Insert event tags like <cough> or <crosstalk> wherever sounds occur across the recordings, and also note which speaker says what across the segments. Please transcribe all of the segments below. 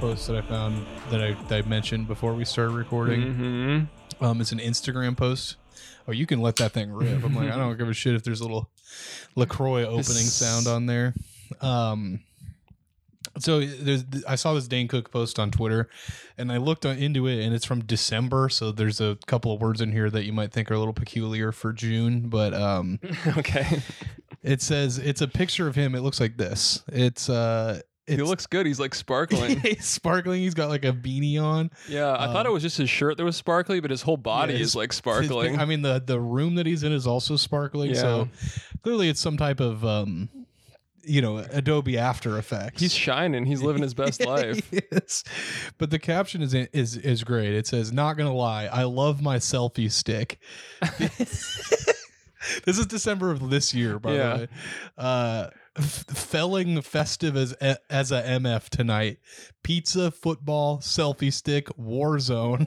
Speaker 1: post that I found that I, that I mentioned before we started recording.
Speaker 2: Mm-hmm.
Speaker 1: Um, it's an Instagram post. Oh, you can let that thing rip. I'm like, I don't give a shit if there's a little Lacroix opening sound on there. Um, so there's, I saw this Dane Cook post on Twitter, and I looked on, into it, and it's from December. So there's a couple of words in here that you might think are a little peculiar for June, but um, <laughs>
Speaker 2: Mm-hmm. okay.
Speaker 1: it says it's a picture of him. It looks like this. It's uh,
Speaker 2: He
Speaker 1: it's
Speaker 2: looks good. He's like
Speaker 1: <laughs>
Speaker 2: sparkling.
Speaker 1: he's sparkling. He's got like a beanie on.
Speaker 2: <laughs> yeah, I thought it was just his shirt that was sparkly, but his whole body
Speaker 1: Yeah, his-
Speaker 2: is like
Speaker 1: His pic-
Speaker 2: sparkling.
Speaker 1: I mean, the the room that he's in is also sparkling. So clearly, it's some type of um, you know Adobe After Effects.
Speaker 2: He's shining. He's living
Speaker 1: <laughs>
Speaker 2: his best life. <laughs>
Speaker 1: yes. But the caption is is is great. It says, "Not gonna lie, I love my selfie stick." <laughs> this is December of this year, by
Speaker 2: Yeah.
Speaker 1: the way. Uh, f- felling festive as as a MF tonight. Pizza, football, selfie stick, war zone.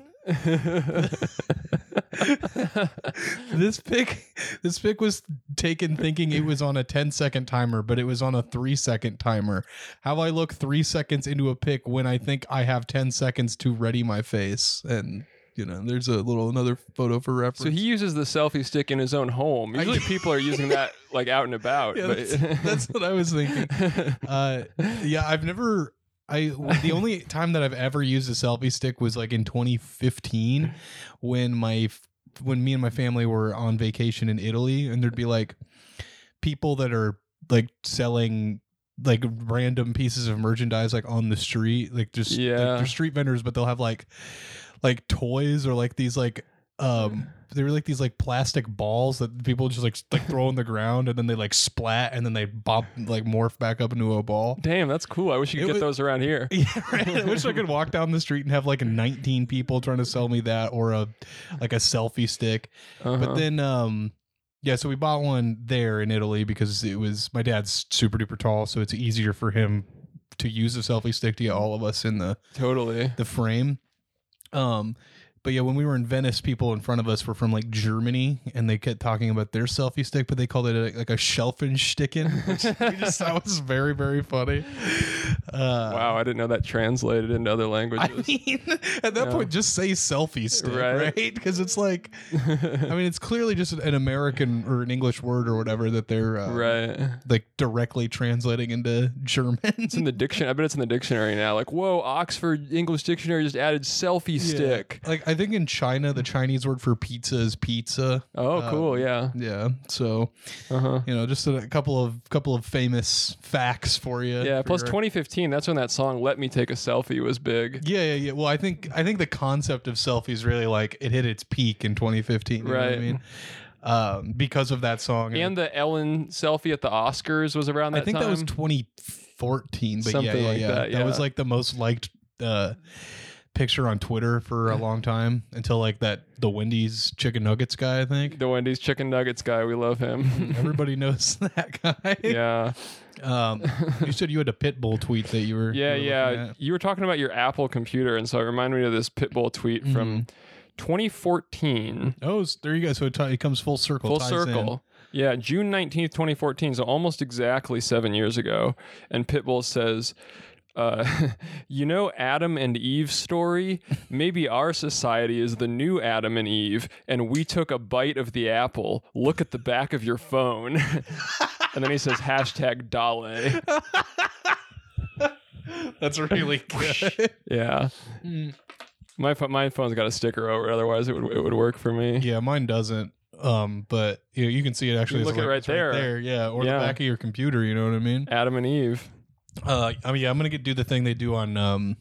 Speaker 1: this pick <laughs> this pick was taken thinking it was on a 10 second timer but it was on a 3 second timer how i look 3 seconds into a pick when i think i have 10 seconds to ready my face and you know there's a little another photo for reference
Speaker 2: so he uses the selfie stick in his own home.
Speaker 1: I- <laughs>
Speaker 2: Usually people are using that like out and about.
Speaker 1: yeah,
Speaker 2: but <laughs>
Speaker 1: that's, that's what i was thinking uh yeah i've never I the only time that I've ever used a selfie stick was like in 2015 when my f- when me and my family were on vacation in Italy and there'd be like people that are like selling like random pieces of merchandise like on the street like just like,
Speaker 2: Yeah.
Speaker 1: they're street vendors but they'll have like like toys or like these like um they were like these like plastic balls that people just like s- like throw on the ground and then they like splat and then they bop like morph back up into a ball <laughs>
Speaker 2: <laughs> Damn, that's cool. I wish you could
Speaker 1: It
Speaker 2: get
Speaker 1: was-
Speaker 2: those around here.
Speaker 1: yeah, right. I wish I could walk down the street and have like 19 people trying to sell me that or a like a selfie stick. <laughs> But
Speaker 2: Uh-huh.
Speaker 1: then um yeah, so we bought one there in Italy because it was my dad's super duper tall, so it's easier for him to use a selfie stick to get all of us in the
Speaker 2: totally.
Speaker 1: the frame. Um, but yeah, when we were in Venice, people in front of us were from like Germany, and they kept talking about their selfie stick, but they called it a, like a Schelfensticken, which we just thought was very very funny. Uh,
Speaker 2: Wow, I didn't know that translated into other
Speaker 1: I <laughs>
Speaker 2: languages. <laughs>
Speaker 1: mean, at that
Speaker 2: Yeah.
Speaker 1: point, just say selfie stick,
Speaker 2: Right.
Speaker 1: right? Because it's like, I mean, it's clearly just an American or an English word or whatever that they're uh,
Speaker 2: right.
Speaker 1: like directly translating into German. <laughs>
Speaker 2: It's in the dictionary. I bet it's in the dictionary now. Like, whoa, Oxford English Dictionary just added selfie
Speaker 1: Yeah.
Speaker 2: stick.
Speaker 1: Like I think in China, the Chinese word for pizza is pizza.
Speaker 2: Oh,
Speaker 1: Um,
Speaker 2: cool. Yeah.
Speaker 1: Yeah, so
Speaker 2: Uh huh.
Speaker 1: you know, just a, couple of couple of famous facts for you.
Speaker 2: Yeah.
Speaker 1: for
Speaker 2: Plus,
Speaker 1: your-
Speaker 2: 2015. That's when that song "Let Me Take a Selfie" was big.
Speaker 1: Yeah, yeah, yeah. Well, I think I think the concept of selfies really like it hit its peak in 2015. You Know what
Speaker 2: Right.
Speaker 1: I mean, um, because of that song.
Speaker 2: And the Ellen selfie at the Oscars was around that
Speaker 1: I think
Speaker 2: time.
Speaker 1: that was 2014. But yeah,
Speaker 2: Something
Speaker 1: yeah,
Speaker 2: like
Speaker 1: yeah.
Speaker 2: that, yeah.
Speaker 1: was like the most liked uh, picture on Twitter
Speaker 2: <laughs>
Speaker 1: for a long time until like that the Wendy's chicken nuggets guy. I think
Speaker 2: the <laughs> Wendy's chicken nuggets guy. We love
Speaker 1: <laughs>
Speaker 2: him.
Speaker 1: everybody knows that guy.
Speaker 2: yeah.
Speaker 1: Um, you said you had a Pitbull tweet that you were.
Speaker 2: <laughs> Yeah,
Speaker 1: you were looking
Speaker 2: yeah.
Speaker 1: at.
Speaker 2: You were talking about your Apple computer, and so it reminded me of this Pitbull tweet from
Speaker 1: Mm-hmm.
Speaker 2: 2014.
Speaker 1: Oh, s- there you go. So it, ti- it comes full circle.
Speaker 2: Full
Speaker 1: ties in. <laughs>
Speaker 2: circle. Yeah, June 19th, 2014. So almost exactly seven years ago. And Pitbull says, uh, <laughs> you know Adam and Eve story? Maybe our society is the new Adam and Eve, and we took a bite of the apple. Look at the back of your phone. <laughs> and then he says, hashtag Dale. <laughs>
Speaker 1: That's <laughs> really good.
Speaker 2: Yeah. My, pho- my phone's got a sticker over it, otherwise it would, it would work for me.
Speaker 1: yeah, mine doesn't. Um, but you, know, you can see it actually.
Speaker 2: You
Speaker 1: as
Speaker 2: look at it
Speaker 1: like-
Speaker 2: right
Speaker 1: it's
Speaker 2: there.
Speaker 1: Yeah, or
Speaker 2: Yeah.
Speaker 1: the back of your computer. You know what I mean?
Speaker 2: Adam and Eve.
Speaker 1: Uh, I mean, yeah, I'm gonna get do the thing they do on um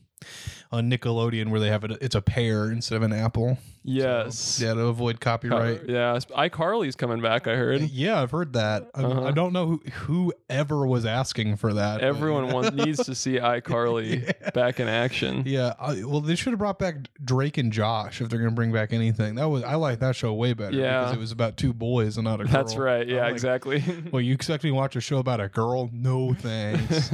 Speaker 1: on Nickelodeon where they have it. It's a pear instead of an apple.
Speaker 2: Yes.
Speaker 1: Yeah, to avoid
Speaker 2: Co-
Speaker 1: copyright.
Speaker 2: Yeah, sp- iCarly's coming back. I heard
Speaker 1: yeah, I've heard that. I'm-
Speaker 2: Uh-huh.
Speaker 1: I don't know who whoever was asking for that. but-
Speaker 2: everyone
Speaker 1: <laughs>
Speaker 2: wants, needs to see iCarly back in action.
Speaker 1: Yeah, I, well, they should have brought back Drake and Josh if they're going to bring back anything. That was I like that show way better
Speaker 2: Yeah.
Speaker 1: because it was about two boys and not a girl.
Speaker 2: That's right.
Speaker 1: Oh, I'm
Speaker 2: Yeah,
Speaker 1: like, <laughs>
Speaker 2: exactly. <laughs>
Speaker 1: Well, you expect me to watch a show about a girl? No thanks.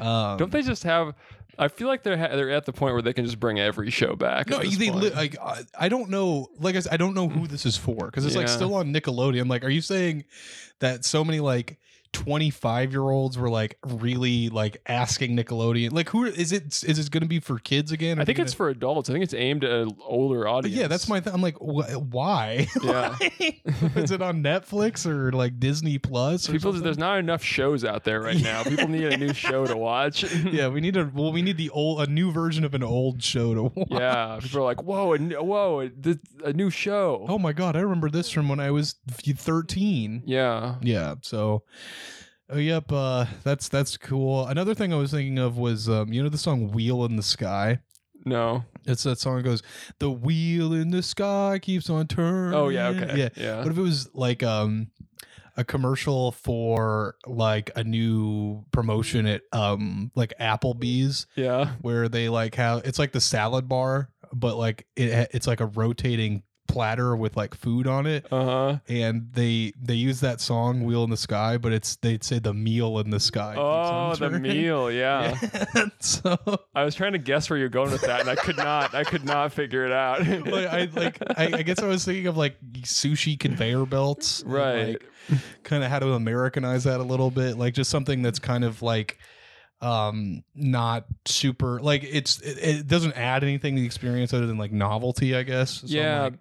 Speaker 1: um,
Speaker 2: Don't they just have? I feel like they're ha- they're at the point where they can just bring every show back.
Speaker 1: no,
Speaker 2: at this
Speaker 1: they
Speaker 2: point.
Speaker 1: li- like I, I don't know. Like I, said, I don't know who this is for because it's like
Speaker 2: Yeah.
Speaker 1: still on Nickelodeon. Like, are you saying that so many like 25 year olds were like really like asking Nickelodeon, like, who is it? Is it going to be for kids again?
Speaker 2: I think it's for adults. I think it's aimed at an older audience.
Speaker 1: yeah, that's my. Th- I'm like, wh- why?
Speaker 2: <laughs>
Speaker 1: <laughs>
Speaker 2: Yeah.
Speaker 1: is it on Netflix or like Disney Plus? or
Speaker 2: People,
Speaker 1: something?
Speaker 2: there's not enough shows out there right
Speaker 1: <laughs>
Speaker 2: now. People need a new show to watch.
Speaker 1: yeah, we need a well, we need the old a new version of an old show to watch.
Speaker 2: <laughs> Yeah, people are like, whoa, and whoa, a- th- a new show.
Speaker 1: Oh my god, I remember this from when I was 13.
Speaker 2: Yeah,
Speaker 1: Yeah. So, oh, yep. Uh, that's that's cool. Another thing I was thinking of was um, you know the song "Wheel in the Sky."
Speaker 2: no.
Speaker 1: It's that song that goes, "The wheel in the sky keeps on turning."
Speaker 2: Oh
Speaker 1: <laughs>
Speaker 2: yeah, okay,
Speaker 1: Yeah.
Speaker 2: yeah,
Speaker 1: What if it was like um a commercial for like a new promotion at um like Applebee's
Speaker 2: yeah.
Speaker 1: where they like have it's like the salad bar but like it it's like a rotating platter with like food on it
Speaker 2: Uh huh.
Speaker 1: and they they use that song "Wheel in the Sky," but it's they'd say the meal in the sky. keeps on
Speaker 2: Oh, the
Speaker 1: turning. <laughs>
Speaker 2: meal. Yeah.
Speaker 1: And so
Speaker 2: I was trying to guess where you're going with that, and I could not. I could not figure it out.
Speaker 1: <laughs> like, I like I, I guess I was thinking of like sushi conveyor belts, and,
Speaker 2: Right.
Speaker 1: Like, kind of how to Americanize that a little bit, like just something that's kind of like um not super like it's it, it doesn't add anything to the experience other than like novelty i guess So I'm
Speaker 2: <laughs> Yeah.
Speaker 1: like-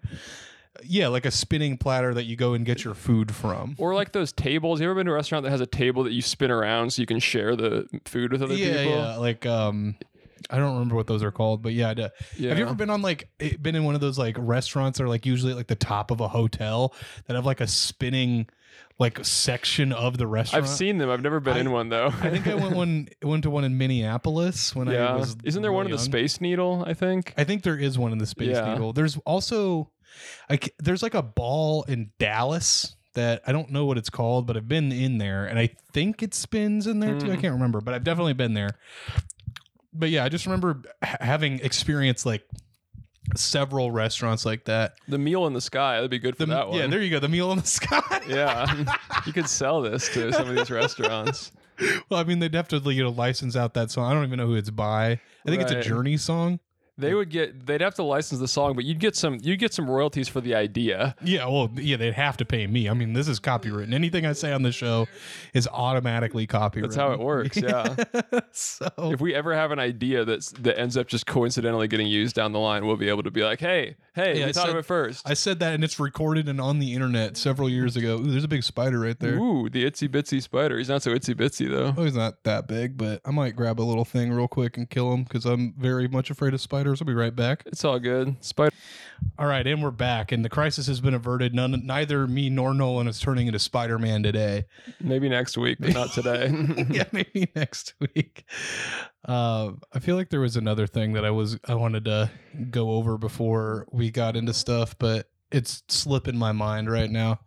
Speaker 1: yeah like a spinning platter that you go and get your food from
Speaker 2: Or like those tables. You ever been to a restaurant that has a table that you spin around so you can share the food with other
Speaker 1: yeah,
Speaker 2: people?
Speaker 1: Yeah, like um I don't remember what those are called, but yeah, I do.
Speaker 2: Yeah.
Speaker 1: Have you ever been on like eh, been in one of those like restaurants or like usually at like the top of a hotel that have like a spinning like section of the restaurant?
Speaker 2: I've seen them. I've never been
Speaker 1: I-
Speaker 2: in one though.
Speaker 1: I think I
Speaker 2: <laughs>
Speaker 1: went one went to one in Minneapalis when I
Speaker 2: yeah.
Speaker 1: was
Speaker 2: Isn't there
Speaker 1: really
Speaker 2: one in the
Speaker 1: young.
Speaker 2: Space Needle? I think.
Speaker 1: I think there is one in the Space
Speaker 2: Yeah.
Speaker 1: Needle. There's also I c there's like a ball in Dallas that I don't know what it's called, but I've been in there and I think it spins in there too. I
Speaker 2: Mm.
Speaker 1: can't remember, but I've definitely been there. But yeah, I just remember ha- having experienced like several restaurants like that.
Speaker 2: The meal in the sky. That'd be good for
Speaker 1: The,
Speaker 2: that one.
Speaker 1: yeah, there you go. The meal in the <laughs> sky.
Speaker 2: <laughs> yeah. <laughs> you could sell this to some of these restaurants.
Speaker 1: Well, I mean, they'd have to you know license out that song. I don't even know who it's by. I think it's a
Speaker 2: Right.
Speaker 1: Journey song.
Speaker 2: They would get. They'd have to license the song, but you'd get some. You'd get some royalties for the idea.
Speaker 1: Yeah, well, yeah, they'd have to pay me. I mean, this is copywritten. Anything I say on the show is automatically copywritten.
Speaker 2: That's how it works. Yeah.
Speaker 1: <laughs> so
Speaker 2: if we ever have an idea that's that ends up just coincidentally getting used down the line, we'll be able to be like, hey, hey,
Speaker 1: Yeah, I
Speaker 2: we thought
Speaker 1: said-
Speaker 2: of it first.
Speaker 1: I said that, and it's recorded and on the internet several years ago. Ooh, there's a big spider right there.
Speaker 2: Ooh, the itsy bitsy spider. He's not so itsy bitsy though.
Speaker 1: Oh, he's not that big, but I might grab a little thing real quick and kill him because I'm very much afraid of spiders. I'll be right back.
Speaker 2: It's all good. Spider.
Speaker 1: All right, and we're back, and the crisis has been averted. None, neither me nor Nolan is turning into Spider-Man today.
Speaker 2: Maybe next week, but not today.
Speaker 1: <laughs>
Speaker 2: <laughs>
Speaker 1: yeah, maybe next week. Uh, I feel like there was another thing that I was I wanted to go over before we got into stuff, but it's slipping my mind right now.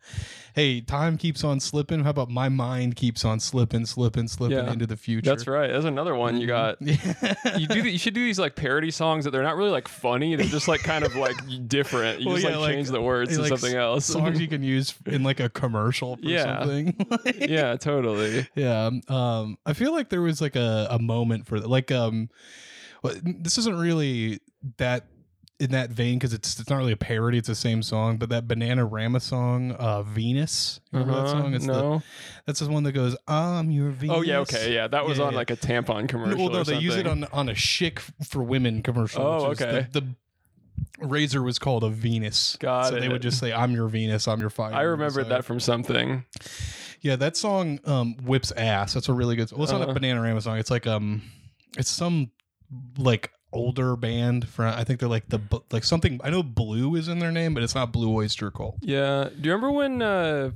Speaker 1: Hey, time keeps on slipping. How about my mind keeps on slipping, slipping, slipping
Speaker 2: Yeah,
Speaker 1: into the future? <laughs>
Speaker 2: That's right. That's another one you got. You do. You should do these like parody songs that they're not really like funny. They're just like kind of
Speaker 1: <laughs>
Speaker 2: like different. You
Speaker 1: Well,
Speaker 2: just
Speaker 1: yeah,
Speaker 2: like,
Speaker 1: like-
Speaker 2: change the words to
Speaker 1: like
Speaker 2: something else. <laughs>
Speaker 1: songs you can use in like a commercial for
Speaker 2: Yeah.
Speaker 1: something. <laughs>
Speaker 2: yeah, totally.
Speaker 1: Yeah. Um, I feel like there was like a, a moment for like um, well, this isn't really that in that vein because it's it's not really a parody. It's the same song, but that Banana Rama song, uh, Venus. You <laughs> Remember that
Speaker 2: Uh-huh.
Speaker 1: song? It's the,
Speaker 2: no.
Speaker 1: that's the one that goes, "I'm your Venus."
Speaker 2: oh yeah. Okay. Yeah, that was
Speaker 1: Yeah,
Speaker 2: on
Speaker 1: yeah.
Speaker 2: like a tampon commercial.
Speaker 1: Well,
Speaker 2: or
Speaker 1: no, they use it
Speaker 2: something.
Speaker 1: on on a chic for women commercial.
Speaker 2: Oh,
Speaker 1: which is
Speaker 2: okay.
Speaker 1: The, the razor was called a Venus.
Speaker 2: Got
Speaker 1: so they
Speaker 2: it.
Speaker 1: would just say, "I'm your Venus. I'm your fire."
Speaker 2: I
Speaker 1: You're
Speaker 2: remembered
Speaker 1: desire."
Speaker 2: that from something.
Speaker 1: Yeah, that song um, whips ass. That's a really good. Well, it's not a
Speaker 2: Uh-huh.
Speaker 1: Bananarama song. It's like um, it's some like older band from. I think they're like the Bu- like something. I know Blue is in their name, but it's not Blue Oyster Cult.
Speaker 2: Yeah. Do you remember when uh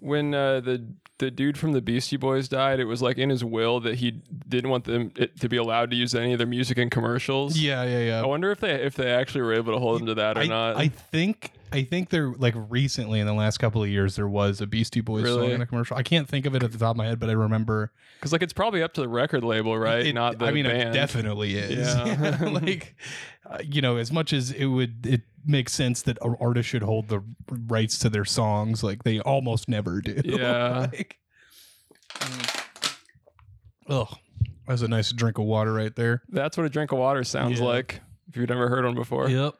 Speaker 2: when uh the the dude from the Beastie Boys died, it was like in his will that he didn't want them it, to be allowed to use any of their music in commercials.
Speaker 1: Yeah, yeah, yeah.
Speaker 2: I wonder if they if they actually were able to hold him to that or
Speaker 1: I,
Speaker 2: not.
Speaker 1: I think I think there like recently in the last couple of years there was a Beastie Boys song
Speaker 2: Really?
Speaker 1: in a commercial. I can't think of it at the top of my head, but I remember.
Speaker 2: Because like it's probably up to the record label, right?
Speaker 1: It-
Speaker 2: not the
Speaker 1: I mean, it
Speaker 2: band.
Speaker 1: definitely is.
Speaker 2: Yeah.
Speaker 1: <laughs> like, uh, you know, as much as it would, it makes sense that a- artists should hold the rights to their songs. Like they almost never do. <laughs>
Speaker 2: Yeah.
Speaker 1: like, oh, that's a nice drink of water right there.
Speaker 2: That's what a drink of water sounds
Speaker 1: Yeah.
Speaker 2: like. If you've never heard one before.
Speaker 1: Yep.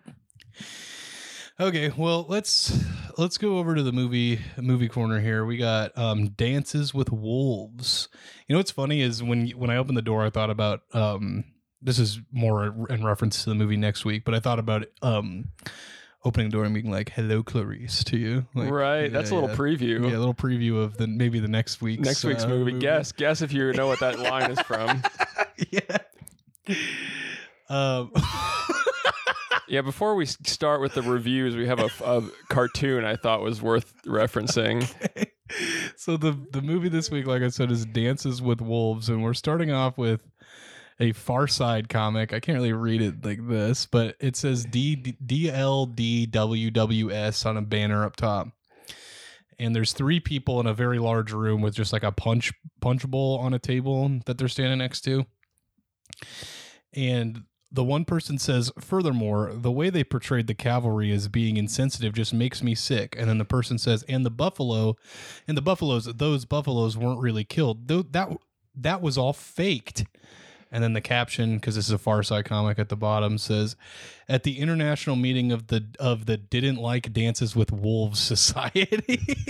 Speaker 1: Okay, well, let's let's go over to the movie movie corner here. We got um, Dances with Wolves. You know what's funny is when when I opened the door, I thought about um, this is more in reference to the movie next week, but I thought about um, opening the door and being like, "Hello, Clarice," to you. Like,
Speaker 2: right.
Speaker 1: yeah,
Speaker 2: That's a little
Speaker 1: yeah.
Speaker 2: preview.
Speaker 1: Yeah, a little preview of the maybe the next week's
Speaker 2: Next week's
Speaker 1: uh,
Speaker 2: movie. Guess. Guess if you know what that line is from.
Speaker 1: <laughs> yeah. Um, <laughs>
Speaker 2: Yeah. Before we s- start with the reviews, we have a, f- a cartoon I thought was worth referencing.
Speaker 1: <laughs> so the the movie this week, like I said, is Dances with Wolves, and we're starting off with a Far Side comic. I can't really read it like this, but it says D D L D W W S on a banner up top. And there's three people in a very large room with just like a punch punch bowl on a table that they're standing next to. And the one person says, furthermore, the way they portrayed the cavalry as being insensitive just makes me sick. And then the person says, and the buffalo, and the buffaloes, those buffaloes weren't really killed. Though that that was all faked. And then the caption, because this is a Far Side comic at the bottom, says, "At the international meeting of the of the didn't like dances with wolves society." <laughs>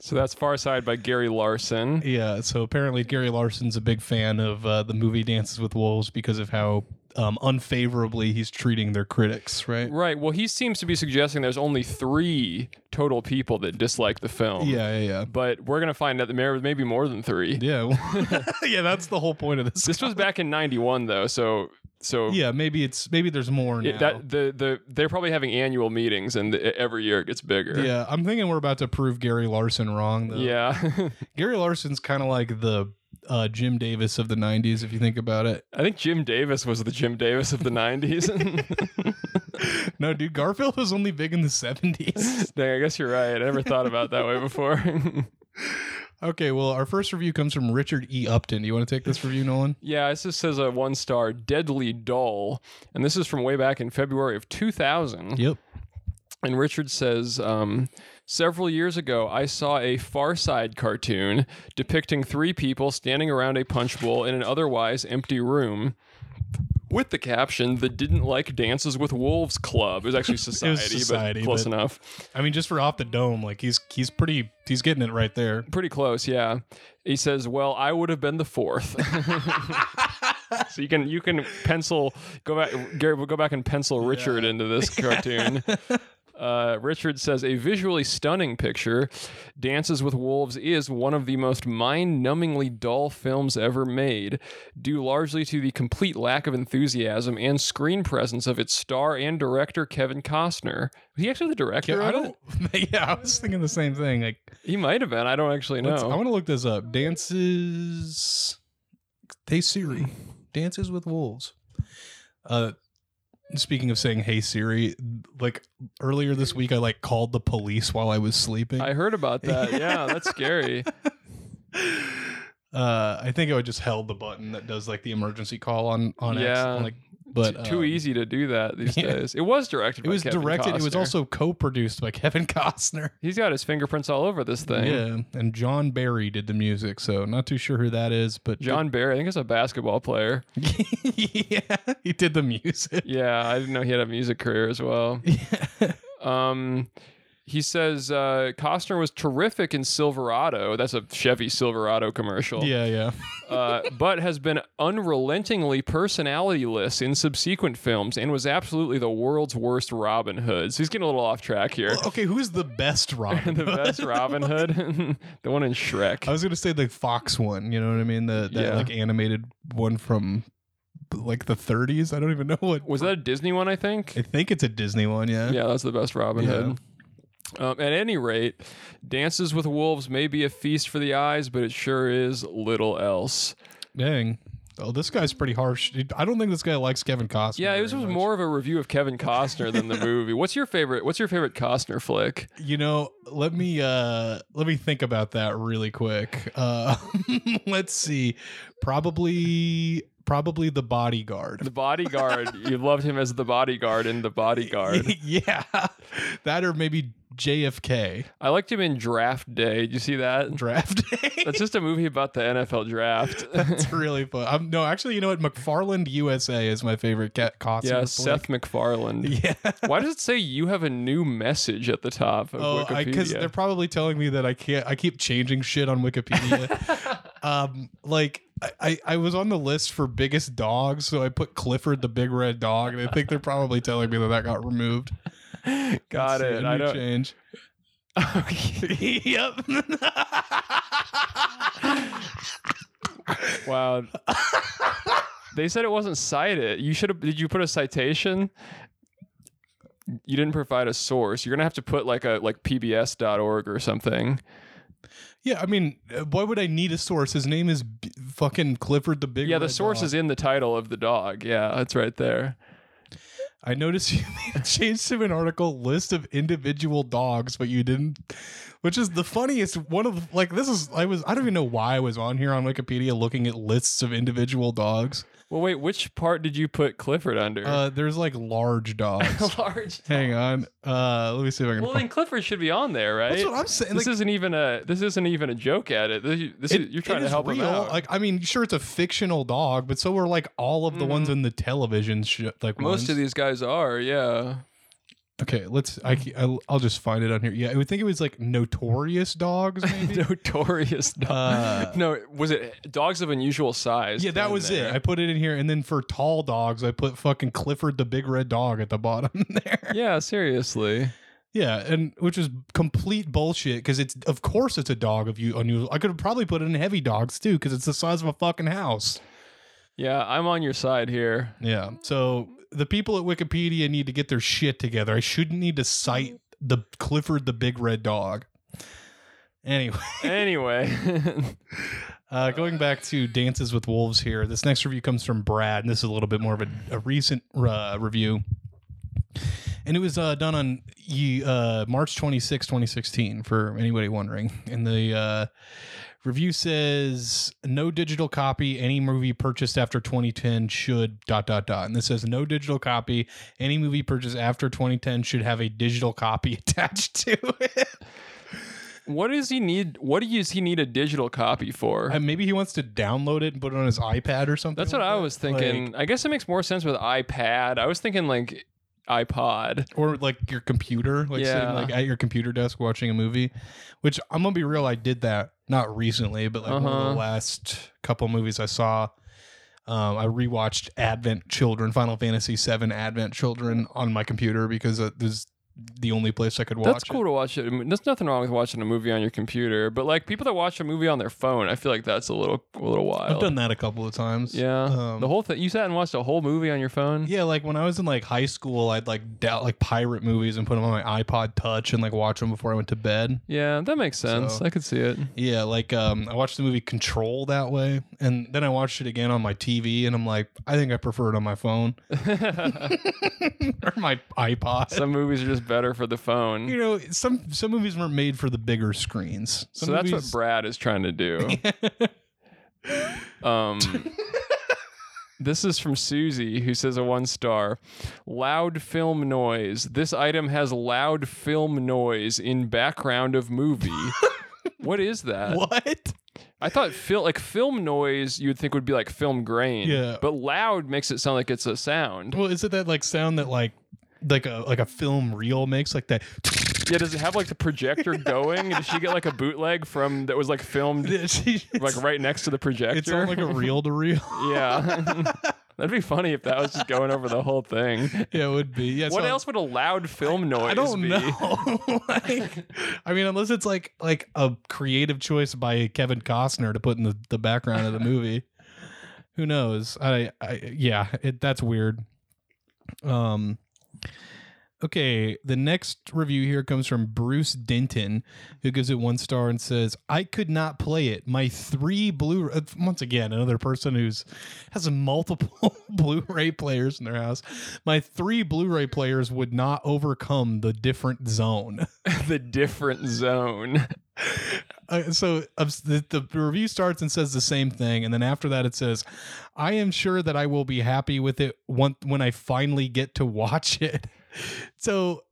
Speaker 2: So that's Far Side by Gary Larson.
Speaker 1: Yeah, so apparently Gary Larson's a big fan of uh, the movie Dances with Wolves because of how um, unfavorably he's treating their critics, right?
Speaker 2: Right. Well, he seems to be suggesting there's only three total people that dislike the film.
Speaker 1: Yeah, yeah,
Speaker 2: But we're gonna find out that there may be more than three.
Speaker 1: yeah. Yeah, <laughs> yeah that's the whole point of this.
Speaker 2: This was back in '91 though, so so
Speaker 1: <laughs> yeah, maybe it's maybe there's more now.
Speaker 2: it- that the the they're probably having annual meetings, and the, e, every year it gets bigger.
Speaker 1: yeah, I'm thinking we're about to prove Gary Larson wrong though.
Speaker 2: Yeah. <laughs>
Speaker 1: Gary Larson's kind of like the uh, Jim Davis of the 90s if you think about
Speaker 2: <laughs>
Speaker 1: it.
Speaker 2: I think Jim Davis was the Jim Davis of the <laughs> '90s.
Speaker 1: No, dude, Garfield was only big in the 70s.
Speaker 2: Dang, I guess you're right. I never thought about it that way before. <laughs>
Speaker 1: Okay, well, our first review comes from Richard E. Upton. Do you want to take this review, Nolan?
Speaker 2: yeah, this just says a one star, deadly dull, and this is from way back in February of 2000.
Speaker 1: Yep.
Speaker 2: And Richard says, um, several years ago, I saw a Far Side cartoon depicting three people standing around a punch bowl in an otherwise empty room. With the caption, the didn't like dances with wolves club. It was actually society,
Speaker 1: society,
Speaker 2: but close
Speaker 1: but-
Speaker 2: enough.
Speaker 1: I mean, just for off the dome, like he's he's pretty he's getting it right there.
Speaker 2: Pretty close, yeah. He says, "Well, I would have been the fourth. <laughs> so you can you can pencil go back Gary we'll go back and pencil Richard into
Speaker 1: <laughs>
Speaker 2: this cartoon. Uh, Richard says a visually stunning picture. Dances with Wolves is one of the most mind-numbingly dull films ever made, due largely to the complete lack of enthusiasm and screen presence of its star and director Kevin Costner. Was he actually the director?
Speaker 1: I
Speaker 2: of it?
Speaker 1: don't. <laughs> Yeah, I was thinking the same thing. Like,
Speaker 2: He might have been. I don't actually know.
Speaker 1: let's- I want to look this up. Dances. Hey Siri, dances with wolves. Uh, speaking of saying Hey Siri, like earlier this week, I like called the police while I was sleeping.
Speaker 2: I heard
Speaker 1: <laughs>
Speaker 2: about that. Yeah, that's scary.
Speaker 1: uh, I think I would just held the button that does like the emergency call on on
Speaker 2: Yeah.
Speaker 1: accident, like, but
Speaker 2: It's too
Speaker 1: um,
Speaker 2: easy to do that these
Speaker 1: yeah.
Speaker 2: days. It was directed.
Speaker 1: It
Speaker 2: by
Speaker 1: was
Speaker 2: Kevin
Speaker 1: directed. It was
Speaker 2: Costner.
Speaker 1: also co-produced by <laughs> Kevin Costner.
Speaker 2: He's got his fingerprints all over this thing.
Speaker 1: Yeah, and John Barry did the music, so not too sure who that is, but
Speaker 2: John Barry, I think, is a basketball player.
Speaker 1: <laughs> yeah, he did the music.
Speaker 2: Yeah, I didn't know he had a music career
Speaker 1: <laughs>
Speaker 2: as well. Um, he says uh, Costner was terrific in Silverado. That's a Chevy Silverado commercial.
Speaker 1: Yeah,
Speaker 2: <laughs>
Speaker 1: yeah.
Speaker 2: uh, but has been unrelentingly personalityless in subsequent films and was absolutely the world's worst Robin Hood. So he's getting a little off
Speaker 1: <laughs>
Speaker 2: track here.
Speaker 1: Okay, who's the best
Speaker 2: <laughs>
Speaker 1: Robin? <laughs>
Speaker 2: the best Robin Hood, <laughs> the one in Shrek.
Speaker 1: I was gonna say the Fox one. You know what I mean? The that
Speaker 2: Yeah.
Speaker 1: like animated one from like the 30s. I don't even know what.
Speaker 2: Was that a Disney one? I think.
Speaker 1: I think it's a Disney one. Yeah.
Speaker 2: Yeah, that's the best Robin
Speaker 1: Yeah.
Speaker 2: Hood. Um, at any rate, Dances with Wolves may be a feast for the eyes, but it sure is little else.
Speaker 1: Dang. Oh, this guy's pretty harsh. I don't think this guy likes Kevin Costner.
Speaker 2: Yeah, this
Speaker 1: very
Speaker 2: was
Speaker 1: much.
Speaker 2: more of a review
Speaker 1: <laughs>
Speaker 2: of Kevin Costner than the movie. What's your favorite? What's your favorite Costner flick?
Speaker 1: You know, let me uh let me think about that really quick. <laughs> Uh let's see. Probably probably the bodyguard. <laughs>
Speaker 2: The Bodyguard. you loved him as the bodyguard in The Bodyguard.
Speaker 1: yeah. That or maybe JFK
Speaker 2: I liked him in Draft Day. Did you see that?
Speaker 1: draft <laughs>
Speaker 2: <laughs>
Speaker 1: day.
Speaker 2: That's just a movie about the NFL draft.
Speaker 1: <laughs> That's really fun. Um, no, actually, you know what? McFarland USA is my favorite cat costume.
Speaker 2: yeah,
Speaker 1: flick.
Speaker 2: Seth McFarland.
Speaker 1: <laughs> Yeah.
Speaker 2: Why does it say you have a new message at the top of
Speaker 1: Oh, because
Speaker 2: Wikipedia?
Speaker 1: they're probably telling me that I can't. I keep changing shit on Wikipedia.
Speaker 2: <laughs>
Speaker 1: um, like I- I, I was on the list for biggest dogs, so I put Clifford the big red dog, and I think they're probably telling me that that got removed.
Speaker 2: <laughs>
Speaker 1: Let's
Speaker 2: Got
Speaker 1: see,
Speaker 2: it.
Speaker 1: a
Speaker 2: I
Speaker 1: new change.
Speaker 2: don't. <laughs>
Speaker 1: <laughs> yep. <laughs>
Speaker 2: Wow. they said it wasn't cited. You should have. Did you put a citation? You didn't provide a source. You're gonna have to put like a like PBS.org or something.
Speaker 1: yeah, I mean, uh, why would I need a source? His name is B- fucking Clifford the big.
Speaker 2: yeah, the
Speaker 1: Red
Speaker 2: source
Speaker 1: Dog.
Speaker 2: is in the title of the dog. Yeah, it's right there.
Speaker 1: I noticed <laughs> you made a change to an article list of individual dogs, but you didn't, which is the funniest one of the, like this is I was I don't even know why I was on here on Wikipedia looking at lists of individual dogs.
Speaker 2: Well, wait. Which part did you put Clifford under?
Speaker 1: Uh, there's like large dogs.
Speaker 2: <laughs> Large.
Speaker 1: Hang on, uh, let me see if I can.
Speaker 2: Well,
Speaker 1: find-
Speaker 2: then Clifford should be on there, right?
Speaker 1: That's what I'm saying.
Speaker 2: this
Speaker 1: Like,
Speaker 2: isn't even a this isn't even a joke at it. This, this
Speaker 1: it-
Speaker 2: is, you're
Speaker 1: it
Speaker 2: trying to
Speaker 1: is
Speaker 2: help him
Speaker 1: real.
Speaker 2: out.
Speaker 1: Like I mean, sure it's a fictional dog, but so are like all of the ones in the television show. Like
Speaker 2: Mm-hmm. Most of
Speaker 1: ones.
Speaker 2: these guys
Speaker 1: <laughs>
Speaker 2: are, yeah.
Speaker 1: Okay, let's. I c- I'll I'll just find it on here. Yeah, I would think it was like notorious dogs. <laughs> Maybe.
Speaker 2: Notorious dogs.
Speaker 1: Uh,
Speaker 2: <laughs> no, was it dogs of unusual size?
Speaker 1: <laughs> Yeah, that
Speaker 2: came
Speaker 1: was
Speaker 2: there.
Speaker 1: it. I put it in here, and then for tall dogs, I put fucking Clifford the Big Red Dog at the bottom <laughs> there.
Speaker 2: yeah, seriously.
Speaker 1: Yeah, and which is complete bullshit because it's of course it's a dog of you unusual. I could have probably put it in heavy dogs too because it's the size of a fucking house.
Speaker 2: Yeah, I'm on your side here.
Speaker 1: Yeah, so the people at Wikipedia need to get their shit together. I shouldn't need to cite the Clifford the Big Red Dog. Anyway,
Speaker 2: Anyway, <laughs>
Speaker 1: uh, going back to Dances with Wolves here, this next review comes from Brad, and this is a little bit more of a, a recent uh, review. And it was uh, done on ye- uh, March 26, 2016, for anybody wondering. And the uh, review says no digital copy. Any movie purchased after 2010 should dot dot dot. And this says no digital copy. Any movie purchased after 2010 should have a digital copy <laughs> attached to it. <laughs>
Speaker 2: what does he need? What do you- does he need a digital copy for?
Speaker 1: Uh, maybe he wants to download it and put it on his iPad or something.
Speaker 2: That's what
Speaker 1: like
Speaker 2: I
Speaker 1: that.
Speaker 2: was thinking. I guess it makes more sense with iPad. I was thinking like iPod.
Speaker 1: or like your computer, like
Speaker 2: Yeah.
Speaker 1: sitting like at your computer desk watching a movie. Which I'm gonna be real, I did that not recently, but like one of
Speaker 2: Uh-huh.
Speaker 1: the last couple movies I saw. Um, I rewatched Advent Children, Final Fantasy VII Advent Children on my computer because it was the only place I could watch.
Speaker 2: That's
Speaker 1: it.
Speaker 2: cool to watch it. I mean, There's nothing wrong with watching a movie on your computer, but like people that watch a movie on their phone, I feel like that's a little a little wild.
Speaker 1: I've done that a couple of times.
Speaker 2: Yeah,
Speaker 1: Um,
Speaker 2: the whole thing. You sat and watched a whole movie on your phone.
Speaker 1: Yeah, like when I was in like high school, I'd like doubt like pirate movies and put them on my iPod Touch and like watch them before I went to bed.
Speaker 2: Yeah, that makes sense.
Speaker 1: So-
Speaker 2: I could
Speaker 1: <laughs>
Speaker 2: see it.
Speaker 1: Yeah, like um, I watched the movie Control that way, and then I watched it again on my TV, and I'm like, I think I prefer it on my
Speaker 2: <laughs>
Speaker 1: phone <laughs> or my iPod.
Speaker 2: Some movies are just better for the phone.
Speaker 1: you know, some some movies weren't made for the bigger screens. Some
Speaker 2: so that's what
Speaker 1: movies-
Speaker 2: Brad is trying to
Speaker 1: <laughs>
Speaker 2: do. um, this is from Susie, who says a one star loud film noise. This item has loud film noise in background
Speaker 1: <laughs>
Speaker 2: of movie. what is that?
Speaker 1: what?
Speaker 2: I thought fil- like film noise you'd think would be like film grain.
Speaker 1: Yeah.
Speaker 2: But loud makes it sound like it's a sound.
Speaker 1: Well, is it that like sound that like like a like a film reel makes like that? <laughs>
Speaker 2: Yeah, does it have like the projector going? Did she get like a bootleg from that was like filmed
Speaker 1: it's
Speaker 2: like right next to the projector?
Speaker 1: it's not like a reel to reel. <laughs>
Speaker 2: <laughs> yeah. That'd be funny if that was just going over the whole thing.
Speaker 1: Yeah, it would be. Yeah,
Speaker 2: What
Speaker 1: so-
Speaker 2: else would a loud film noise
Speaker 1: I don't
Speaker 2: be?
Speaker 1: know. <laughs> like, I mean, unless it's like like a creative choice by Kevin Costner to put in the, the background of the movie. Who knows? I, I yeah, it, that's weird. Um. Okay, the next review here comes from Bruce Denton, who gives it one star and says, "I could not play it. My three Blu uh, once again another person who's has multiple <laughs> Blu-ray players in their house. My three Blu-ray players would not overcome the different zone.
Speaker 2: <laughs>
Speaker 1: <laughs>
Speaker 2: the different zone.
Speaker 1: Uh, so uh, the, the review starts and says the same thing, and then after that it says, "I am sure that I <laughs> will be happy with it once when I finally get to watch it." So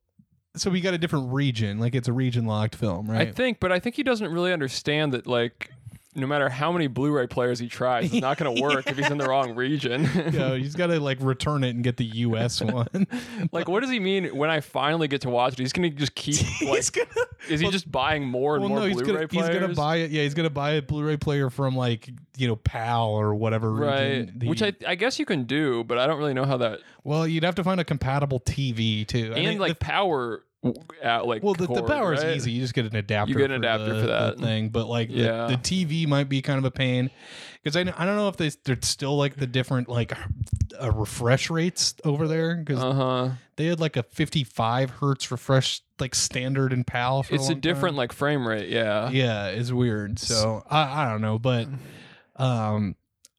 Speaker 1: so we got a different region. Like it's a region locked film,
Speaker 2: I
Speaker 1: right?
Speaker 2: think, but I think he doesn't really understand that like no matter how many Blu-ray players he tries, it's not going to work if
Speaker 1: <laughs>
Speaker 2: he's in the wrong region.
Speaker 1: yeah, he's got to like return it and get the U.S. one.
Speaker 2: <laughs> like, what does he mean when I finally get to watch it? He's going to
Speaker 1: <laughs>
Speaker 2: just keep like.
Speaker 1: he's gonna.
Speaker 2: Is he just buying more and
Speaker 1: Well,
Speaker 2: more
Speaker 1: no, he's
Speaker 2: Blu-ray
Speaker 1: gonna
Speaker 2: players?
Speaker 1: he's gonna buy it. Yeah, he's gonna buy a Blu-ray player from like you know PAL or whatever.
Speaker 2: right,
Speaker 1: region the-
Speaker 2: which I I guess you can do, but I don't really know how that
Speaker 1: well, you'd have to find a compatible TV too. I
Speaker 2: and
Speaker 1: mean,
Speaker 2: like power out like
Speaker 1: the, well, the, the
Speaker 2: cord,
Speaker 1: power
Speaker 2: right?
Speaker 1: is easy. You just get an adapter.
Speaker 2: get an adapter
Speaker 1: the- the
Speaker 2: for that.
Speaker 1: thing, but like
Speaker 2: Yeah.
Speaker 1: the, the TV might be kind of a pain because I, kn- I don't know if they they're still like the different like uh, refresh rates over there because
Speaker 2: Uh huh.
Speaker 1: they had like a 55 hertz refresh like standard in PAL. For
Speaker 2: It's a
Speaker 1: long time.
Speaker 2: different like frame rate. Yeah. <laughs>
Speaker 1: yeah it's weird so i, I don't know but um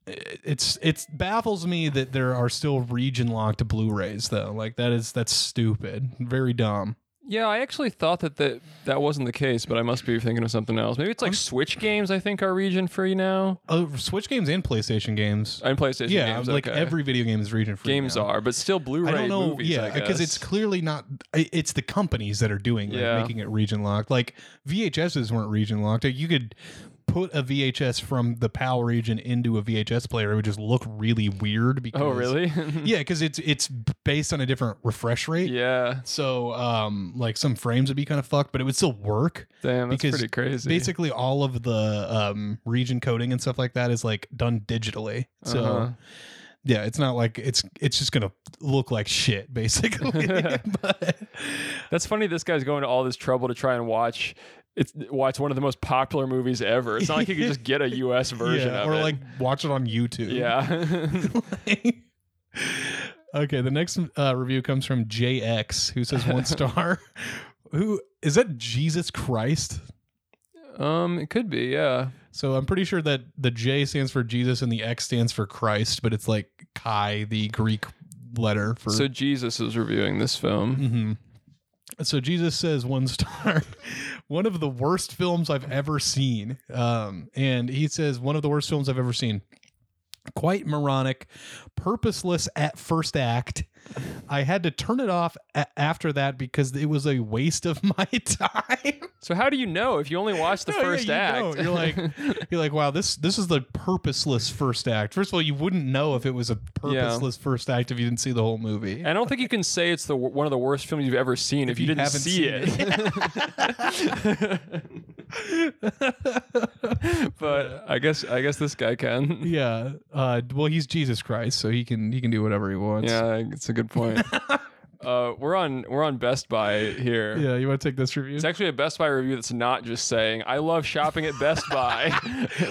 Speaker 1: it- it's it's baffles me that there are still region locked blu-rays though like that is that's stupid very dumb
Speaker 2: Yeah, I actually thought that that, that wasn't the case, but I must be thinking of something else. Maybe it's like Switch games. I think are region free now
Speaker 1: oh switch games and playstation games
Speaker 2: and Uh, PlayStation
Speaker 1: yeah
Speaker 2: games.
Speaker 1: like
Speaker 2: okay.
Speaker 1: every video game is region free
Speaker 2: games
Speaker 1: now.
Speaker 2: are, but still Blu-ray
Speaker 1: I don't know.
Speaker 2: movies.
Speaker 1: yeah, because it's
Speaker 2: guess.
Speaker 1: clearly not. i- It's the companies that are doing like,
Speaker 2: Yeah.
Speaker 1: making it region locked. Like VHSs weren't region locked. You could put a VHS from the PAL region into a VHS player. It would just look really weird. Because
Speaker 2: oh really? <laughs>
Speaker 1: <laughs> yeah, because it's it's based on a different refresh rate.
Speaker 2: yeah.
Speaker 1: So um, like some frames would be kind of fucked, but it would still work.
Speaker 2: Damn, that's
Speaker 1: Because
Speaker 2: pretty crazy.
Speaker 1: Basically, all of the um, region coding and stuff like that is like done digitally. So
Speaker 2: Uh-huh.
Speaker 1: yeah, it's not like it's it's just gonna look like shit
Speaker 2: <laughs>
Speaker 1: basically. <laughs> but
Speaker 2: That's funny. This guy's going to all this trouble to try and watch. It's watch one of the most popular movies ever. It's not like you could just get
Speaker 1: <laughs>
Speaker 2: a U.S. version
Speaker 1: yeah,
Speaker 2: of
Speaker 1: or
Speaker 2: it.
Speaker 1: like watch it on YouTube.
Speaker 2: yeah.
Speaker 1: <laughs> okay, the next uh, review comes from JX, who says
Speaker 2: <laughs>
Speaker 1: one star. who is that? Jesus Christ.
Speaker 2: <laughs> um, it could be. Yeah.
Speaker 1: So I'm pretty sure that the J stands for Jesus and the X stands for Christ, but it's like Chi, the Greek letter for.
Speaker 2: So Jesus is reviewing this film.
Speaker 1: Mhm. So Jesus says one star, <laughs> one of the worst films I've ever seen. Um, and he says one of the worst films I've ever seen. Quite moronic, purposeless at first act. I had to turn it off a- after that because it was a waste of <laughs> my time.
Speaker 2: So how do you know if you only watched the
Speaker 1: No, Oh, yeah,
Speaker 2: first
Speaker 1: you
Speaker 2: act?
Speaker 1: don't. You're
Speaker 2: <laughs>
Speaker 1: like, you're like, wow, this this is the purposeless first act. First of all, you wouldn't know if it was a purposeless first act if you didn't see the whole movie.
Speaker 2: I don't think you can say it's the one of the worst films you've ever seen if, you, didn't
Speaker 1: haven't
Speaker 2: see
Speaker 1: seen
Speaker 2: it. <laughs> but I guess I guess this
Speaker 1: <laughs>
Speaker 2: guy can.
Speaker 1: Yeah. Uh, well, he's Jesus Christ, so he can he can do whatever he wants.
Speaker 2: Yeah, it's a good point.
Speaker 1: <laughs>
Speaker 2: Uh, we're on we're on Best Buy here.
Speaker 1: Yeah, You want to take this review?
Speaker 2: It's actually a Best Buy review that's not just saying I love shopping at Best Buy. <laughs>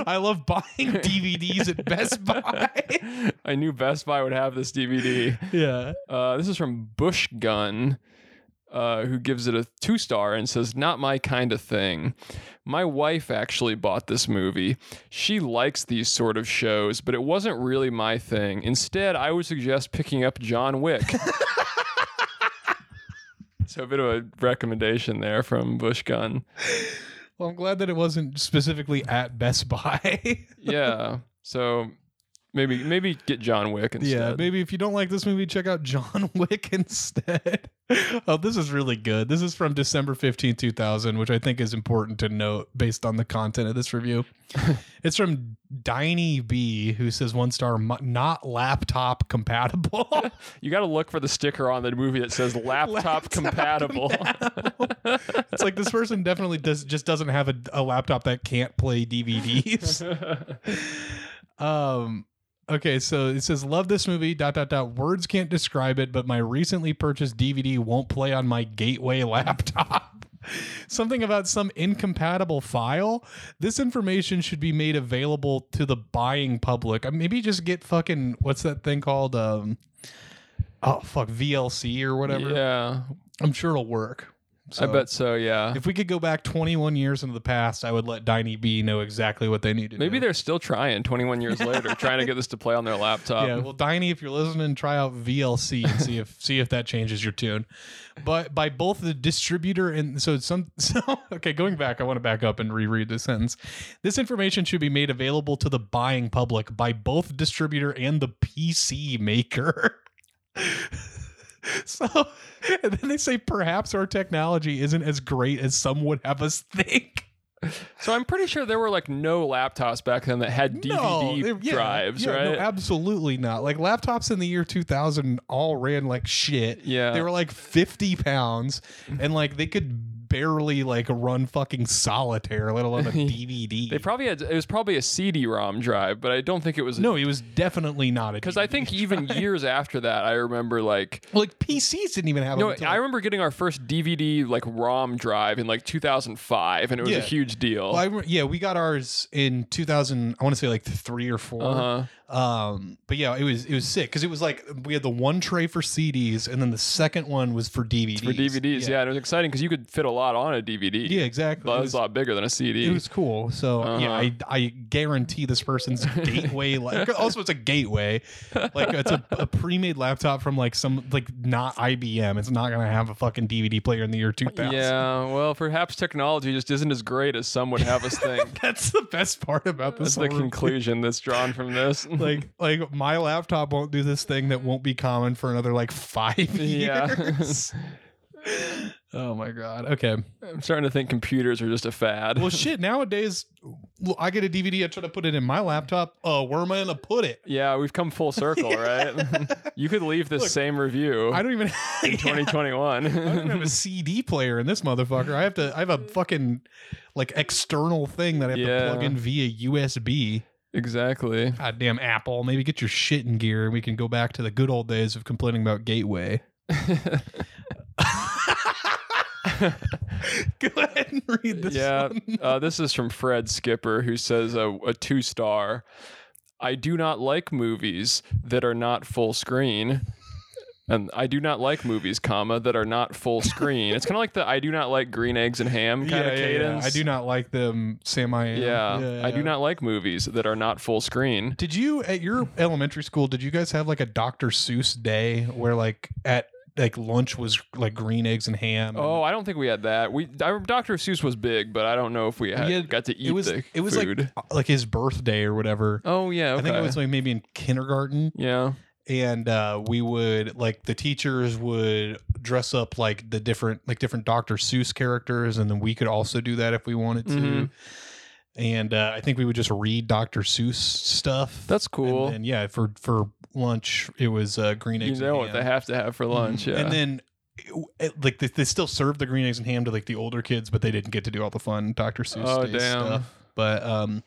Speaker 1: I love buying <laughs> DVDs at Best
Speaker 2: <laughs>
Speaker 1: Buy.
Speaker 2: I knew Best Buy would have this DVD.
Speaker 1: yeah.
Speaker 2: Uh, this is from Bush Gun, uh, who gives it a two star and says, Not my kind of thing. My wife actually bought this movie. She likes these sort of shows, but it wasn't really my thing. Instead, I would suggest picking up John Wick. <laughs> so, a bit of a recommendation there from Bush Gun.
Speaker 1: Well, I'm glad that it wasn't specifically at Best Buy.
Speaker 2: Yeah. So. Maybe maybe get John Wick instead.
Speaker 1: Yeah, maybe if you don't like this movie, check out John <laughs> Wick instead. <laughs> oh, this is really good. This is from December 15, 2000, which I think is important to note based on the content of this <laughs> review. it's from Diney B, who says one star, "Mu- not laptop compatible. <laughs>
Speaker 2: You got to look for the sticker on the movie that says laptop,
Speaker 1: Laptop <laughs>
Speaker 2: compatible. <laughs>
Speaker 1: it's like this person definitely does just doesn't have a, a laptop that can't play DVDs. Um okay, so it says love this movie dot dot dot words can't describe it, but my recently purchased DVD won't play on my gateway <laughs> laptop. Something about some incompatible file. This information should be made available to the buying public. Uh, Maybe just get fucking what's that thing called um oh fuck VLC or whatever.
Speaker 2: yeah,
Speaker 1: I'm sure it'll work.
Speaker 2: I
Speaker 1: So-
Speaker 2: bet so. Yeah,
Speaker 1: if we could go back 21 years into the past, I would let Diney B know exactly what they need to
Speaker 2: maybe
Speaker 1: do.
Speaker 2: they're still trying
Speaker 1: <laughs>
Speaker 2: 21 years later, trying to get this to play on their laptop.
Speaker 1: yeah, well, Diney, if you're listening, try out VLC and see if see if that changes your tune. But by both the distributor and so some <laughs> so okay, going back, I want to back up and reread this sentence. This information should be made available to the buying public by both distributor and the PC maker. <laughs> So, and then they say perhaps our technology isn't as great as some would have us think.
Speaker 2: So I'm pretty sure there were like no laptops back then that had
Speaker 1: No,
Speaker 2: DVD
Speaker 1: they- yeah,
Speaker 2: drives,
Speaker 1: yeah,
Speaker 2: right?
Speaker 1: No, absolutely not. Like laptops in the year 2000 all ran like shit.
Speaker 2: Yeah.
Speaker 1: They were like 50 pounds and like they could barely like run fucking solitaire, let
Speaker 2: <laughs>
Speaker 1: alone a DVD.
Speaker 2: they probably had. It was probably a CD-ROM drive, but I don't think it was.
Speaker 1: no, it was definitely not a
Speaker 2: because
Speaker 1: <laughs>
Speaker 2: I think even years after that, I remember like.
Speaker 1: like PCs didn't even have
Speaker 2: No,
Speaker 1: them until-
Speaker 2: I remember getting our first DVD like ROM drive in like 2005, and it was
Speaker 1: Yeah.
Speaker 2: a huge deal.
Speaker 1: Well, I rem- yeah, we got ours in 2000. I want to say like three or 4
Speaker 2: uh-huh.
Speaker 1: Um, but yeah, it was it was sick because it was like we had the one tray for CDs and then the second one was for DVDs.
Speaker 2: For DVDs, yeah. and it was exciting because you could fit a lot on a DVD.
Speaker 1: yeah, exactly. It
Speaker 2: But it
Speaker 1: was-
Speaker 2: was a lot bigger than a CD.
Speaker 1: It was cool. So yeah,
Speaker 2: Uh-huh.
Speaker 1: I, I guarantee this
Speaker 2: <laughs>
Speaker 1: person's gateway like also it's a gateway. Like it's a, a pre-made laptop from like some like not IBM. It's not gonna have a fucking DVD player in the year two thousand.
Speaker 2: yeah, well, perhaps technology just isn't as great as some would
Speaker 1: <laughs>
Speaker 2: have us think.
Speaker 1: That's the best part about this.
Speaker 2: That's the
Speaker 1: whole-
Speaker 2: conclusion that's drawn from this.
Speaker 1: <laughs> like like my laptop won't do this thing that won't be common for another like five
Speaker 2: Yeah. <laughs>
Speaker 1: years. oh my god. Okay.
Speaker 2: <laughs> I'm starting to think computers are just a fad.
Speaker 1: Well, shit. Nowadays, well, I get a DVD. I try to put it in my laptop. Uh, where am I gonna put it?
Speaker 2: <laughs> yeah, we've
Speaker 1: <laughs>
Speaker 2: come full circle, right? <laughs> you could leave this
Speaker 1: Look,
Speaker 2: same review
Speaker 1: I don't even.
Speaker 2: in
Speaker 1: <laughs> Yeah. I don't even
Speaker 2: 2021.
Speaker 1: have a CD player in this motherfucker. I have to. I have a fucking like external thing that I have to
Speaker 2: Yeah.
Speaker 1: plug in via USB.
Speaker 2: <laughs> exactly.
Speaker 1: Goddamn Apple. Maybe get your shit in gear, and we can go back to the good old days of complaining about Gateway.
Speaker 2: <laughs>
Speaker 1: <laughs> Go ahead and read this.
Speaker 2: yeah,
Speaker 1: one. <laughs>
Speaker 2: uh, this is from Fred Skipper, who says a, a two star. I do not like movies that are not full screen. And I do not like movies, comma, that are not full screen. it's kind of like the I do not like green eggs and ham kind of cadence.
Speaker 1: I do not like them, Sam. I am.
Speaker 2: Yeah, I do not like movies that are not full screen.
Speaker 1: Did you at your elementary school? Did you guys have like a Dr. Seuss day where like at like lunch was like green eggs and ham? and-
Speaker 2: Oh, I don't think we had that. We I, Dr. Seuss was big, but I don't know if we had,
Speaker 1: Yeah,
Speaker 2: got to eat
Speaker 1: it was
Speaker 2: the
Speaker 1: it was
Speaker 2: food.
Speaker 1: like like his birthday or whatever.
Speaker 2: oh yeah, okay.
Speaker 1: I think it was like maybe in kindergarten,
Speaker 2: yeah.
Speaker 1: and uh, we would like the teachers would dress up like the different like different Dr. Seuss characters, and then we could also do that if we wanted to.
Speaker 2: Mhm.
Speaker 1: And uh, I think we would just read Dr. Seuss stuff.
Speaker 2: That's cool.
Speaker 1: And, then, yeah, for for lunch it was uh, green
Speaker 2: you
Speaker 1: eggs.
Speaker 2: know
Speaker 1: and
Speaker 2: what
Speaker 1: ham. Mm-hmm.
Speaker 2: they have to have for lunch. Yeah.
Speaker 1: And then it- it- like they, they still served the green eggs and ham to like the older kids, but they didn't get to do all the fun Dr. Seuss
Speaker 2: Oh,
Speaker 1: Day
Speaker 2: damn.
Speaker 1: stuff. But um,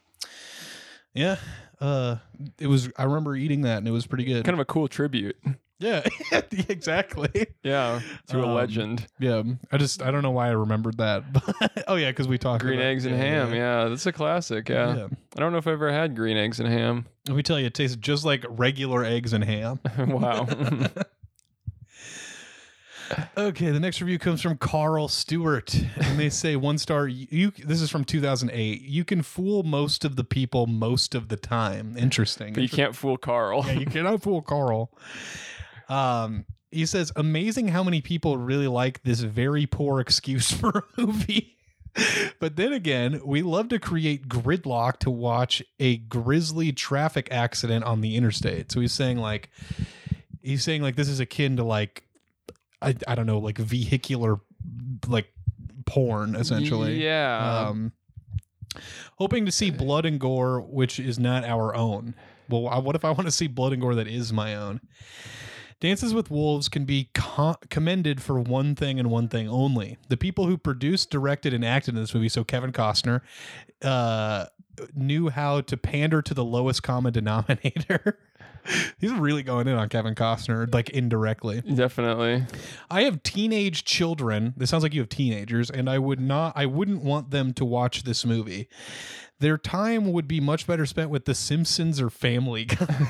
Speaker 1: yeah, uh, it was. I remember eating that, and it was pretty good.
Speaker 2: kind of a cool tribute.
Speaker 1: yeah, <laughs> exactly.
Speaker 2: Yeah, to a
Speaker 1: Um,
Speaker 2: legend.
Speaker 1: Yeah, I just I don't know why I remembered that. <laughs> But, oh yeah, because we talked
Speaker 2: Green
Speaker 1: about-
Speaker 2: eggs and
Speaker 1: yeah,
Speaker 2: ham. Yeah. that's a classic.
Speaker 1: yeah.
Speaker 2: Yeah.
Speaker 1: Yeah.
Speaker 2: I don't know if I've ever had green eggs and ham. <laughs>
Speaker 1: Let me tell you, it tastes just like regular eggs and ham. <laughs>
Speaker 2: <laughs> wow.
Speaker 1: Okay, the next review comes from Carl Stewart, and they say one star. You this is from 2008. You can fool most of the people most of the time. Interesting.
Speaker 2: but you can't fool Carl.
Speaker 1: Yeah,
Speaker 2: <laughs>
Speaker 1: you cannot fool Carl. Um, he says, amazing how many people really like this very poor excuse <laughs> for a movie. But then again, we love to create gridlock to watch a grisly traffic accident on the interstate. So he's saying like, he's saying like this is akin to like, I, I don't know, like vehicular like porn essentially.
Speaker 2: Yeah.
Speaker 1: Um, hoping to see blood and gore, which is not our own. Well, I, what if I want to see blood and gore that is my own? Dances with Wolves can be co- commended for one thing and one thing only. The people who produced, directed, and acted in this movie, so Kevin Costner, uh, knew how to pander to the lowest common denominator. <laughs> He's really going in on Kevin Costner, like indirectly.
Speaker 2: Definitely.
Speaker 1: <laughs> I have teenage children. This sounds like you have teenagers, and I would not I wouldn't want them to watch this movie. Their time would be much better spent with The Simpsons or Family <laughs> Guy.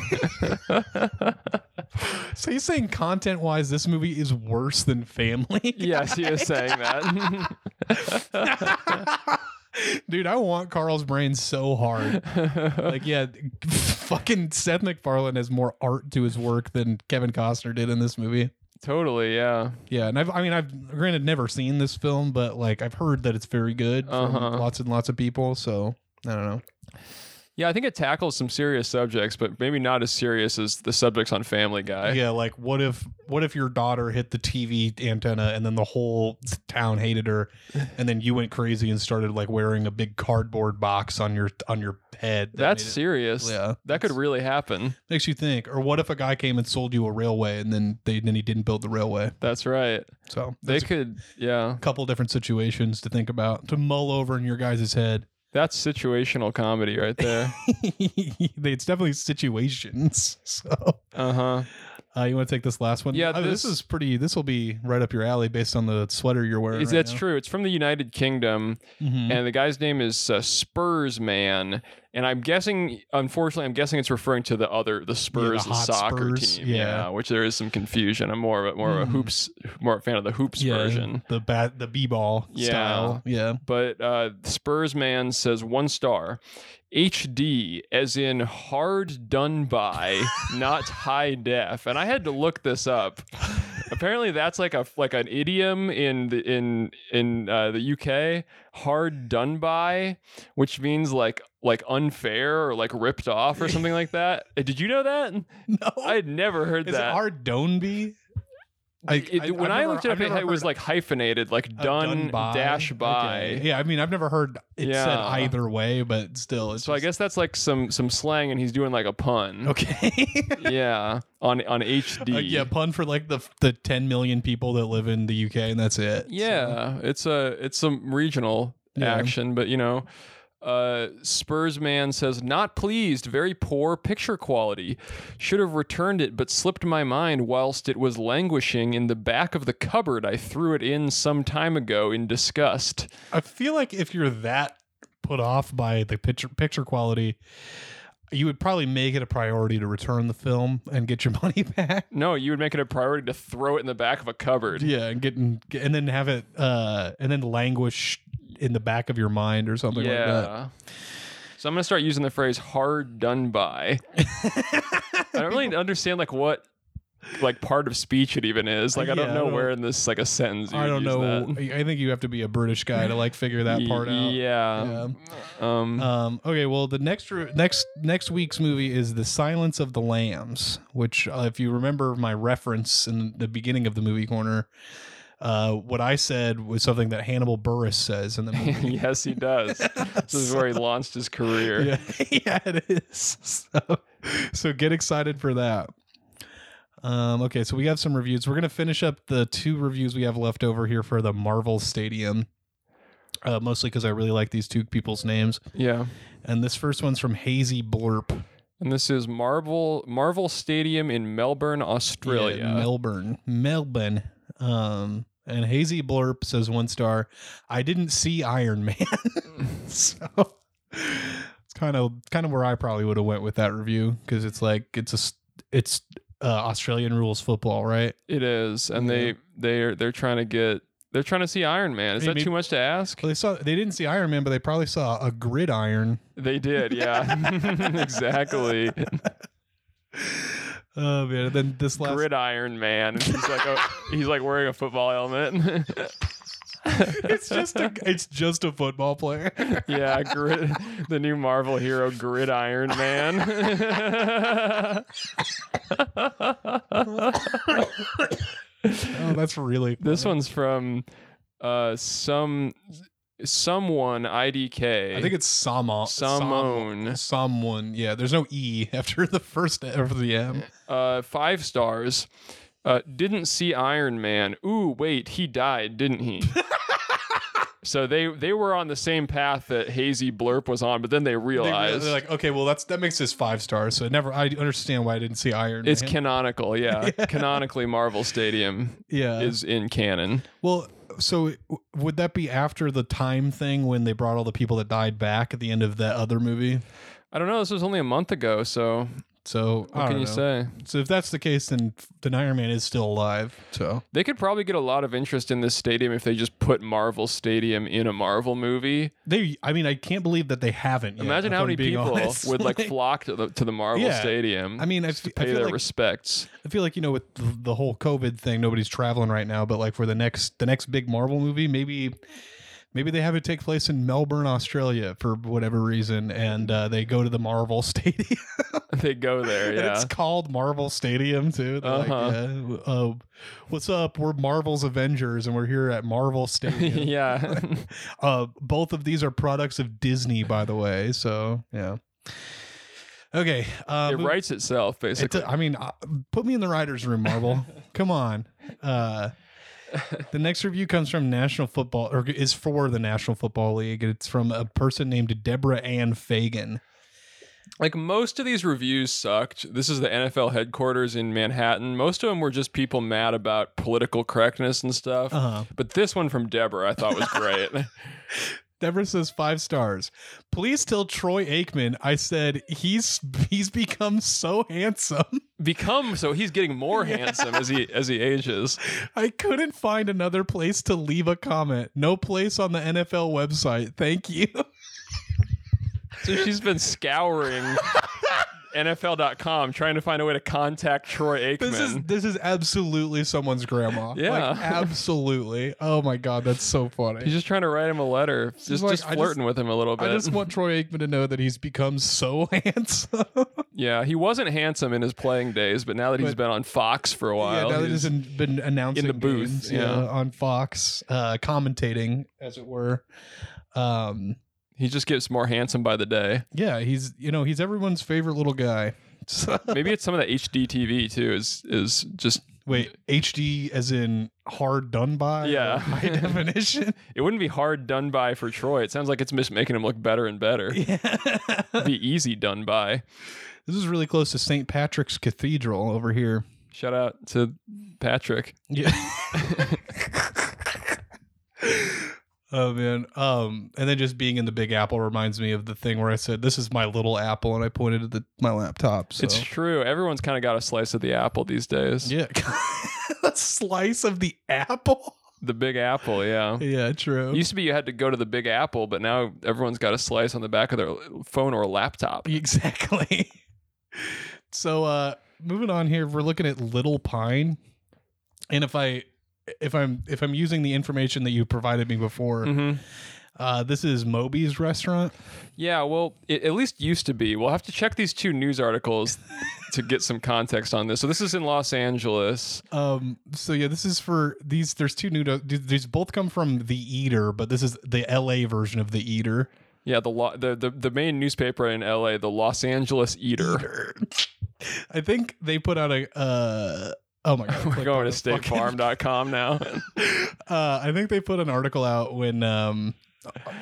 Speaker 1: so he's saying content wise, this movie is worse than Family. <laughs> Guy.
Speaker 2: Yes, he is
Speaker 1: <laughs>
Speaker 2: saying that. <laughs>
Speaker 1: Dude, I want Carl's brain so hard. Like, yeah, <laughs> fucking Seth MacFarlane has more art to his work than Kevin Costner did in this movie.
Speaker 2: totally. Yeah.
Speaker 1: Yeah, and I've I mean I've granted never seen this film, but like I've heard that it's very good from
Speaker 2: Uh-huh.
Speaker 1: lots and lots of people. So I don't know.
Speaker 2: Yeah, I think it tackles some serious subjects, but maybe not as serious as the subjects on Family Guy.
Speaker 1: yeah, like what if what if your daughter hit the TV antenna and then the whole town hated her, and then you went crazy and started like wearing a big cardboard box on your on your head. that
Speaker 2: That's
Speaker 1: made it-
Speaker 2: serious.
Speaker 1: yeah.
Speaker 2: That could really happen.
Speaker 1: makes you think. Or what if a guy came and sold you a railway and then they then he didn't build the railway?
Speaker 2: That's right.
Speaker 1: So
Speaker 2: They
Speaker 1: there's
Speaker 2: could, yeah.
Speaker 1: a couple different situations to think about to mull over in your guys' head.
Speaker 2: That's situational comedy right
Speaker 1: <laughs>
Speaker 2: there.
Speaker 1: it's definitely situations. <laughs> So
Speaker 2: uh huh.
Speaker 1: uh, you want to take this last one?
Speaker 2: Yeah,
Speaker 1: Oh, this,
Speaker 2: this-
Speaker 1: is pretty. This will be right up your alley based on the sweater you're wearing.
Speaker 2: It's-
Speaker 1: right
Speaker 2: That's
Speaker 1: now.
Speaker 2: true. It's from the United Kingdom,
Speaker 1: Mhm.
Speaker 2: and the guy's name is uh, Spurs Man. And I'm guessing, unfortunately, I'm guessing it's referring to the other, the Spurs, the,
Speaker 1: hot
Speaker 2: soccer
Speaker 1: Spurs,
Speaker 2: team.
Speaker 1: yeah.
Speaker 2: which there is some confusion. I'm more of a, more
Speaker 1: Mm.
Speaker 2: of a hoops, more a fan of the hoops version.
Speaker 1: the bat, the b-ball
Speaker 2: Yeah.
Speaker 1: style. Yeah, <laughs>
Speaker 2: But uh, Spurs Man says one star, HD, as in hard done by, <laughs> not high def. And I had to look this up. Apparently, that's like a like an idiom in the in in uh, the UK. Hard done by, which means like like unfair or like ripped off or something like <laughs> that. Uh, Did you know that?
Speaker 1: no,
Speaker 2: I had never heard
Speaker 1: is
Speaker 2: that.
Speaker 1: it our Donby?
Speaker 2: It- when I, looked it up, it, it was like hyphenated, like done, dash by.
Speaker 1: Yeah, I mean, I've never heard it said
Speaker 2: Yeah.
Speaker 1: either way, but still, it's
Speaker 2: So I
Speaker 1: just-
Speaker 2: guess that's like some some slang, and he's doing like a
Speaker 1: <laughs>
Speaker 2: pun.
Speaker 1: okay.
Speaker 2: <laughs> yeah, on on HD.
Speaker 1: Uh, yeah, pun for like the the 10 million people that live in the UK, and that's it.
Speaker 2: Yeah, it's a it's some regional
Speaker 1: uh, Yeah.
Speaker 2: action, but you know. Uh, Spurs man says, not pleased, very poor picture quality. Should have returned it, but slipped my mind whilst it was languishing in the back of the cupboard. I threw it in some time ago in disgust.
Speaker 1: So, I feel like if you're that put off by the picture picture quality, you would probably make it a priority to return the film and get your <laughs> money back.
Speaker 2: No, you would make it a priority to throw it in the back of a cupboard.
Speaker 1: Yeah, and get and, and then have it uh and then languish in the back of your mind or something like that.
Speaker 2: So I'm gonna start using the phrase "hard
Speaker 1: <laughs>
Speaker 2: done by." I don't really understand like what like part of speech it even is. Like I
Speaker 1: Yeah,
Speaker 2: don't
Speaker 1: I
Speaker 2: know
Speaker 1: don't-
Speaker 2: where in this like a sentence. You
Speaker 1: I don't
Speaker 2: would use
Speaker 1: know.
Speaker 2: that.
Speaker 1: I I think you have to be a British guy to like figure
Speaker 2: <laughs>
Speaker 1: that part out.
Speaker 2: Yeah. Um.
Speaker 1: Um, okay, well, the next re- next next week's movie is The Silence of the Lambs, which, uh, if you remember my reference in the beginning of the movie corner, uh, what I said was something that Hannibal Burris says
Speaker 2: <laughs>
Speaker 1: in the movie.
Speaker 2: <laughs> yes,
Speaker 1: <laughs>
Speaker 2: he does. This is where he launched his career.
Speaker 1: yeah, <laughs> yeah, it is. <laughs> So, so get excited for that. Um, okay, so we have some reviews. We're gonna finish up the two reviews we have left over here for the Marvel Stadium, uh, mostly because I really like these two people's names.
Speaker 2: Yeah.
Speaker 1: And this first one's from Hazy Blurp.
Speaker 2: And this is Marvel Marvel Stadium in Melbourne, Australia.
Speaker 1: Yeah, Melbourne. Melbourne. Um, and Hazy Blurp says one star. I didn't see Iron Man. <laughs> so it's kind of kind of where I probably would have went with that review because it's like it's a s- it's uh, Australian rules football, right?
Speaker 2: it is, and
Speaker 1: Yeah.
Speaker 2: they they're they're trying to get they're trying to see Iron Man. Is
Speaker 1: Hey,
Speaker 2: that
Speaker 1: maybe-
Speaker 2: too much to ask?
Speaker 1: Well, they saw they didn't see Iron Man, but they probably saw a gridiron.
Speaker 2: They did, yeah. <laughs> exactly.
Speaker 1: Oh man! And then this last
Speaker 2: Gridiron Man. He's like a, he's like wearing a football helmet.
Speaker 1: <laughs>
Speaker 2: <laughs>
Speaker 1: it's just a it's just a football player.
Speaker 2: yeah, grid, the new Marvel hero Gridiron Man.
Speaker 1: oh, that's really
Speaker 2: <laughs> this one's from uh some someone IDK.
Speaker 1: I think it's Samo.
Speaker 2: Samone.
Speaker 1: Someone, yeah. There's no E <laughs> after the first after the M.
Speaker 2: uh, five stars. Uh, didn't see Iron Man. Ooh, wait, he died,
Speaker 1: <laughs>
Speaker 2: didn't he? so they they were on the same path that Hazy Blurp was on, but then they
Speaker 1: They
Speaker 2: realized
Speaker 1: are like, okay, well that's that makes this five stars. So it never, I understand why I didn't see Iron.
Speaker 2: it's
Speaker 1: Man.
Speaker 2: canonical.
Speaker 1: <laughs>
Speaker 2: Yeah, canonically, Marvel Stadium
Speaker 1: yeah.
Speaker 2: is in canon.
Speaker 1: well, so w- would that be after the time thing when they brought all the people that died back at the end of that other movie?
Speaker 2: I don't know. This was only a month ago, so
Speaker 1: So I
Speaker 2: what can
Speaker 1: don't know.
Speaker 2: you say?
Speaker 1: So if that's the case, then then Iron Man is still alive. So
Speaker 2: They could probably get a lot of interest in this stadium if they just put Marvel Stadium in a Marvel movie.
Speaker 1: they, I mean, I can't believe that they haven't. Yet,
Speaker 2: Imagine
Speaker 1: if
Speaker 2: how
Speaker 1: I'm
Speaker 2: many
Speaker 1: being
Speaker 2: people
Speaker 1: honest.
Speaker 2: would like flock to the, to the Marvel
Speaker 1: Yeah. <laughs>
Speaker 2: Stadium.
Speaker 1: I mean,
Speaker 2: <laughs>
Speaker 1: I, f- I
Speaker 2: pay
Speaker 1: feel
Speaker 2: their
Speaker 1: like
Speaker 2: respects.
Speaker 1: I feel like you know with th- the whole COVID thing, nobody's traveling right now. But like for the next the next big Marvel movie, maybe Maybe they have it take place in Melbourne, Australia, for whatever reason, and uh, they go to the Marvel <laughs> Stadium.
Speaker 2: <laughs> they go
Speaker 1: <laughs>
Speaker 2: there.
Speaker 1: and
Speaker 2: Yeah. <laughs>
Speaker 1: it's called Marvel Stadium too. They're
Speaker 2: Uh-huh.
Speaker 1: like, yeah, w- uh, what's up? We're Marvel's Avengers, and we're here at Marvel
Speaker 2: <laughs>
Speaker 1: Stadium.
Speaker 2: yeah.
Speaker 1: Uh, both of these are products of Disney, by the way. So yeah. Okay. Uh,
Speaker 2: it
Speaker 1: mov-
Speaker 2: writes itself
Speaker 1: It
Speaker 2: basically.
Speaker 1: t- I mean, uh, put me in the writers' room, Marvel. Come on. Uh, the next review comes from National Football, or is for the National Football League. It's from a person named Deborah Ann Fagan.
Speaker 2: like most of these reviews sucked. This is the NFL headquarters in Manhattan. Most of them were just people mad about political correctness and stuff.
Speaker 1: Uh-huh.
Speaker 2: But this one from Deborah I thought was
Speaker 1: <laughs>
Speaker 2: great.
Speaker 1: Deborah says five stars. Please tell Troy Aikman I said he's he's become so handsome.
Speaker 2: Become so he's getting more handsome as he as he ages.
Speaker 1: I couldn't find another place to leave a comment. No place on the NFL website. Thank you.
Speaker 2: So she's been scouring NFL.com trying to find a way to contact Troy Aikman.
Speaker 1: This is this is absolutely someone's grandma.
Speaker 2: Yeah. <laughs>
Speaker 1: Like, absolutely. Oh my god, that's so funny.
Speaker 2: He's just trying to write him a letter, just
Speaker 1: like,
Speaker 2: just
Speaker 1: I just-
Speaker 2: flirting with him a little bit.
Speaker 1: I just want Troy Aikman to know that he's become so <laughs> handsome.
Speaker 2: yeah, he wasn't handsome in his playing days, but now that he's
Speaker 1: But-
Speaker 2: been on Fox for a
Speaker 1: yeah,
Speaker 2: while,
Speaker 1: now that
Speaker 2: he's-
Speaker 1: he's in, been announcing
Speaker 2: in the booth,
Speaker 1: games,
Speaker 2: yeah.
Speaker 1: on Fox, uh, commentating as it were. Um,
Speaker 2: he just gets more handsome by
Speaker 1: <laughs>
Speaker 2: the day.
Speaker 1: Yeah, he's you know he's everyone's favorite little guy. <laughs> So-
Speaker 2: Maybe it's some of the HDTV too. Is is just
Speaker 1: Wait, HD as in hard done by?
Speaker 2: Yeah.
Speaker 1: <laughs> by definition. <laughs>
Speaker 2: it wouldn't be hard done by for Troy. It sounds like it's just making him look better and better.
Speaker 1: Yeah. <laughs>
Speaker 2: It'd be easy done by.
Speaker 1: this is really close to St. Patrick's Cathedral over here.
Speaker 2: Shout out to Patrick.
Speaker 1: Yeah. <laughs> oh man. Um, and then just being in the Big Apple reminds me of the thing where I said, "This is my little apple," and I pointed at the, my laptop. So.
Speaker 2: It's true. Everyone's kind of got a slice of the apple these days.
Speaker 1: yeah, <laughs> a slice of the apple.
Speaker 2: The Big Apple, yeah.
Speaker 1: Yeah, true.
Speaker 2: It used to be you had to go to the Big Apple, but now everyone's got a slice on the back of their phone or
Speaker 1: <laughs>
Speaker 2: laptop.
Speaker 1: Exactly. so uh moving on here, we're looking at Little Pine. And if I if I'm if I'm using the information that you provided me before,
Speaker 2: hmm
Speaker 1: uh this is Moby's restaurant.
Speaker 2: Yeah, well, it at least used to be. We'll have to check these two news articles to get some context on this. So this is in Los Angeles.
Speaker 1: Um so yeah, this is for these there's two new these both come from The Eater, but this is the LA version of The Eater. <laughs>
Speaker 2: Yeah, the lo- the, the the main newspaper in LA, the Los Angeles Eater.
Speaker 1: I think they put out a uh Oh
Speaker 2: <laughs>
Speaker 1: my god.
Speaker 2: <laughs> We're
Speaker 1: clicked
Speaker 2: going
Speaker 1: on
Speaker 2: to
Speaker 1: a fucking-
Speaker 2: statefarm.com now.
Speaker 1: <laughs>
Speaker 2: <laughs>
Speaker 1: Uh I think they put an article out when um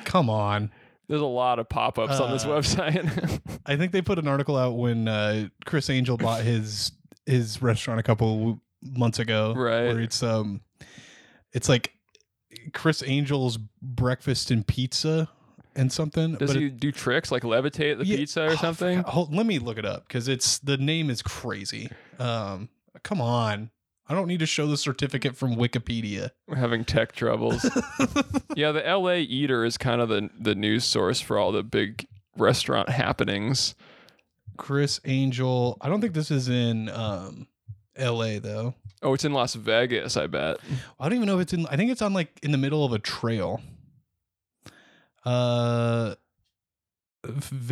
Speaker 1: come on.
Speaker 2: There's a lot of pop-ups on this
Speaker 1: Uh,
Speaker 2: website. <laughs>
Speaker 1: I think they put an article out when uh, Chris Angel
Speaker 2: <laughs>
Speaker 1: bought his his restaurant a couple months ago.
Speaker 2: Right.
Speaker 1: Where it's um, it's like Chris Angel's breakfast and pizza and something.
Speaker 2: Does
Speaker 1: but
Speaker 2: he
Speaker 1: it-
Speaker 2: do tricks like levitate the
Speaker 1: Yeah.
Speaker 2: pizza or something?
Speaker 1: Oh, Hold, let me look it up because it's the name is crazy. Um, come on. I don't need to show the certificate from Wikipedia.
Speaker 2: We're having
Speaker 1: <laughs>
Speaker 2: tech troubles. yeah, the LA Eater is kind of the the news source for all the big restaurant happenings.
Speaker 1: Chris Angel. I don't think this is in um, L.A. though.
Speaker 2: Oh, it's in Las Vegas, I bet.
Speaker 1: I don't even know if it's in. I think it's on like in the middle of a trail. Uh,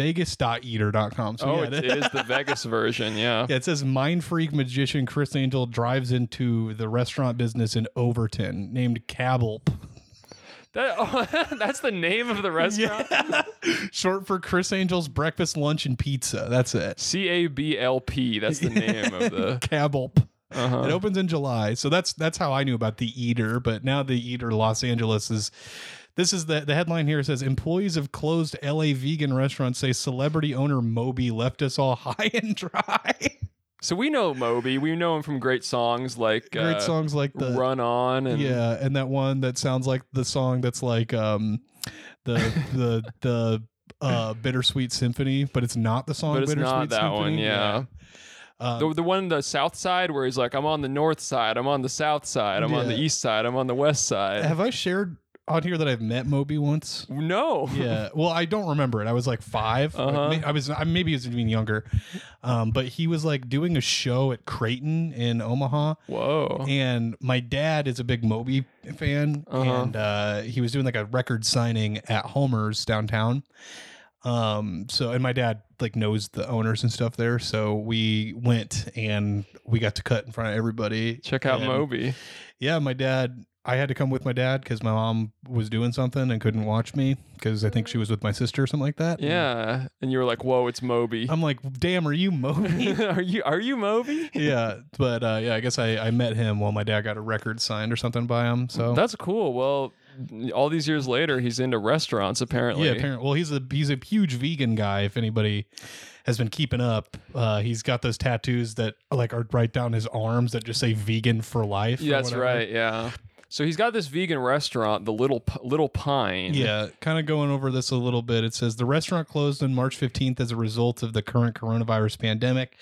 Speaker 1: Vegas.eater.com. So
Speaker 2: oh,
Speaker 1: yeah, <laughs>
Speaker 2: it, it is the Vegas version, yeah.
Speaker 1: yeah, it says mind freak magician Chris Angel drives into the restaurant business in Overton named Cabelp.
Speaker 2: That, <laughs> oh, that's the name of the restaurant.
Speaker 1: <laughs> Short for Chris Angel's breakfast, lunch, and pizza. That's it.
Speaker 2: C A B L P. That's the name
Speaker 1: <laughs>
Speaker 2: of the.
Speaker 1: Cabelp.
Speaker 2: Uh-huh.
Speaker 1: It opens in July, so that's that's how I knew about the Eater. But now the Eater Los Angeles is. This is the the headline here says employees of closed LA vegan restaurant say celebrity owner Moby left us all <laughs> high and dry.
Speaker 2: So we know Moby. We know him from great songs like uh,
Speaker 1: Great songs like the
Speaker 2: Run On and
Speaker 1: yeah, and that one that sounds like the song that's like um the the the uh bittersweet symphony, but it's not the song.
Speaker 2: But it's
Speaker 1: bittersweet
Speaker 2: not that
Speaker 1: symphony.
Speaker 2: one, yeah.
Speaker 1: Um,
Speaker 2: The, the one on the south side where he's like, I'm on the north side, I'm on the south side, I'm on the
Speaker 1: Yeah.
Speaker 2: east side, I'm on the west side.
Speaker 1: have I shared? on here that I've met Moby once?
Speaker 2: No.
Speaker 1: Yeah. <laughs> Well, I don't remember it. I was like 5 Like,
Speaker 2: Uh-huh.
Speaker 1: may- I was I maybe he was even younger. Um, but he was like doing a show at Creighton in Omaha.
Speaker 2: <laughs> Whoa.
Speaker 1: And my dad is a big Moby fan,
Speaker 2: Oh. Uh-huh.
Speaker 1: and uh, he was doing like a record signing at Homer's downtown. Um, so and my dad like knows the owners and stuff there, so we went and we got to cut in front of everybody.
Speaker 2: Check out
Speaker 1: And-
Speaker 2: Moby.
Speaker 1: Yeah, my dad. I had to come with my dad because my mom was doing something and couldn't watch me because I think she was with my sister or something like that.
Speaker 2: Yeah. And you were like, whoa, it's Moby.
Speaker 1: I'm like, damn, are you Moby?
Speaker 2: <laughs> are you are you Moby?
Speaker 1: yeah, but uh, yeah, I guess I, I met him while my dad got a record signed or something by him. So
Speaker 2: That's cool. Well, all these years later, he's into restaurants apparently.
Speaker 1: Yeah, apparently. Well, he's a he's a huge vegan guy. If anybody has been keeping up, uh, he's got those tattoos that like are right down his arms that just say "vegan for life." or
Speaker 2: Yeah, that's
Speaker 1: whatever.
Speaker 2: right. Yeah. So he's got this vegan restaurant, the Little P- Little Pine.
Speaker 1: Yeah, kind of going over this a little bit. It says the restaurant closed on March 15th as a result of the current coronavirus pandemic.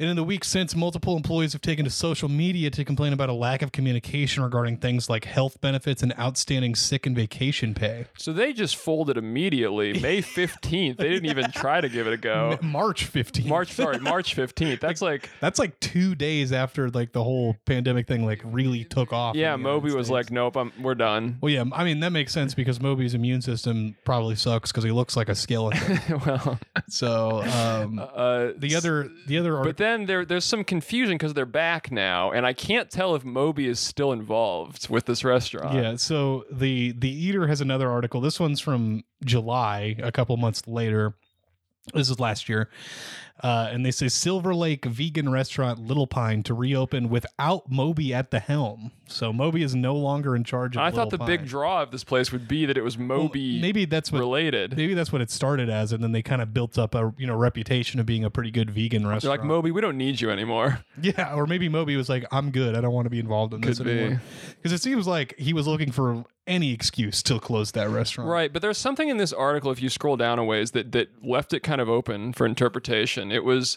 Speaker 1: And in the weeks since, multiple employees have taken to social media to complain about a lack of communication regarding things like health benefits and outstanding sick and vacation pay.
Speaker 2: So they just
Speaker 1: <laughs>
Speaker 2: folded immediately. May fifteenth, they didn't even try to give it a go.
Speaker 1: March 15th.
Speaker 2: Oh. March, sorry, March fifteenth.
Speaker 1: <laughs>
Speaker 2: That's like,
Speaker 1: That's like two days after like the whole pandemic thing like really took off. in the
Speaker 2: yeah.
Speaker 1: United
Speaker 2: Moby
Speaker 1: States.
Speaker 2: was like, nope, I'm, we're done.
Speaker 1: Well, yeah, I mean that makes sense because Moby's immune system probably sucks because he looks like a
Speaker 2: <laughs>
Speaker 1: skeleton.
Speaker 2: well,
Speaker 1: so um,
Speaker 2: uh,
Speaker 1: the other the other
Speaker 2: But then there, there's some confusion because they're back now, and I can't tell if Moby is still involved with this restaurant.
Speaker 1: Yeah, so the the eater has another article. This one's from July, a couple months later. This is last year, uh, and they say Silver Lake vegan restaurant Little Pine to reopen without Moby at the helm. So Moby is no longer in charge. of
Speaker 2: I thought the
Speaker 1: Little Pine.
Speaker 2: big draw of this place would be that it was
Speaker 1: Well,
Speaker 2: Moby
Speaker 1: maybe that's what
Speaker 2: related.
Speaker 1: maybe that's what it started as, and then they kind of built up a you know reputation of being a pretty good vegan
Speaker 2: They're
Speaker 1: restaurant.
Speaker 2: like Moby, we don't need you anymore.
Speaker 1: <laughs> Yeah, or maybe Moby was like, "I'm good. I don't want to be involved in this
Speaker 2: Could be.
Speaker 1: anymore." Because it seems like he was looking for any excuse to close that restaurant.
Speaker 2: Right, but there's something in this article if you scroll down a ways that that left it kind of open for interpretation. It was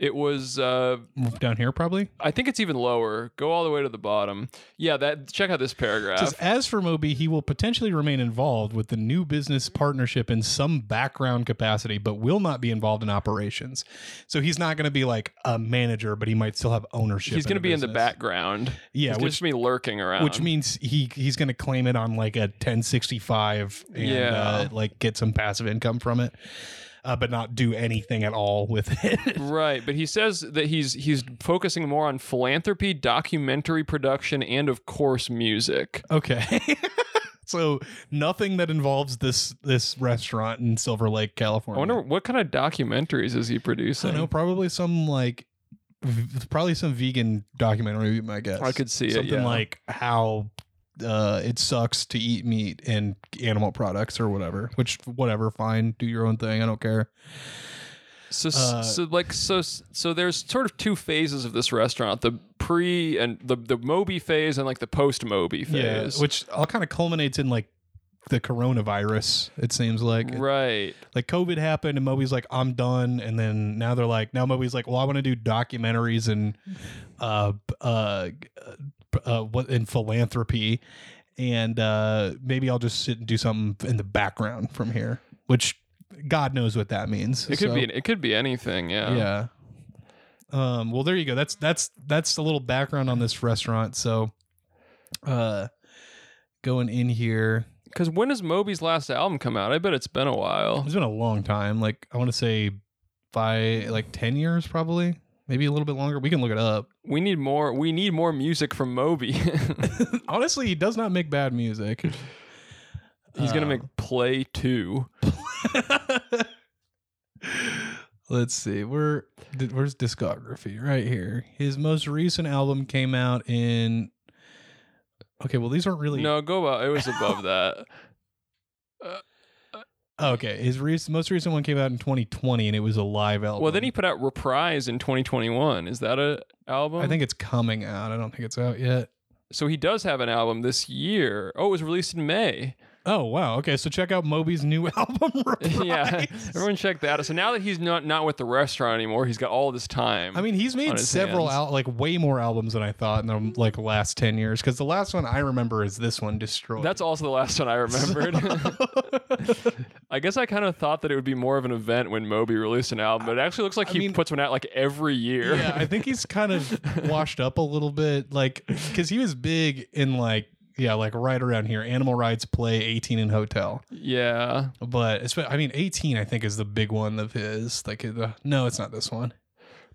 Speaker 2: it was uh
Speaker 1: down here probably.
Speaker 2: I think it's even lower. Go all the way to the bottom. Yeah, that check out this
Speaker 1: It
Speaker 2: paragraph.
Speaker 1: Says, as for Moby, he will potentially remain involved with the new business partnership in some background capacity, but will not be involved in operations. So he's not going to be like a manager, but he might still have ownership.
Speaker 2: He's going
Speaker 1: a
Speaker 2: to be in the um,
Speaker 1: business.
Speaker 2: background.
Speaker 1: Yeah,
Speaker 2: He's
Speaker 1: which
Speaker 2: just me lurking around.
Speaker 1: which means he he's going to claim it on like a 1065 and
Speaker 2: Yeah.
Speaker 1: uh, like get some passive income from it, uh, but not do anything at all with it. <laughs>
Speaker 2: Right, but he says that he's he's focusing more on philanthropy, documentary production, and of course music.
Speaker 1: okay. <laughs> So nothing that involves this this restaurant in Silver Lake,
Speaker 2: I
Speaker 1: California.
Speaker 2: wonder what kind of documentaries is he
Speaker 1: I
Speaker 2: producing.
Speaker 1: don't know, probably some like, v- probably some vegan documentary. I guess
Speaker 2: I could see
Speaker 1: something
Speaker 2: it. yeah.
Speaker 1: like how uh, it sucks to eat meat and animal products or whatever. Which whatever, fine, do your own thing. I don't care.
Speaker 2: so,
Speaker 1: uh,
Speaker 2: so like so so there's sort of two phases of this restaurant: the pre and the the Moby phase and like the post Moby phase.
Speaker 1: which all kind of culminates in like the coronavirus. It seems like
Speaker 2: right.
Speaker 1: like COVID happened and Moby's like I'm done, and then now they're like now Moby's like well I want to do documentaries and uh uh uh what in philanthropy, and uh maybe I'll just sit and do something in the background from here, which God knows what that means.
Speaker 2: It could
Speaker 1: So,
Speaker 2: be uh, it could be anything. Yeah.
Speaker 1: yeah. Um, well, there you go. That's that's that's a little background on this restaurant. So, uh, going in here,
Speaker 2: Because when does Moby's last album come out? I bet it's been a while.
Speaker 1: It's been a long time. Like I want to say by like ten years, probably maybe a little bit longer. We can look it up. <clears throat>
Speaker 2: We need more. We need more music from Moby. <laughs>
Speaker 1: Honestly, he does not make bad music. <laughs>
Speaker 2: He's gonna
Speaker 1: Uh,
Speaker 2: make Play Two.
Speaker 1: Let's see. Where did, where's discography? Right here. His most recent album came out in. Okay, well these aren't really.
Speaker 2: No, go about. It
Speaker 1: <laughs>
Speaker 2: was above that.
Speaker 1: Okay, his re- most recent one came out in 2020, and it was a live album.
Speaker 2: Well, then he put out Reprise in 2021. Is that a album?
Speaker 1: I think it's coming out. I don't think it's out yet.
Speaker 2: so. He does have an album this year. Oh, it was released in May.
Speaker 1: Oh wow. Okay, so check out Moby's new <laughs> album.
Speaker 2: <laughs> yeah,
Speaker 1: Reprise.
Speaker 2: everyone check that. out. So now that he's not not with the restaurant anymore, he's got all this time.
Speaker 1: I mean, he's
Speaker 2: Mm-hmm. On
Speaker 1: made
Speaker 2: his
Speaker 1: several
Speaker 2: hands.
Speaker 1: out like way more albums than I thought in the like last ten years. Because the last one I remember is this one, Destroyed.
Speaker 2: that's also the last one I remembered. <laughs> I guess I kind of thought that it would be more of an event when Moby released an album, but it actually looks like he
Speaker 1: mean-
Speaker 2: puts one out like every year.
Speaker 1: yeah. I think he's kind of washed up a little bit, like because he was big in like yeah, like right around here, Animal Rides, Play, Eighteen, and Hotel.
Speaker 2: <laughs> yeah.
Speaker 1: But it's, I mean, Eighteen I think is the big one of his. Like uh, no, it's not this one.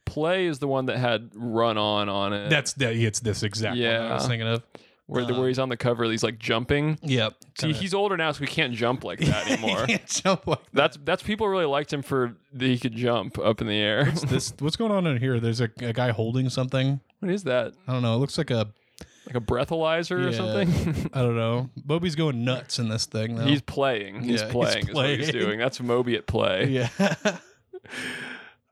Speaker 2: Play is the one that had Run On on it.
Speaker 1: That's that. uh, It's this exact one that I was
Speaker 2: Yeah.
Speaker 1: thinking of.
Speaker 2: where, the, where he's on the cover, he's like jumping.
Speaker 1: Yep.
Speaker 2: See, he's older now, so he <laughs> can't jump
Speaker 1: <laughs>
Speaker 2: like that anymore.
Speaker 1: can't jump like
Speaker 2: that's that's people really liked him for that he could jump up in the air.
Speaker 1: this. What's going on in here? There's a, a guy holding something.
Speaker 2: <laughs> what is that?
Speaker 1: I don't know. It looks like a
Speaker 2: Like a breathalyzer or
Speaker 1: Yeah.
Speaker 2: something? <laughs>
Speaker 1: I don't know. Moby's going nuts in this thing though.
Speaker 2: he's playing. He's
Speaker 1: Yeah, he's
Speaker 2: playing. is what he's
Speaker 1: playing.
Speaker 2: doing. That's Moby at play.
Speaker 1: <laughs>
Speaker 2: <laughs>
Speaker 1: yeah.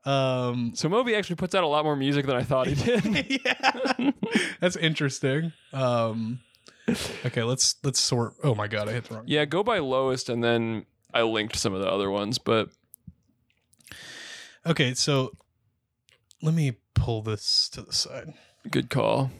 Speaker 1: um.
Speaker 2: So Moby actually puts out a lot more music than I thought
Speaker 1: <laughs>
Speaker 2: he did. <laughs>
Speaker 1: yeah. That's interesting. Um. Okay, let's let's sort. Oh my god, I hit the wrong.
Speaker 2: yeah, go by lowest, and then I linked some of the other ones, but
Speaker 1: Okay, so let me pull this to the side.
Speaker 2: good call.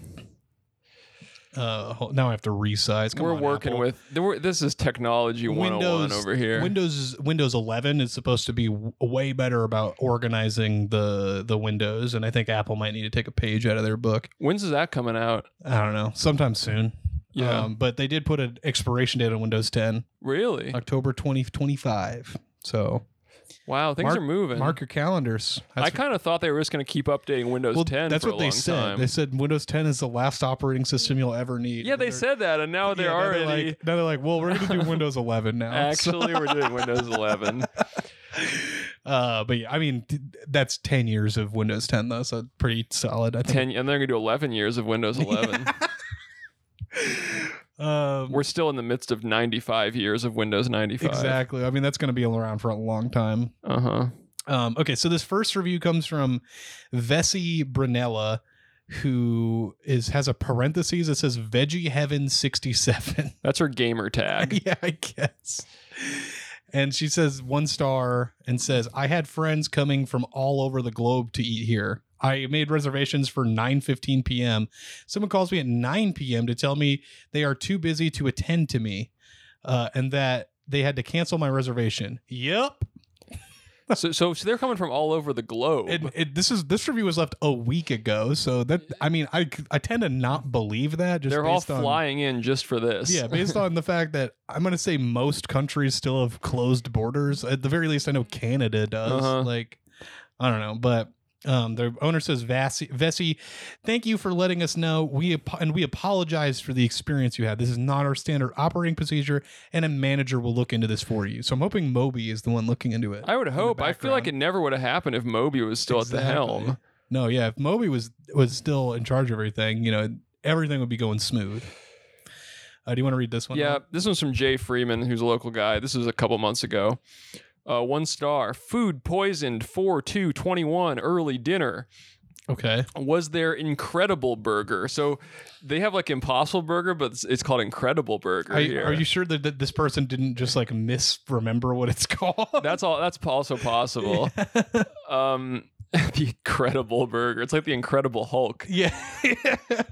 Speaker 1: Uh, hol- now I have to resize. Come
Speaker 2: we're
Speaker 1: on,
Speaker 2: working
Speaker 1: Apple.
Speaker 2: with there were- this is technology 101 over here.
Speaker 1: Windows Windows 11 is supposed to be w- way better about organizing the the windows, and I think Apple might need to take a page out of their book.
Speaker 2: When's is that coming out?
Speaker 1: I don't know, sometime soon.
Speaker 2: Yeah.
Speaker 1: Um, but they did put an expiration date on Windows 10,
Speaker 2: Really?
Speaker 1: October 2025. So
Speaker 2: Wow, things
Speaker 1: Mark-
Speaker 2: are moving.
Speaker 1: mark your calendars.
Speaker 2: I kind of thought they were just going to keep updating Windows 10
Speaker 1: that's
Speaker 2: for
Speaker 1: what
Speaker 2: a
Speaker 1: they
Speaker 2: long
Speaker 1: said.
Speaker 2: time.
Speaker 1: They said Windows 10 is the last operating system you'll ever need.
Speaker 2: yeah,
Speaker 1: And
Speaker 2: they
Speaker 1: they're-
Speaker 2: said that, and now they're
Speaker 1: yeah, now
Speaker 2: already
Speaker 1: like, "Oh, now they're like, well, we're gonna
Speaker 2: <laughs>
Speaker 1: do Windows 11 now. <laughs> So-
Speaker 2: actually we're
Speaker 1: <laughs>
Speaker 2: doing Windows 11.
Speaker 1: Uh, but yeah, I mean, th- that's 10 years of Windows 10, though. So pretty solid, I think.
Speaker 2: Ten, and they're going to do 11 years of Windows 11.
Speaker 1: <laughs> Um,
Speaker 2: We're still in the midst of 95 years of Windows 95.
Speaker 1: exactly. I mean, that's going to be around for a long time.
Speaker 2: Uh huh.
Speaker 1: Um, okay, so this first review comes from Vessi Brunella, who is has a parentheses that says Veggie Heaven <laughs> 67.
Speaker 2: That's her
Speaker 1: <laughs>
Speaker 2: gamer tag.
Speaker 1: yeah, I guess. And she says one star and says, I had friends coming from all over the globe to eat here. I made reservations for 9:15 p.m. Someone calls me at 9 p.m. to tell me they are too busy to attend to me uh, and that they had to cancel my reservation. Yep.
Speaker 2: so, so, so they're coming from all over the globe.
Speaker 1: It, it, this is this review was left a week ago, so that I mean I I tend to not believe that just
Speaker 2: they're all
Speaker 1: based on
Speaker 2: flying in just for this.
Speaker 1: Yeah, based on the fact that I'm going to say most countries still have closed borders. At the very least, I know Canada does.
Speaker 2: Uh-huh.
Speaker 1: Like, I don't know, but. Um, their owner says, "Vassi- Vessi, thank you for letting us know. We ap- and we apologize for the experience you had. This is not our standard operating procedure, and a manager will look into this for you. So I'm hoping Moby is the one looking into it.
Speaker 2: I would hope. I feel like it
Speaker 1: background.
Speaker 2: never would have happened if Moby was still at the
Speaker 1: Exactly.
Speaker 2: helm.
Speaker 1: No, yeah, if Moby was was still in charge of everything, you know, everything would be going smooth. Uh, do you want to read this one?
Speaker 2: Yeah,
Speaker 1: Rob?
Speaker 2: this one's from Jay Freeman, who's a local guy. This was a couple months ago. Uh, one star, food poisoned 4 2 21, early dinner.
Speaker 1: Okay.
Speaker 2: Was their incredible burger? So they have like Impossible Burger, but it's, it's called Incredible Burger.
Speaker 1: Are,
Speaker 2: here.
Speaker 1: are you sure that, that this person didn't just like misremember what it's <laughs> called?
Speaker 2: That's all. That's also possible. um, <laughs> the Incredible Burger. It's like the Incredible Hulk.
Speaker 1: yeah.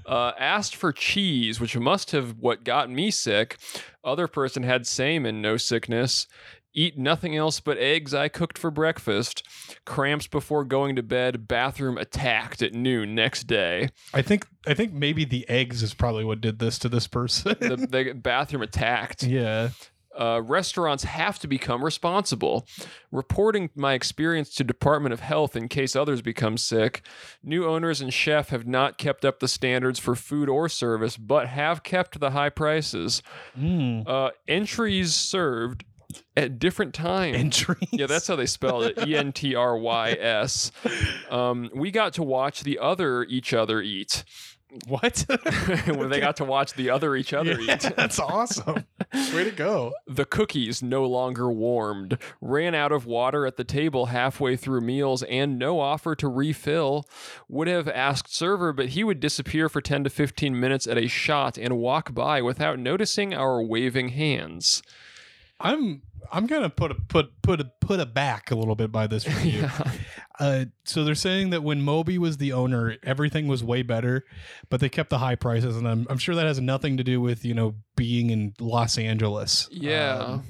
Speaker 2: uh, asked for cheese, which must have what got me sick. Other person had same and no sickness. Eat nothing else but eggs I cooked for breakfast. Cramps before going to bed. Bathroom attacked at noon next day.
Speaker 1: I think I think maybe the eggs is probably what did this to this person. <laughs>
Speaker 2: The, the bathroom attacked.
Speaker 1: yeah.
Speaker 2: Uh, restaurants have to become responsible. Reporting my experience to Department of Health in case others become sick. New owners and chef have not kept up the standards for food or service, but have kept the high prices.
Speaker 1: Mm.
Speaker 2: uh, entries served at different times.
Speaker 1: Entries.
Speaker 2: yeah, <laughs> that's how they spelled it. E N T R Y S. Um, we got to watch the other each other eat. <laughs>
Speaker 1: What?
Speaker 2: when they got to watch the other each other
Speaker 1: Yeah,
Speaker 2: eat.
Speaker 1: that's awesome. Way to go.
Speaker 2: The cookies no longer warmed, ran out of water at the table halfway through meals, and no offer to refill. Would have asked server, but he would disappear for 10 to 15 minutes at a shot and walk by without noticing our
Speaker 1: <laughs>
Speaker 2: waving hands. <laughs>
Speaker 1: I'm I'm gonna put a put put a put a back a little bit by this review. Uh, so they're saying that when Moby was the owner, everything was way better, but they kept the high prices, and I'm I'm sure that has nothing to do with you know being in Los Angeles.
Speaker 2: Yeah.
Speaker 1: Um,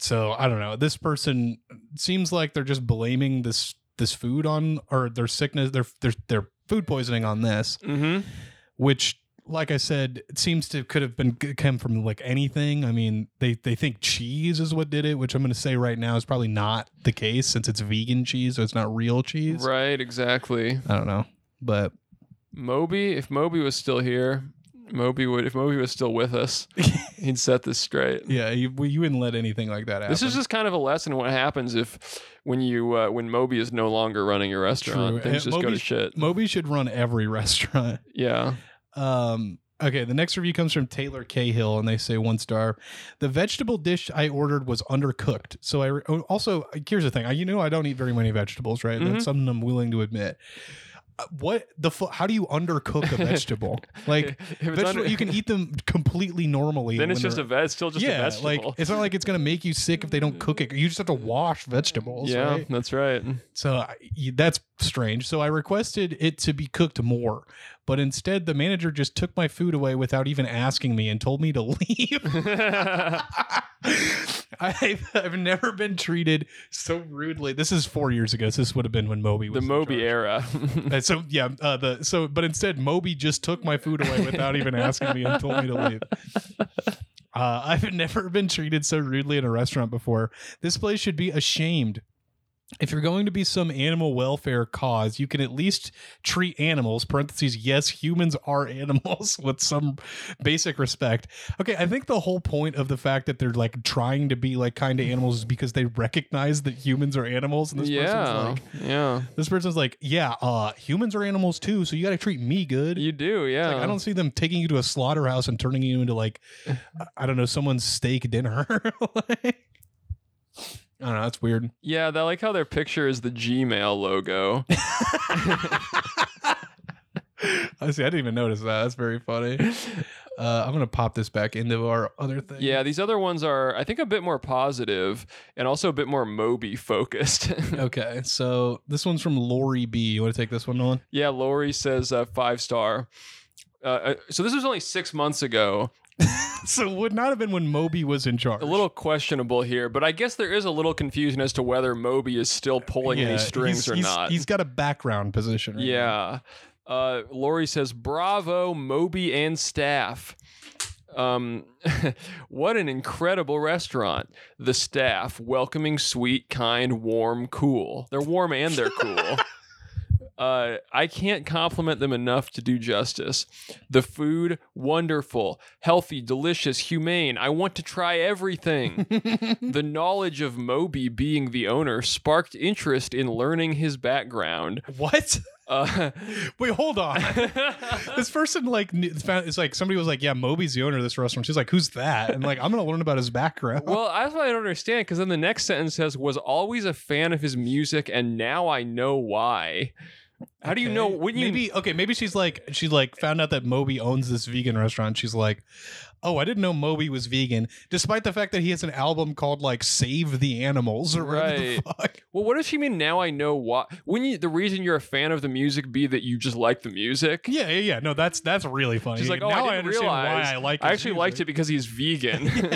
Speaker 1: so I don't know. This person seems like they're just blaming this this food on or their sickness, their their their food poisoning on this,
Speaker 2: mm-hmm.
Speaker 1: which. Like I said, it seems to could have been come from like anything. I mean, they they think cheese is what did it, which I'm going to say right now is probably not the case since it's vegan cheese, so it's not real cheese.
Speaker 2: Right, exactly.
Speaker 1: I don't know, but
Speaker 2: Moby, if Moby was still here, Moby would if Moby was still
Speaker 1: <laughs>
Speaker 2: with us, he'd set this straight.
Speaker 1: yeah, you, well, you wouldn't let anything like that happen.
Speaker 2: This is just kind of a lesson in what happens if when you uh, when Moby is no longer running your restaurant,
Speaker 1: True.
Speaker 2: things
Speaker 1: Uh,
Speaker 2: just go to
Speaker 1: Moby's-
Speaker 2: shit.
Speaker 1: Moby should run every <laughs> restaurant.
Speaker 2: Yeah.
Speaker 1: Um, okay, the next review comes from Taylor Cahill, and they say one star. The vegetable dish I ordered was undercooked, so I re- oh, also here's the thing. I, you know, I don't eat very many vegetables, right?
Speaker 2: Mhm.
Speaker 1: That's something I'm willing to admit. Uh, What the fu- how do you undercook a vegetable? like
Speaker 2: <laughs> If it's
Speaker 1: vegetable,
Speaker 2: under-
Speaker 1: you can eat them completely normally.
Speaker 2: <laughs> then it's
Speaker 1: when
Speaker 2: just a
Speaker 1: they're-
Speaker 2: ve- it's still just a
Speaker 1: yeah, like
Speaker 2: <laughs> vegetable.
Speaker 1: it's not like it's gonna make you sick if they don't cook it. You just have to wash vegetables.
Speaker 2: yeah,
Speaker 1: right? <laughs>
Speaker 2: that's right. <laughs>
Speaker 1: So I, y- that's strange. So I requested it to be cooked more, but instead the manager just took my food away without even asking me and told me to <laughs> leave. I've, I've never been treated so rudely. This is four years ago. So this would have been when Moby was
Speaker 2: the
Speaker 1: in
Speaker 2: Moby
Speaker 1: charge. <laughs>
Speaker 2: era.
Speaker 1: Uh, so yeah, uh, the so but instead Moby just took my food away without even asking me and told me to leave. Uh, I've never been treated so rudely in a restaurant before. This place should be ashamed. If you're going to be some animal welfare cause, you can at least treat animals (parentheses yes, humans are <laughs> animals) with some basic respect. Okay, I think the whole point of the fact that they're like trying to be like kind to animals is because they recognize that humans are animals, and this person's
Speaker 2: <laughs> yeah.
Speaker 1: like,
Speaker 2: yeah.
Speaker 1: this person's like, yeah, uh, humans are animals too, so you got to treat me good.
Speaker 2: You do, yeah.
Speaker 1: Like, I don't see them taking you to a slaughterhouse and turning you into
Speaker 2: <laughs>
Speaker 1: like, I- I don't know, someone's steak dinner. <laughs> Like, I don't know. That's
Speaker 2: <laughs>
Speaker 1: weird.
Speaker 2: yeah, that like how their picture is the
Speaker 1: <laughs>
Speaker 2: Gmail logo.
Speaker 1: I see. I didn't even notice that. That's very funny. Uh, I'm gonna pop this back into our other thing.
Speaker 2: yeah, these other ones are I think a bit more positive and also a bit more Moby focused. <laughs>
Speaker 1: Okay. So this one's from Lori B. You want to take this one, Nolan?
Speaker 2: Yeah, Lori says uh, five star. Uh, Uh, so this was only six months ago.
Speaker 1: So it would not have been when Moby was in charge.
Speaker 2: A little questionable here, but I guess there is a little confusion as to whether Moby is still pulling any strings
Speaker 1: he's-
Speaker 2: or
Speaker 1: he's-
Speaker 2: not.
Speaker 1: He's got a background position. Right
Speaker 2: yeah. Uh, Lori says, "Bravo, Moby and staff." Um, <laughs> what an incredible restaurant! The staff welcoming, sweet, kind, warm, cool. They're warm and they're cool. Uh, I can't compliment them enough to do justice. The food, wonderful, healthy, delicious, humane. I want to try everything. the knowledge of Moby being the owner sparked interest in learning his background.
Speaker 1: now. What?
Speaker 2: Uh,
Speaker 1: Wait, hold
Speaker 2: <laughs>
Speaker 1: on. this person like knew, found it's like somebody was like, "Yeah, Moby's the owner of this restaurant." She's like, "Who's that?" And like, I'm gonna learn about his background.
Speaker 2: <laughs> well, that's what I don't understand because then the next sentence says, was always a fan of his music and now I know why. How do you know?
Speaker 1: Okay.
Speaker 2: Wouldn't you?
Speaker 1: maybe okay, maybe she's like she like found out that Moby owns this vegan restaurant. She's like, "Oh, I didn't know Moby was vegan," despite the fact that he has an album called like "Save the Animals" or whatever the
Speaker 2: Right.
Speaker 1: fuck.
Speaker 2: Well, what does she mean? Now I know why. Wouldn't you, the reason you're a fan of the music be that you just like the music?
Speaker 1: Yeah, yeah, yeah. No, that's that's really funny.
Speaker 2: She's like, oh,
Speaker 1: now
Speaker 2: I
Speaker 1: I,
Speaker 2: didn't
Speaker 1: understand
Speaker 2: realize.
Speaker 1: why I like.
Speaker 2: I
Speaker 1: his
Speaker 2: actually
Speaker 1: music."
Speaker 2: liked it because
Speaker 1: <laughs>
Speaker 2: he's vegan.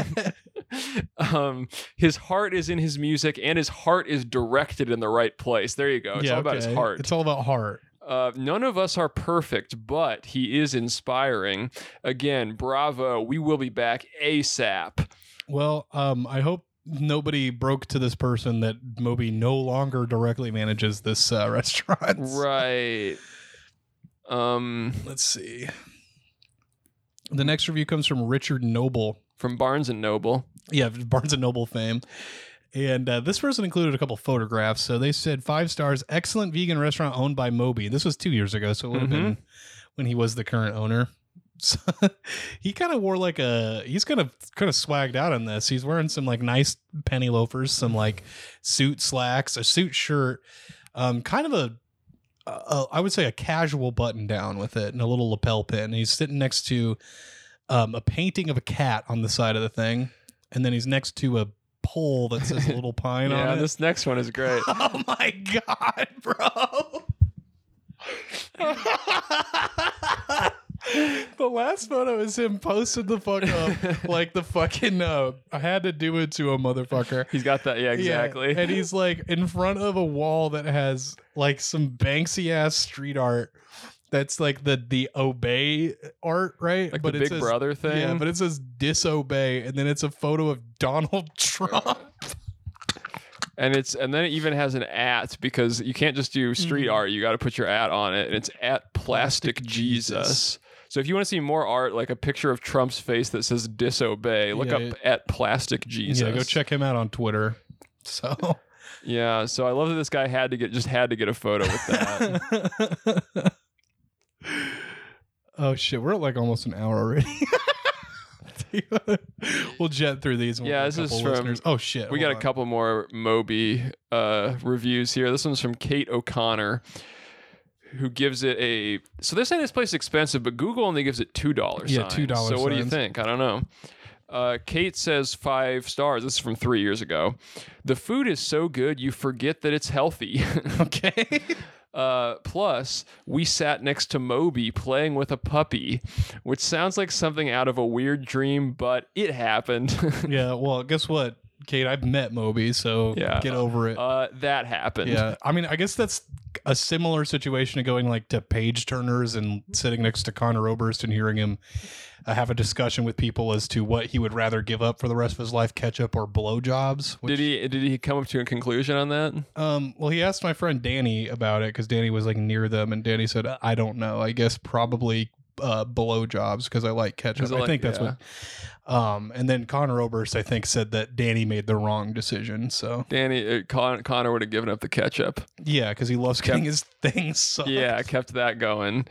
Speaker 2: <laughs> um, his heart is in his music, and his heart is directed in the right place. There you go. It's
Speaker 1: yeah,
Speaker 2: all about his
Speaker 1: okay.
Speaker 2: heart.
Speaker 1: It's all about heart.
Speaker 2: Uh, none of us are perfect, but he is inspiring. Again, bravo. We will be back ASAP.
Speaker 1: Well, um, I hope nobody broke to this person that Moby no longer directly manages this uh, <laughs> restaurant.
Speaker 2: Right. Um,
Speaker 1: Let's see. The next review comes from Richard Noble.
Speaker 2: from Barnes and Noble.
Speaker 1: Yeah, Barnes and Noble fame. And uh, this person included a couple photographs. So they said five stars, excellent vegan restaurant owned by Moby. This was two years ago, so it would have been when he was the current owner. <laughs> So he kind of wore like a he's kind of kind of swagged out on this. He's wearing some like nice penny loafers, some like suit slacks, a suit shirt, um, kind of a, a, a I would say a casual button down with it, and a little lapel pin. He's sitting next to um, a painting of a cat on the side of the thing, and then he's next to a pole that says
Speaker 2: <laughs>
Speaker 1: little pine
Speaker 2: yeah,
Speaker 1: on it.
Speaker 2: this next one is great.
Speaker 1: <laughs> Oh my god, bro. <laughs> the last photo is him posted the fuck
Speaker 2: <laughs>
Speaker 1: up like the fucking uh, I had to do it to a motherfucker.
Speaker 2: He's got that. Yeah, exactly.
Speaker 1: <laughs> Yeah, and he's like in front of a wall that has like some Banksy ass street art that's like the the obey art, right?
Speaker 2: <laughs> like the
Speaker 1: it
Speaker 2: Big
Speaker 1: says-
Speaker 2: Brother thing.
Speaker 1: Yeah, but it says disobey and then it's a photo of Donald <laughs> Trump.
Speaker 2: and it's and then it even has an at because you can't just do street art. You got to put your at on it, and it's at Plastic,
Speaker 1: Mm-hmm. Plastic
Speaker 2: Jesus.
Speaker 1: Jesus.
Speaker 2: So if you want to see more art, like a picture of Trump's face that says "disobey," look
Speaker 1: Yeah,
Speaker 2: up
Speaker 1: it-
Speaker 2: at Plastic Jesus.
Speaker 1: Yeah, go check him out on Twitter. So <laughs>
Speaker 2: Yeah, so I love that this guy had to get just had to get a photo
Speaker 1: <laughs>
Speaker 2: with that.
Speaker 1: oh shit, we're at like almost an hour already. <laughs> we'll jet through these. and we'll
Speaker 2: Yeah,
Speaker 1: get a
Speaker 2: this is
Speaker 1: couple
Speaker 2: from-
Speaker 1: listeners. Oh shit,
Speaker 2: we
Speaker 1: hold
Speaker 2: got a
Speaker 1: on.
Speaker 2: couple more Moby uh, reviews here. This one's from Kate O'Connor, who gives it a. So they're saying this place is expensive, but Google only gives it two dollars.
Speaker 1: Yeah, $2
Speaker 2: So what do you
Speaker 1: signs.
Speaker 2: think? I don't know. Uh, Kate says five stars. This is from three years ago. The food is so good you forget that it's healthy. <laughs>
Speaker 1: <laughs> Okay.
Speaker 2: Uh, plus, we sat next to Moby playing with a puppy, which sounds like something out of a weird dream, but it happened. <laughs>
Speaker 1: yeah. Well, guess what, Kate? I've met Moby, so
Speaker 2: Yeah.
Speaker 1: get over it.
Speaker 2: uh, that happened.
Speaker 1: yeah. I mean, I guess that's a similar situation to going like to page turners and sitting next to Connor Oberst and hearing him uh, have a discussion with people as to what he would rather give up for the rest of his life: ketchup or blowjobs. which-
Speaker 2: Did he did he come up to a conclusion on that?
Speaker 1: Um, well, he asked my friend Danny about it because Danny was like near them, and Danny said, "I don't know. I guess probably uh, below jobs because I like ketchup.
Speaker 2: Is it
Speaker 1: I
Speaker 2: like-
Speaker 1: think that's what." Um, and then Connor Oberst, I think, said that Danny made the wrong decision. So
Speaker 2: Danny uh, Con- Connor would have given up
Speaker 1: <laughs>
Speaker 2: the ketchup.
Speaker 1: yeah, because he loves getting his things. <laughs> Sucked.
Speaker 2: Yeah, kept that going.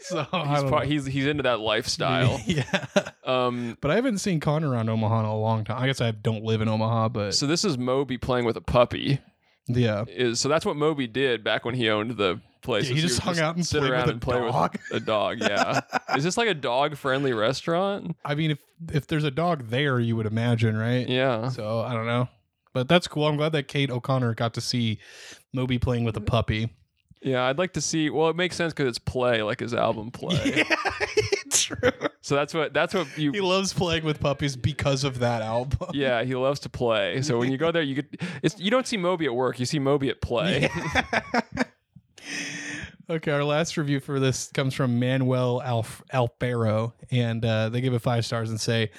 Speaker 1: so
Speaker 2: He's pro- he's he's into
Speaker 1: <laughs>
Speaker 2: that lifestyle.
Speaker 1: yeah.
Speaker 2: Um,
Speaker 1: But I haven't seen Connor around Omaha in a long time. I guess I don't live in Omaha, but
Speaker 2: so this is Moby playing with a puppy.
Speaker 1: yeah,
Speaker 2: Is so that's what Moby did back when he owned the place.
Speaker 1: Yeah, he
Speaker 2: is
Speaker 1: just
Speaker 2: would
Speaker 1: hung out and
Speaker 2: sit
Speaker 1: played
Speaker 2: around
Speaker 1: with a
Speaker 2: and play
Speaker 1: dog.
Speaker 2: with a dog.
Speaker 1: <laughs>
Speaker 2: Yeah, is this like a dog friendly restaurant?
Speaker 1: I mean, if if there's a dog there, you would imagine, right?
Speaker 2: Yeah,
Speaker 1: So I don't know. But that's cool. I'm glad that Kate O'Connor got to see Moby playing with a puppy.
Speaker 2: yeah. I'd like to see. Well, it makes sense because it's play, like
Speaker 1: <laughs>
Speaker 2: his album play.
Speaker 1: true.
Speaker 2: So that's what that's what you
Speaker 1: He loves playing with puppies because of that album.
Speaker 2: Yeah, he loves to play. So when you go there, you get it's, you don't see Moby at work. You see Moby at play.
Speaker 1: okay, our last review for this comes from Manuel Alf- Alfaro, and uh, they give it five stars and say,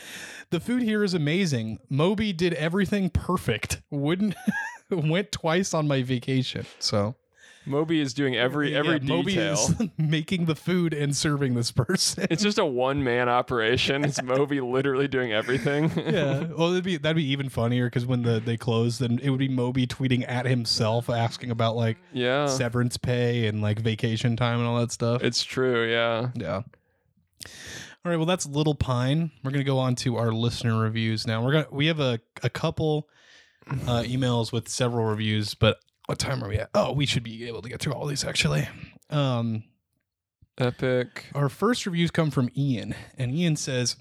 Speaker 1: "The food here is amazing. Moby did everything perfect. Wouldn't <laughs> went twice on my vacation. So
Speaker 2: Moby is doing every every
Speaker 1: Yeah,
Speaker 2: detail.
Speaker 1: Moby is <laughs> making the food and serving this
Speaker 2: <laughs>
Speaker 1: person.
Speaker 2: It's just a one man operation. It's Moby literally doing everything.
Speaker 1: <laughs> yeah. Well, that'd be that'd be even funnier because when the they close, then it would be Moby tweeting at himself asking about like
Speaker 2: <laughs> yeah,
Speaker 1: severance pay and like vacation time and all that stuff.
Speaker 2: it's true. Yeah,
Speaker 1: yeah. All right. Well, that's Little Pine. We're gonna go on to our listener reviews now. We're gonna we have a a couple uh, emails with several reviews, but what time are we at? Oh, we should be able to get through all these actually. Um,
Speaker 2: epic.
Speaker 1: our first reviews come from Ian, and Ian says,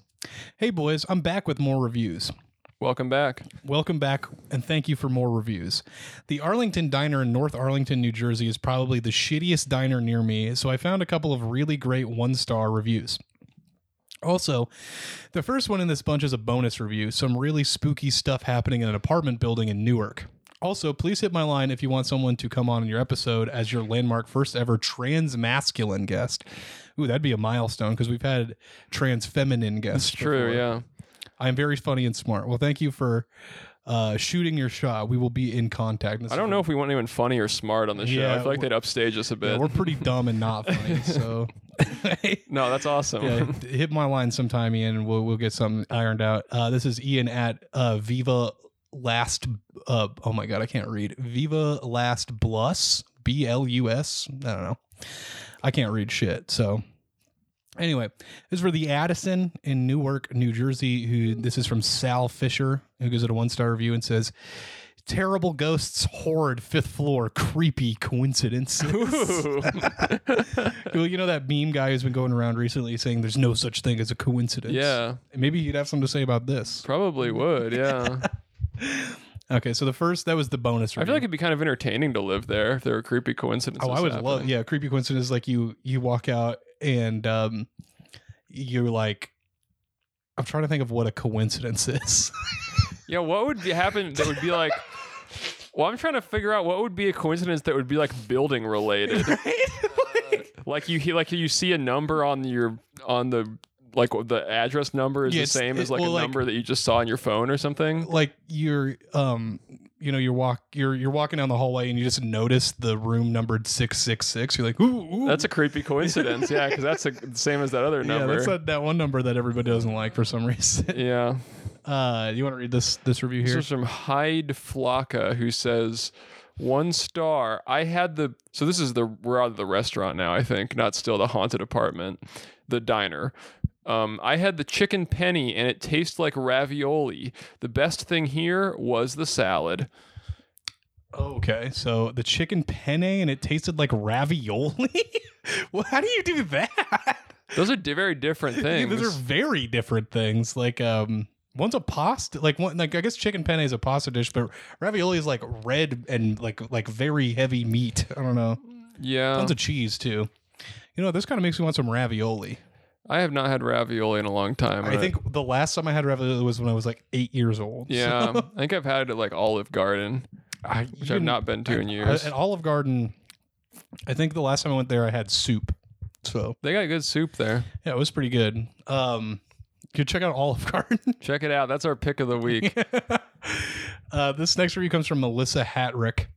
Speaker 1: "Hey boys, I'm back with more reviews."
Speaker 2: Welcome back.
Speaker 1: Welcome back and thank you for more reviews. The Arlington Diner in North Arlington, New Jersey is probably the shittiest diner near me, so I found a couple of really great one star reviews. Also, the first one in this bunch is a bonus review some really spooky stuff happening in an apartment building in Newark. Also, please hit my line if you want someone to come on in your episode as your landmark first ever trans masculine guest. Ooh, that'd be a milestone because we've had trans feminine guests.
Speaker 2: True.
Speaker 1: before.
Speaker 2: Yeah.
Speaker 1: I'm very funny and smart. Well, thank you for uh, shooting your shot. We will be in contact. This
Speaker 2: I
Speaker 1: is-
Speaker 2: don't know if we want anyone funny or smart on the show. I
Speaker 1: Yeah,
Speaker 2: feel like
Speaker 1: we're-
Speaker 2: they'd upstage us a
Speaker 1: Yeah,
Speaker 2: bit.
Speaker 1: we're pretty dumb and not funny,
Speaker 2: <laughs>
Speaker 1: so <laughs>
Speaker 2: no, that's awesome. <laughs>
Speaker 1: yeah, hit my line sometime, Ian. and We'll we'll get something ironed out. Uh, this is Ian at uh, Viva Last. Uh, oh my god, I can't read. Viva Last Blus B L U S. I don't know. I can't read shit. So Anyway, this is for the Addison in Newark, New Jersey. Who this is from Sal Fisher, who gives it a one star review and says, "Terrible ghosts, horrid fifth floor, creepy coincidences." <laughs>
Speaker 2: <laughs> Ooh.
Speaker 1: well, you know that meme guy who's been going around recently saying there's no such thing as a coincidence.
Speaker 2: yeah,
Speaker 1: maybe he'd have something to say about this.
Speaker 2: probably would. Yeah,
Speaker 1: Okay, so the first that was the bonus.
Speaker 2: I feel
Speaker 1: review.
Speaker 2: like it'd be kind of entertaining to live there if there were creepy coincidences.
Speaker 1: Oh, I would
Speaker 2: happening.
Speaker 1: love. Yeah, creepy coincidence. Like you, you walk out and um, you're like, I'm trying to think of what a coincidence <laughs> is.
Speaker 2: Yeah, what would be happen that would
Speaker 1: <laughs>
Speaker 2: be like Well, I'm trying to figure out what would be a coincidence that would be like
Speaker 1: <laughs>
Speaker 2: building related. <laughs> like you he- like you see a number on your on the like the address number is
Speaker 1: Yeah,
Speaker 2: the
Speaker 1: it's-
Speaker 2: same
Speaker 1: it-
Speaker 2: as like
Speaker 1: well,
Speaker 2: a
Speaker 1: like-
Speaker 2: number that you just saw on your phone or something.
Speaker 1: like you're, um, you know, you're walk, you're you're walking down the hallway and you just notice the room numbered six six six. You're like, ooh, ooh.
Speaker 2: That's a creepy coincidence, yeah, because that's the same as that
Speaker 1: <laughs>
Speaker 2: other
Speaker 1: yeah,
Speaker 2: number.
Speaker 1: that's that, that one number that everybody doesn't like for some <laughs> reason.
Speaker 2: yeah.
Speaker 1: Uh, you want to read this this review
Speaker 2: This
Speaker 1: here?
Speaker 2: is from Hyde Flocka, who says, one star. I had the so this is the we're out of the restaurant now. I think not still the haunted apartment, the diner. Um, I had the chicken penny and it tastes like ravioli. The best thing here was the salad.
Speaker 1: Okay, so the chicken penne and it tasted like ravioli. <laughs> well, how do you do that? <laughs>
Speaker 2: Those are di- very different
Speaker 1: Yeah,
Speaker 2: things.
Speaker 1: those are very different things. Like um, one's a pasta, like one, like I guess chicken penne is a pasta dish, but ravioli is like red and like like very heavy meat. I don't know.
Speaker 2: yeah,
Speaker 1: Tons of cheese too. You know, this kind of makes me want some ravioli.
Speaker 2: I have not had ravioli in a long time.
Speaker 1: I
Speaker 2: and
Speaker 1: think the last time I had ravioli was when I was like eight years old.
Speaker 2: yeah, I think I've had it at like Olive Garden,
Speaker 1: I,
Speaker 2: which I've not been to in years.
Speaker 1: at Olive Garden, I think the last time I went there, I had soup. So
Speaker 2: they got good soup there.
Speaker 1: yeah, it was pretty good. Um, you check out Olive <laughs> Garden.
Speaker 2: Check it out. That's our pick of
Speaker 1: <laughs>
Speaker 2: the week.
Speaker 1: uh, this next review comes from Melissa Hatrick,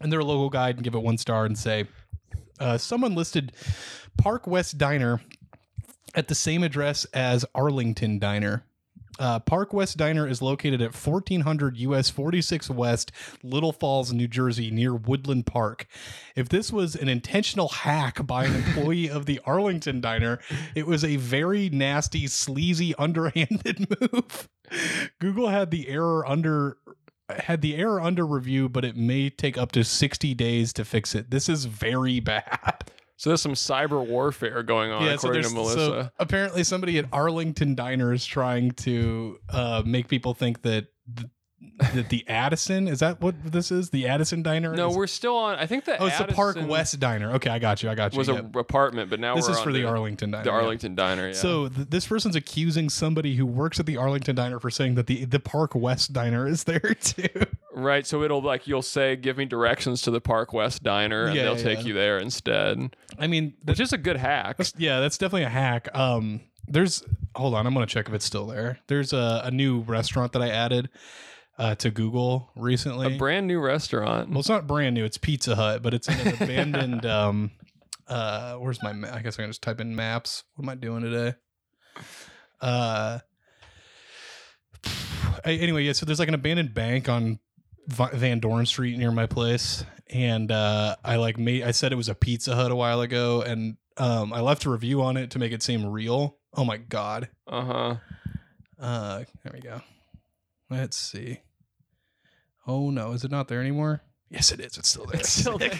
Speaker 1: and they're a local guide and give it one star and say, uh, someone listed Park West Diner at the same address as Arlington Diner. Uh, Park West Diner is located at 1400 US 46 West, Little Falls, New Jersey, near Woodland Park. If this was an intentional hack by an employee of the Arlington Diner, it was a very nasty, sleazy, <laughs> underhanded move. Google had the error under had the error under review, but it may take up to 60 days to fix it. This is very bad.
Speaker 2: <laughs> So there's some cyber warfare going on, Oh, according to
Speaker 1: there's-
Speaker 2: Melissa.
Speaker 1: apparently, somebody at Arlington Diner is trying to uh, make people think that th- that the Addison is that what this is? The Addison Diner?
Speaker 2: no,
Speaker 1: is?
Speaker 2: we're still on. I think the
Speaker 1: oh, it's the Park
Speaker 2: Addison
Speaker 1: West Diner. Okay, I got you. I got you.
Speaker 2: was
Speaker 1: yeah.
Speaker 2: an apartment, but now
Speaker 1: This
Speaker 2: we're
Speaker 1: is
Speaker 2: on
Speaker 1: for the Arlington Diner.
Speaker 2: the
Speaker 1: yeah.
Speaker 2: Arlington Diner. Yeah.
Speaker 1: So th- this person's accusing somebody who works at the Arlington Diner for saying that the the Park West Diner is there <laughs> too.
Speaker 2: right, so it'll like you'll say, "Give me directions to the Park West Diner," and
Speaker 1: Yeah,
Speaker 2: they'll
Speaker 1: yeah,
Speaker 2: take
Speaker 1: yeah.
Speaker 2: you there instead,
Speaker 1: I mean,
Speaker 2: which is a good hack.
Speaker 1: That's- yeah, that's definitely a hack. Um, there's hold on, I'm gonna check if it's still there. There's a, a new restaurant that I added uh, to Google
Speaker 2: A
Speaker 1: recently.
Speaker 2: brand new restaurant.
Speaker 1: well, it's not brand new. It's Pizza Hut, but it's in an abandoned. um, uh, where's my? Ma- I guess I can just type in maps. What am I doing today? Uh, a- anyway, yeah. So there's like an abandoned bank on Va- Van Dorn Street near my place, and uh, I like made. I said it was a Pizza Hut a while ago, and um, I left a review on it to make it seem real. Oh my god.
Speaker 2: Uh huh.
Speaker 1: Uh, there we go. Let's see. Oh no, is it not there anymore? Yes, it is. It's still there.
Speaker 2: It's
Speaker 1: <laughs>
Speaker 2: still there.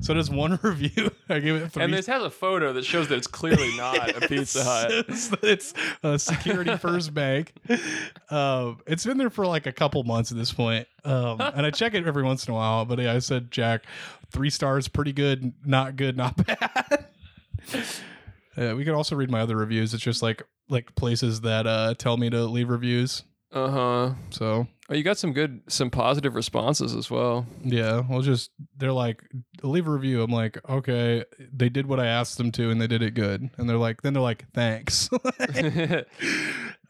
Speaker 1: so there's one <laughs> review. I gave it three.
Speaker 2: And this has a photo that shows that
Speaker 1: <laughs>
Speaker 2: it's clearly not a Pizza Hut.
Speaker 1: it's, it's a security first bank. Um, it's been there for like a couple months at this point. Um, and I check it every once in a while. But yeah, I said, Jack, three stars, pretty good, not good, not <laughs> bad. Uh, we could also read my other reviews. It's just like like places that uh, tell me to leave reviews.
Speaker 2: Uh huh.
Speaker 1: So
Speaker 2: Oh, you got some good, some positive responses
Speaker 1: <laughs>
Speaker 2: as well. <laughs>
Speaker 1: yeah, we'll just they're like leave a review. I'm like, okay, they did what I asked them to, and they did it good. And they're like, then they're like, thanks. <laughs>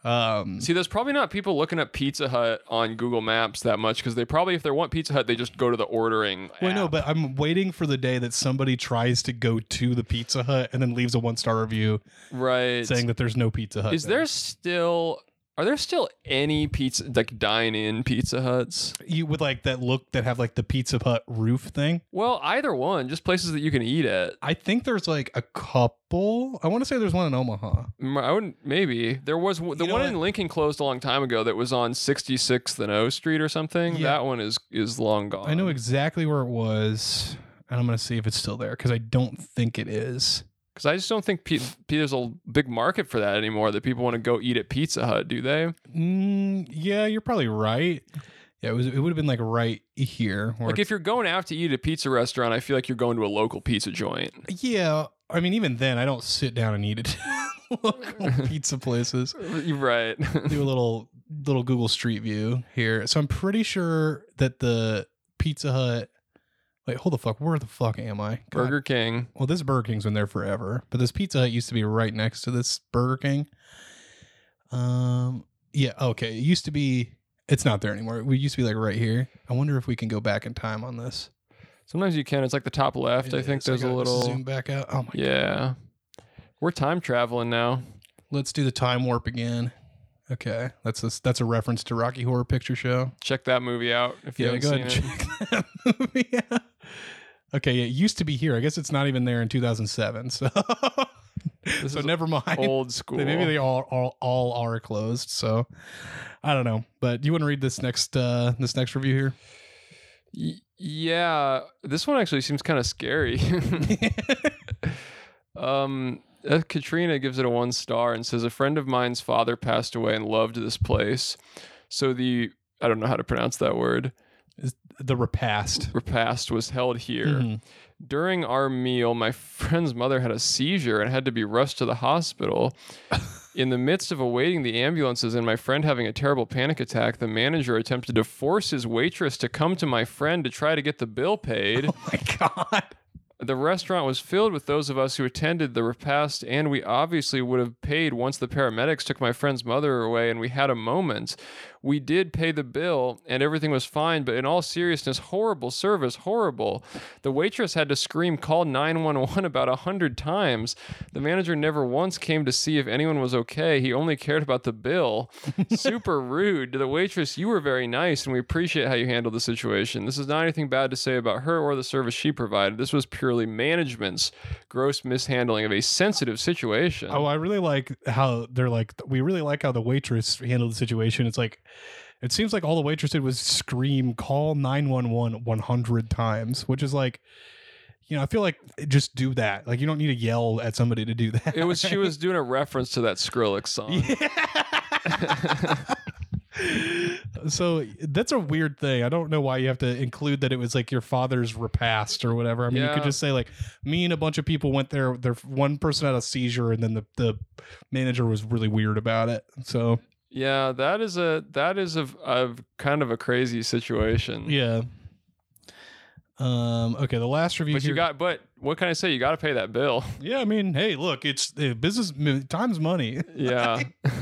Speaker 1: um,
Speaker 2: See, there's probably not people looking up Pizza Hut on Google Maps that much because they probably, if they want Pizza Hut, they just go to the ordering.
Speaker 1: well, no,
Speaker 2: app.
Speaker 1: but I'm waiting for the day that somebody tries to go to the Pizza Hut and then leaves a one star review
Speaker 2: right.
Speaker 1: saying that there's no Pizza Hut.
Speaker 2: Is there still? Are there still any pizza like dine in Pizza Huts?
Speaker 1: You would like that look that have like the Pizza Hut roof thing.
Speaker 2: Well, either one, just places that you can eat at.
Speaker 1: I think there's like a couple. I want to say there's one in Omaha.
Speaker 2: M- I would maybe there was w- the
Speaker 1: You know
Speaker 2: one
Speaker 1: what?
Speaker 2: in Lincoln closed a long time ago that was on 66th and O Street or something.
Speaker 1: Yeah.
Speaker 2: That one is is long gone.
Speaker 1: I know exactly where it was, and I'm gonna see if it's still there because I don't think it is.
Speaker 2: because I just don't think pi- there's a big market for that anymore. That people want to go eat at Pizza Hut, do they?
Speaker 1: Mm, yeah, you're probably right. Yeah, it was. It would have been like right here. where
Speaker 2: Like if you're going out to eat at a pizza restaurant, I feel like you're going to a local pizza joint.
Speaker 1: it's- yeah, I mean, even then, I don't sit down and eat it. <laughs> Local pizza places.
Speaker 2: You're <laughs> right.
Speaker 1: Do a little little Google Street View here. So I'm pretty sure that the Pizza Hut. Wait, hold the fuck. Where the fuck am I? God.
Speaker 2: Burger King.
Speaker 1: Well, this Burger King's been there forever, but this Pizza Hut used to be right next to this Burger King. Um, yeah, okay. It used to be. It's not there anymore. We used to be like right here. I wonder if we can go back in time on this.
Speaker 2: Sometimes you can. It's like the top left. I think
Speaker 1: So
Speaker 2: there's a
Speaker 1: gotta
Speaker 2: little.
Speaker 1: zoom back out. Oh my!
Speaker 2: Yeah. We're time traveling now.
Speaker 1: Let's do the time warp again. Okay, that's a, that's a reference to Rocky Horror Picture Show.
Speaker 2: Check that movie out if you
Speaker 1: Yeah,
Speaker 2: haven't
Speaker 1: go ahead and
Speaker 2: seen
Speaker 1: <laughs>
Speaker 2: it.
Speaker 1: check that movie out. Okay, yeah, it used to be here. I guess it's not even there in 2007. So, <laughs>
Speaker 2: This
Speaker 1: so
Speaker 2: is
Speaker 1: never mind.
Speaker 2: Old school.
Speaker 1: They- Maybe they all, all all are closed. So I don't know. But you want to read this next uh this next review here?
Speaker 2: Y- yeah. This one actually seems kind of scary. <laughs> Um, uh, Katrina gives it a one star and says a friend of mine's father passed away and loved this place. So the I don't know how to pronounce that word.
Speaker 1: <laughs> the repast.
Speaker 2: Repast was held here.
Speaker 1: Mhm.
Speaker 2: During our meal, my <laughs> friend's mother had a seizure and had to be rushed to the hospital. In the midst of awaiting the ambulances and my friend having a terrible panic attack, the manager attempted to force his waitress to come to my friend to try to get the bill paid.
Speaker 1: Oh <laughs> my god.
Speaker 2: The restaurant was filled with those of us who attended the repast, and we obviously would have paid once the paramedics took my friend's mother away and we had a moment. We did pay the bill, and everything was fine, but in all seriousness, horrible service, horrible. The waitress had to scream, call 911 about a hundred times. The manager never once came to see if anyone was okay. He only cared about
Speaker 1: <laughs>
Speaker 2: the bill. Super rude. To the waitress, you were very nice, and we appreciate how you handled the situation. This is not anything bad to say about her or the service she provided. This was purely management's gross mishandling of a sensitive situation.
Speaker 1: <laughs> Oh, I really like how they're like we really like how the waitress handled the situation. It's like it seems like all the waitress did was scream call 911 100 times, which is like you know, I feel like just do that. Like you don't need to yell at somebody to do that.
Speaker 2: It was she was doing a reference to that Skrillex song.
Speaker 1: <laughs> so that's a weird thing. I don't know why you have to include that it was like your father's repast or whatever. I mean, you
Speaker 2: Yeah.
Speaker 1: could just say like me and a bunch of people went there. There one person had a seizure, and then the the manager was really weird about it. So
Speaker 2: Yeah, that is a that is a, a kind of a crazy situation.
Speaker 1: yeah. Um. Okay. The last review.
Speaker 2: But you
Speaker 1: here-
Speaker 2: got but what can I say? You got to pay
Speaker 1: <laughs>
Speaker 2: that bill.
Speaker 1: Yeah. I mean, hey, look, it's uh, business. m- Time's money. <laughs>
Speaker 2: Yeah. <laughs>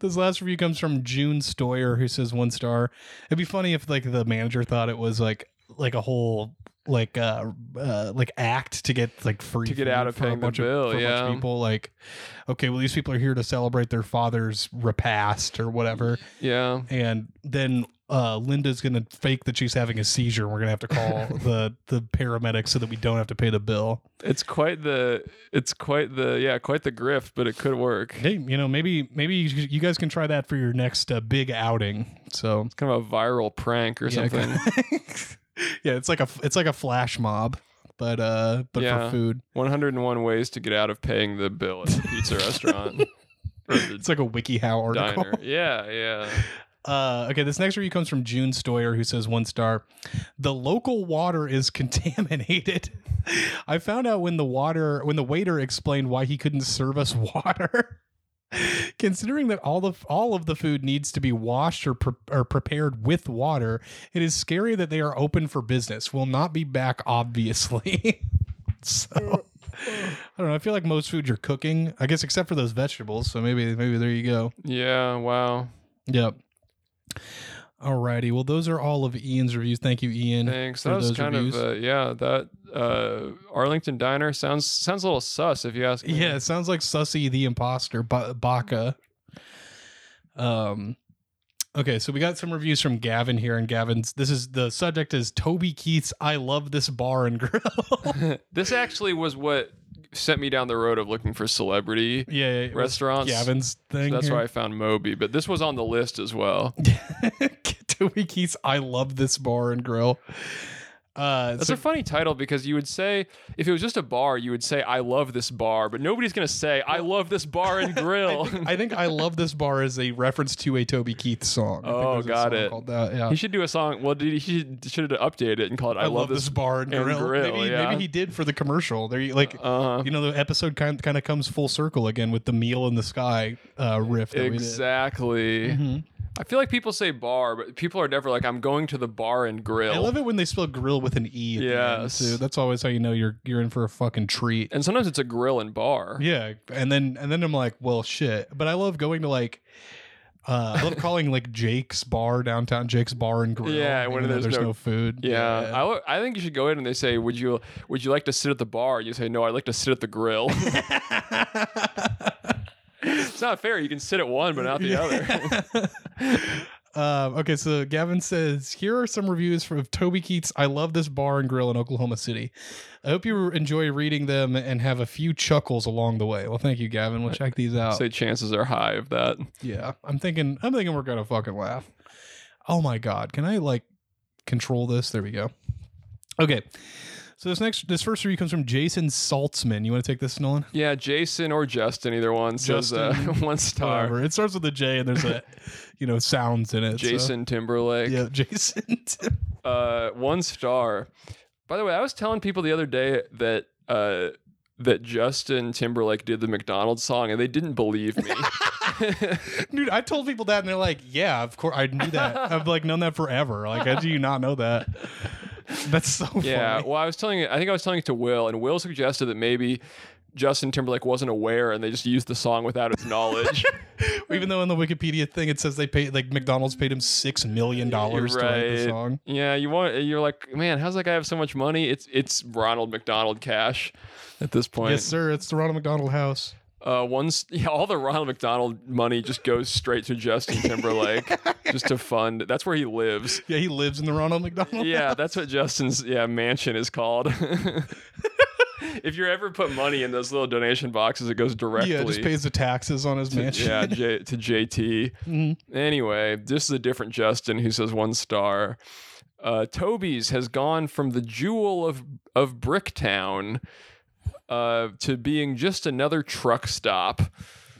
Speaker 1: This last review comes from June Stoyer, who says one star. It'd be funny if like the manager thought it was like like a whole like uh, uh like act to get like free
Speaker 2: To get
Speaker 1: food
Speaker 2: out of
Speaker 1: for a
Speaker 2: paying the
Speaker 1: bunch
Speaker 2: bill,
Speaker 1: of, for a bunch of
Speaker 2: yeah.
Speaker 1: people like okay well these people are here to celebrate their father's repast or whatever
Speaker 2: yeah.
Speaker 1: and then uh Linda's gonna fake that she's having a seizure and we're gonna have to
Speaker 2: <laughs>
Speaker 1: call the the paramedics so that we don't have to pay the bill
Speaker 2: It's quite the it's quite the yeah, quite the grift, but it could work.
Speaker 1: hey you know maybe maybe you you guys can try that for your next uh, big outing so
Speaker 2: It's kind of a viral prank or
Speaker 1: Yeah,
Speaker 2: something.
Speaker 1: <laughs>
Speaker 2: <laughs>
Speaker 1: yeah, it's like a it's like a flash mob, but uh, but for
Speaker 2: Yeah.
Speaker 1: food,
Speaker 2: 101 ways to get out of paying the bill at a
Speaker 1: <laughs>
Speaker 2: pizza restaurant. Or the
Speaker 1: it's like a WikiHow article.
Speaker 2: diner. Yeah, yeah.
Speaker 1: Uh, okay, this next review comes from June Stoyer, who says one star. The local water is <laughs> contaminated. I found out when the water when the waiter explained why he couldn't serve us <laughs> water. Considering that all of all of the food needs to be washed or, pre- or prepared with water, it is scary that they are open for business. Will not be back, obviously. <laughs> so I don't know. I feel like most food you're cooking, I guess, except for those vegetables. So maybe maybe there you go.
Speaker 2: Yeah, wow.
Speaker 1: Yep. Alrighty. Well, those are all of Ian's reviews. Thank you, Ian.
Speaker 2: Thanks.
Speaker 1: for
Speaker 2: That was
Speaker 1: those
Speaker 2: kind
Speaker 1: reviews.
Speaker 2: of uh, yeah, that uh Arlington Diner sounds sounds a little sus if you ask me.
Speaker 1: Yeah, it sounds like Sussy the Imposter, ba- Baka. Um, okay, so we got some reviews from Gavin here, and Gavin's this is the subject is Toby Keith's "I love this bar and grill." <laughs>
Speaker 2: this actually was what sent me down the road of looking for celebrity
Speaker 1: yeah, yeah, it was
Speaker 2: restaurants.
Speaker 1: Gavin's
Speaker 2: So
Speaker 1: thing.
Speaker 2: that's
Speaker 1: here.
Speaker 2: where I found Moby, but this was on the list as well.
Speaker 1: <laughs> Toby Keith's "I love this bar and grill." Uh,
Speaker 2: That's
Speaker 1: so-
Speaker 2: a funny title because you would say if it was just a bar, you would say I love this bar, but nobody's gonna say I love this bar and
Speaker 1: <laughs>
Speaker 2: grill.
Speaker 1: I think, I think I love this bar is a reference to a Toby Keith song. I think
Speaker 2: Oh,
Speaker 1: there's a
Speaker 2: got
Speaker 1: song
Speaker 2: it.
Speaker 1: called that, yeah.
Speaker 2: <laughs> he should do a song. Well, did he should, should have updated it and called it I,
Speaker 1: I, love this bar and
Speaker 2: and
Speaker 1: grill.
Speaker 2: grill,
Speaker 1: maybe,
Speaker 2: yeah.
Speaker 1: maybe he did for the commercial. There, you- like
Speaker 2: Uh,
Speaker 1: you know, the episode kind kind of comes full circle again with the meal in the sky uh, riff. That
Speaker 2: exactly.
Speaker 1: We did. Mhm.
Speaker 2: I feel like people say bar, but people are never like I'm going to the bar and grill.
Speaker 1: I love it when they spell grill with an e. At the end,
Speaker 2: Yes.
Speaker 1: too. that's always how you know you're you're in for a fucking treat.
Speaker 2: And sometimes it's a grill and bar.
Speaker 1: Yeah, and then and then I'm like, well, shit. But I love going to like. Uh, I love calling like Jake's Bar downtown, Jake's Bar and Grill.
Speaker 2: Yeah,
Speaker 1: even
Speaker 2: when
Speaker 1: though
Speaker 2: there's
Speaker 1: there's no,
Speaker 2: no-
Speaker 1: food.
Speaker 2: Yeah, I w- I, think you should go in and they say, "Would you would you like to sit at the bar?" You say, "No, I'd like to sit at the grill."
Speaker 1: <laughs>
Speaker 2: it's not fair. You can sit at one, but not the other.
Speaker 1: um, okay, so Gavin says, here are some reviews from Toby Keats. I love this bar and grill in Oklahoma City. I hope you enjoy reading them and have a few chuckles along the way. Well, thank you, Gavin. We'll check these out.
Speaker 2: Say chances are high
Speaker 1: <laughs>
Speaker 2: of that.
Speaker 1: yeah, I'm thinking, I'm thinking we're gonna fucking laugh. Oh my god, can I like control this? There we go. Okay, so this next, this first review comes from Jason Saltzman. You want to take this, Nolan?
Speaker 2: Yeah, Jason or Justin, either one says uh,
Speaker 1: Justin,
Speaker 2: <laughs> one star.
Speaker 1: Whatever. It starts with a J and there's a, you know, sounds in it. so-
Speaker 2: Jason Timberlake,
Speaker 1: Yeah, <laughs> Jason.
Speaker 2: uh, one star. By the way, I was telling people the other day that uh, that Justin Timberlake did the McDonald's song, and they didn't believe
Speaker 1: <laughs>
Speaker 2: me. <laughs>
Speaker 1: Dude, I told people that and they're like, yeah, of course I knew <laughs> that. I've like known that forever. Like, how do you not know that? That's so
Speaker 2: Yeah.
Speaker 1: funny.
Speaker 2: Well, I was telling, I think I was telling it to Will, and Will suggested that maybe Justin Timberlake wasn't aware, and they just used the song without
Speaker 1: <laughs>
Speaker 2: his knowledge.
Speaker 1: Even though in the Wikipedia thing it says they paid like McDonald's paid him six million dollars to write the
Speaker 2: right.
Speaker 1: song.
Speaker 2: yeah, you want, you're like, man, how's that guy have so much money? It's it's Ronald McDonald cash at this point.
Speaker 1: Yes, sir. It's the Ronald McDonald House.
Speaker 2: Uh, once, <laughs> yeah, all the Ronald McDonald money just goes straight to Justin
Speaker 1: <laughs>
Speaker 2: Timberlake, just to fund. That's where he lives.
Speaker 1: Yeah, he lives in the Ronald McDonald.
Speaker 2: Yeah, that's what Justin's yeah mansion is called. <laughs> if you ever put money in those little donation boxes, it goes
Speaker 1: House. <laughs>
Speaker 2: directly.
Speaker 1: yeah, just pays the taxes on his mansion. Mm-hmm.
Speaker 2: <laughs> Yeah, J- to JT. Anyway, this is a different Justin who says one star. Uh, Toby's has gone from the jewel of of Bricktown uh, to being just another truck stop.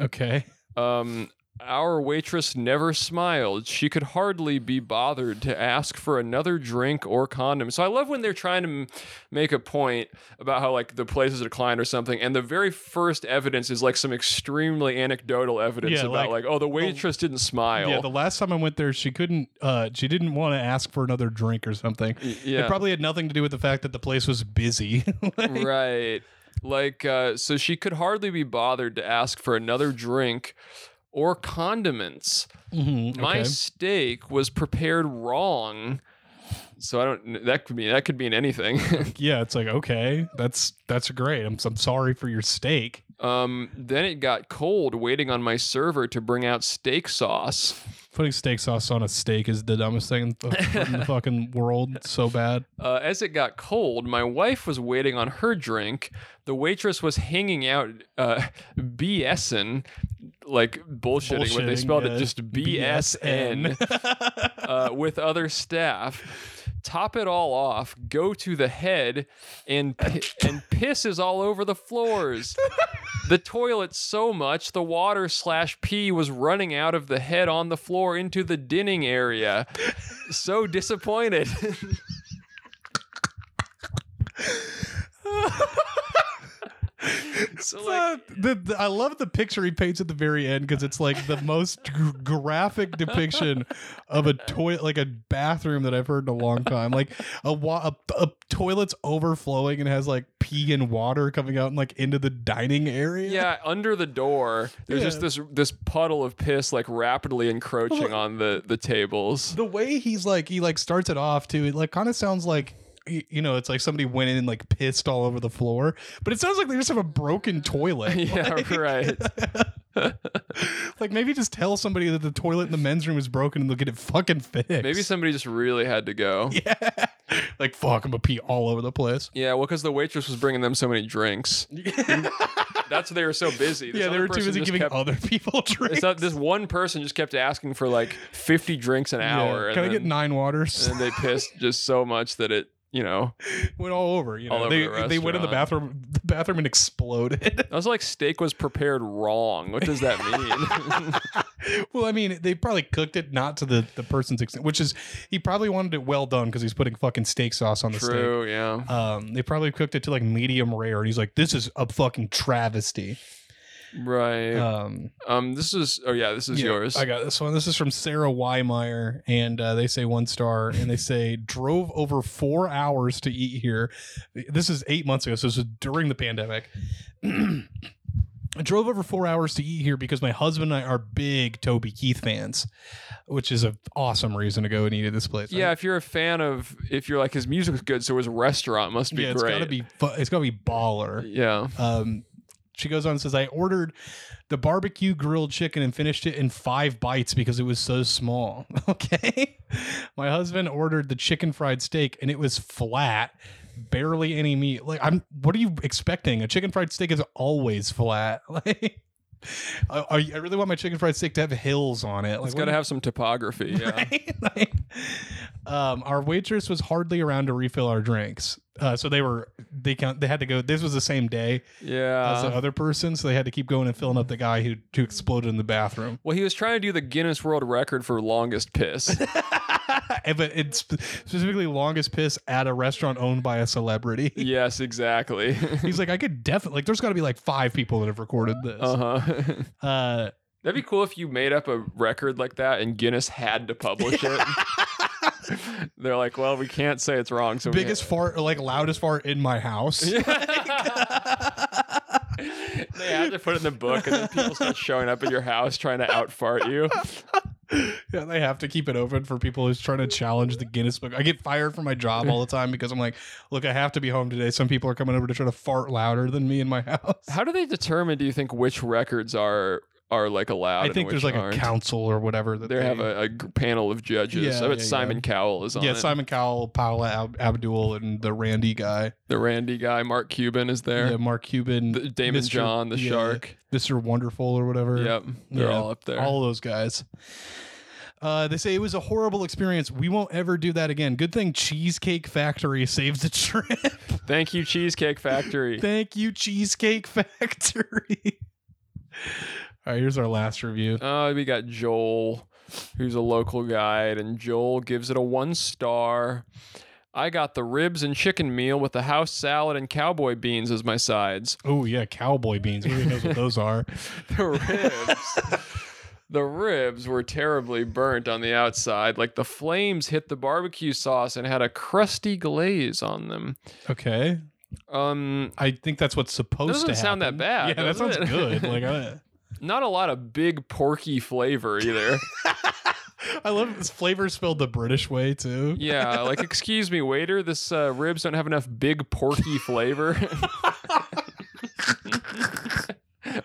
Speaker 1: Okay.
Speaker 2: Um, our waitress never smiled. She could hardly be bothered to ask for another drink or condom. So I love when they're trying to m- make a point about how like the place has declined or something, and the very first evidence is like some extremely anecdotal evidence
Speaker 1: Yeah,
Speaker 2: about
Speaker 1: like-
Speaker 2: like, oh, the waitress didn't smile.
Speaker 1: Yeah, the last time I went there, she couldn't. Uh, she didn't want to ask for another drink or something.
Speaker 2: yeah.
Speaker 1: It probably had nothing to do with the fact that the place was busy. <laughs> Like-
Speaker 2: right. Like, uh, so she could hardly be bothered to ask for another drink or condiments.
Speaker 1: Mhm,
Speaker 2: My
Speaker 1: okay.
Speaker 2: steak was prepared wrong. So I don't. That could mean that could mean anything. <laughs>
Speaker 1: yeah, it's like okay, that's that's great. I'm I'm sorry for your steak.
Speaker 2: um, then it got cold, waiting on my server to bring out steak sauce.
Speaker 1: Putting steak sauce on a steak is the dumbest thing in the,
Speaker 2: <laughs>
Speaker 1: in the fucking world. It's So bad.
Speaker 2: Uh, as it got cold, my wife was waiting on her drink. The waitress was hanging out, uh, BSing, like bullshitting, but they
Speaker 1: Bullshitting,
Speaker 2: spelled
Speaker 1: yeah.
Speaker 2: it just BSN. <laughs> uh, with other staff. Top it all off, go to the head, and pi- and piss is all over the floors. The toilet so much the water slash pee was running out of the head on the floor into the dinning area. So disappointed. <laughs> so like,
Speaker 1: The- the- I love the picture he paints at the very end because it's like the most gr graphic depiction of a toilet, like a bathroom that I've heard in a long time. Like a, wa- a, a toilet's overflowing and has like pee and water coming out and like into the dining area.
Speaker 2: yeah, under the door, there's
Speaker 1: Yeah.
Speaker 2: just this this puddle of piss like rapidly encroaching on the the tables. <laughs>
Speaker 1: the way he's like he like starts it off too it like kind of sounds like y- you know it's like somebody went in and like
Speaker 2: <laughs>
Speaker 1: pissed all over the floor but it sounds <laughs> like they just have a broken toilet
Speaker 2: yeah, right.
Speaker 1: like maybe just tell somebody that the toilet in the men's room is broken and they'll get it fucking fixed. <laughs>
Speaker 2: Maybe somebody just really had to go. Yeah,
Speaker 1: Yeah. Like fuck, I'm gonna pee all over the place.
Speaker 2: well, because the waitress was bringing them so many drinks. <laughs> That's why they were so busy. This
Speaker 1: yeah, they
Speaker 2: other
Speaker 1: were too
Speaker 2: person
Speaker 1: busy
Speaker 2: just
Speaker 1: giving <laughs>
Speaker 2: kept-
Speaker 1: other people drinks.
Speaker 2: It's not, this one person just kept asking for like 50 drinks an
Speaker 1: Yeah.
Speaker 2: hour.
Speaker 1: Can I
Speaker 2: and
Speaker 1: get
Speaker 2: then-
Speaker 1: nine waters?
Speaker 2: and then they pissed just so much that it, you know,
Speaker 1: <laughs> went all over. You know,
Speaker 2: All over
Speaker 1: they
Speaker 2: the
Speaker 1: they went in the
Speaker 2: restaurant.
Speaker 1: bathroom, the bathroom, and exploded.
Speaker 2: I was like, steak was prepared wrong. What does that
Speaker 1: <laughs>
Speaker 2: mean?
Speaker 1: well, I mean, they probably cooked it not to the the person's extent, which is he probably wanted it well done because he's putting fucking steak sauce on the steak.
Speaker 2: <laughs> True, yeah.
Speaker 1: Um, they probably cooked it to like medium rare, and he's like, "This is a fucking travesty."
Speaker 2: Right.
Speaker 1: Um,
Speaker 2: um, this is, oh yeah, this is
Speaker 1: yeah,
Speaker 2: yours.
Speaker 1: I got this one. This is from Sarah Weimeyer, and uh, they say one star, and they say drove over four hours to eat here. This is eight months ago, so this was during the pandemic. <clears throat> I drove over four hours to eat here because my husband and I are big Toby Keith fans, which is an awesome reason to go and eat at this place.
Speaker 2: yeah, if you're a fan of, if you're like his music's good, so his restaurant must be
Speaker 1: yeah, it's
Speaker 2: great.
Speaker 1: gotta be fu- it's gotta be baller.
Speaker 2: yeah,
Speaker 1: Um, she goes on and says, I ordered the barbecue grilled chicken and finished it in five bites because it was so small. <laughs> Okay. My husband ordered the chicken fried steak and it was flat, barely any meat. Like, I'm, what are you expecting? A chicken fried steak is always flat. <laughs> Like, I, I I really want my chicken fried steak to have hills on it. Like,
Speaker 2: it's
Speaker 1: what
Speaker 2: got to
Speaker 1: are
Speaker 2: have
Speaker 1: <laughs>
Speaker 2: some topography. Yeah.
Speaker 1: you- like, um, our waitress was hardly around to refill our drinks, uh, so they were they count they had to go. This was the same day,
Speaker 2: Yeah.
Speaker 1: as the other person, so they had to keep going and filling up the guy who who exploded in the bathroom. <laughs>
Speaker 2: well, he was trying to do the Guinness World Record for longest piss.
Speaker 1: And- but it's spe- specifically longest piss at a restaurant owned by a
Speaker 2: <laughs>
Speaker 1: celebrity.
Speaker 2: yes, exactly. <laughs>
Speaker 1: He's like, I could definitely like. There's got to be like five people that have recorded this.
Speaker 2: uh huh.
Speaker 1: Uh,
Speaker 2: <laughs> That'd be cool if you made up a record like that and Guinness had to
Speaker 1: <laughs>
Speaker 2: publish it. They're like, well, we can't say it's wrong. So we
Speaker 1: biggest fart, like loudest fart in my house.
Speaker 2: ha- they have to put it in the book, and then people start showing up at your house trying to outfart
Speaker 1: <laughs>
Speaker 2: you.
Speaker 1: <laughs> Yeah, they have to keep it open for people who's trying to challenge the Guinness Book. I get fired from my job all the time because I'm like, look, I have to be home today. Some people are coming over to try to fart louder than me in my <laughs> house.
Speaker 2: How do they determine? Do you think which records are are like allowed?
Speaker 1: I
Speaker 2: and
Speaker 1: think there's
Speaker 2: which
Speaker 1: like
Speaker 2: aren't?
Speaker 1: a council or whatever that
Speaker 2: They have a, a g- panel of judges.
Speaker 1: Yeah,
Speaker 2: I bet
Speaker 1: yeah,
Speaker 2: Simon Cowell is on
Speaker 1: yeah,
Speaker 2: it.
Speaker 1: Simon Cowell, Paula Ab- Abdul, and the Randy guy,
Speaker 2: the Randy guy, Mark Cuban is
Speaker 1: yeah,
Speaker 2: there.
Speaker 1: Mark Cuban,
Speaker 2: The, Damon
Speaker 1: Mr.
Speaker 2: John, the
Speaker 1: yeah,
Speaker 2: shark.
Speaker 1: Mister Wonderful, or whatever.
Speaker 2: Yep, they're
Speaker 1: Yeah.
Speaker 2: all up there.
Speaker 1: all those guys. Uh, they say it was a horrible experience. We won't ever do that again. Good thing Cheesecake Factory saved the
Speaker 2: <laughs>
Speaker 1: trip.
Speaker 2: Thank you, Cheesecake
Speaker 1: <laughs>
Speaker 2: Factory.
Speaker 1: Thank you, Cheesecake Factory. all right, here's our last review.
Speaker 2: Uh, we got Joel, who's a local guide, and Joel gives it a one star. I got the ribs and chicken meal with the house salad and cowboy beans as
Speaker 1: <laughs>
Speaker 2: my sides.
Speaker 1: Oh yeah, cowboy beans. Everybody knows what those
Speaker 2: <laughs>
Speaker 1: are.
Speaker 2: The ribs. <laughs> The ribs were terribly burnt on the outside, like the flames hit the barbecue sauce and had a crusty glaze on them.
Speaker 1: Okay,
Speaker 2: Um,
Speaker 1: I think that's what's supposed
Speaker 2: Doesn't
Speaker 1: to
Speaker 2: sound
Speaker 1: happen.
Speaker 2: that bad,
Speaker 1: Yeah, that
Speaker 2: does
Speaker 1: sounds
Speaker 2: it? <laughs>
Speaker 1: good. Like. I,
Speaker 2: not a lot of big porky flavor either.
Speaker 1: I love this flavor spelled the British way too.
Speaker 2: yeah, like excuse me, waiter, this uh, ribs don't have enough big porky flavor. <laughs>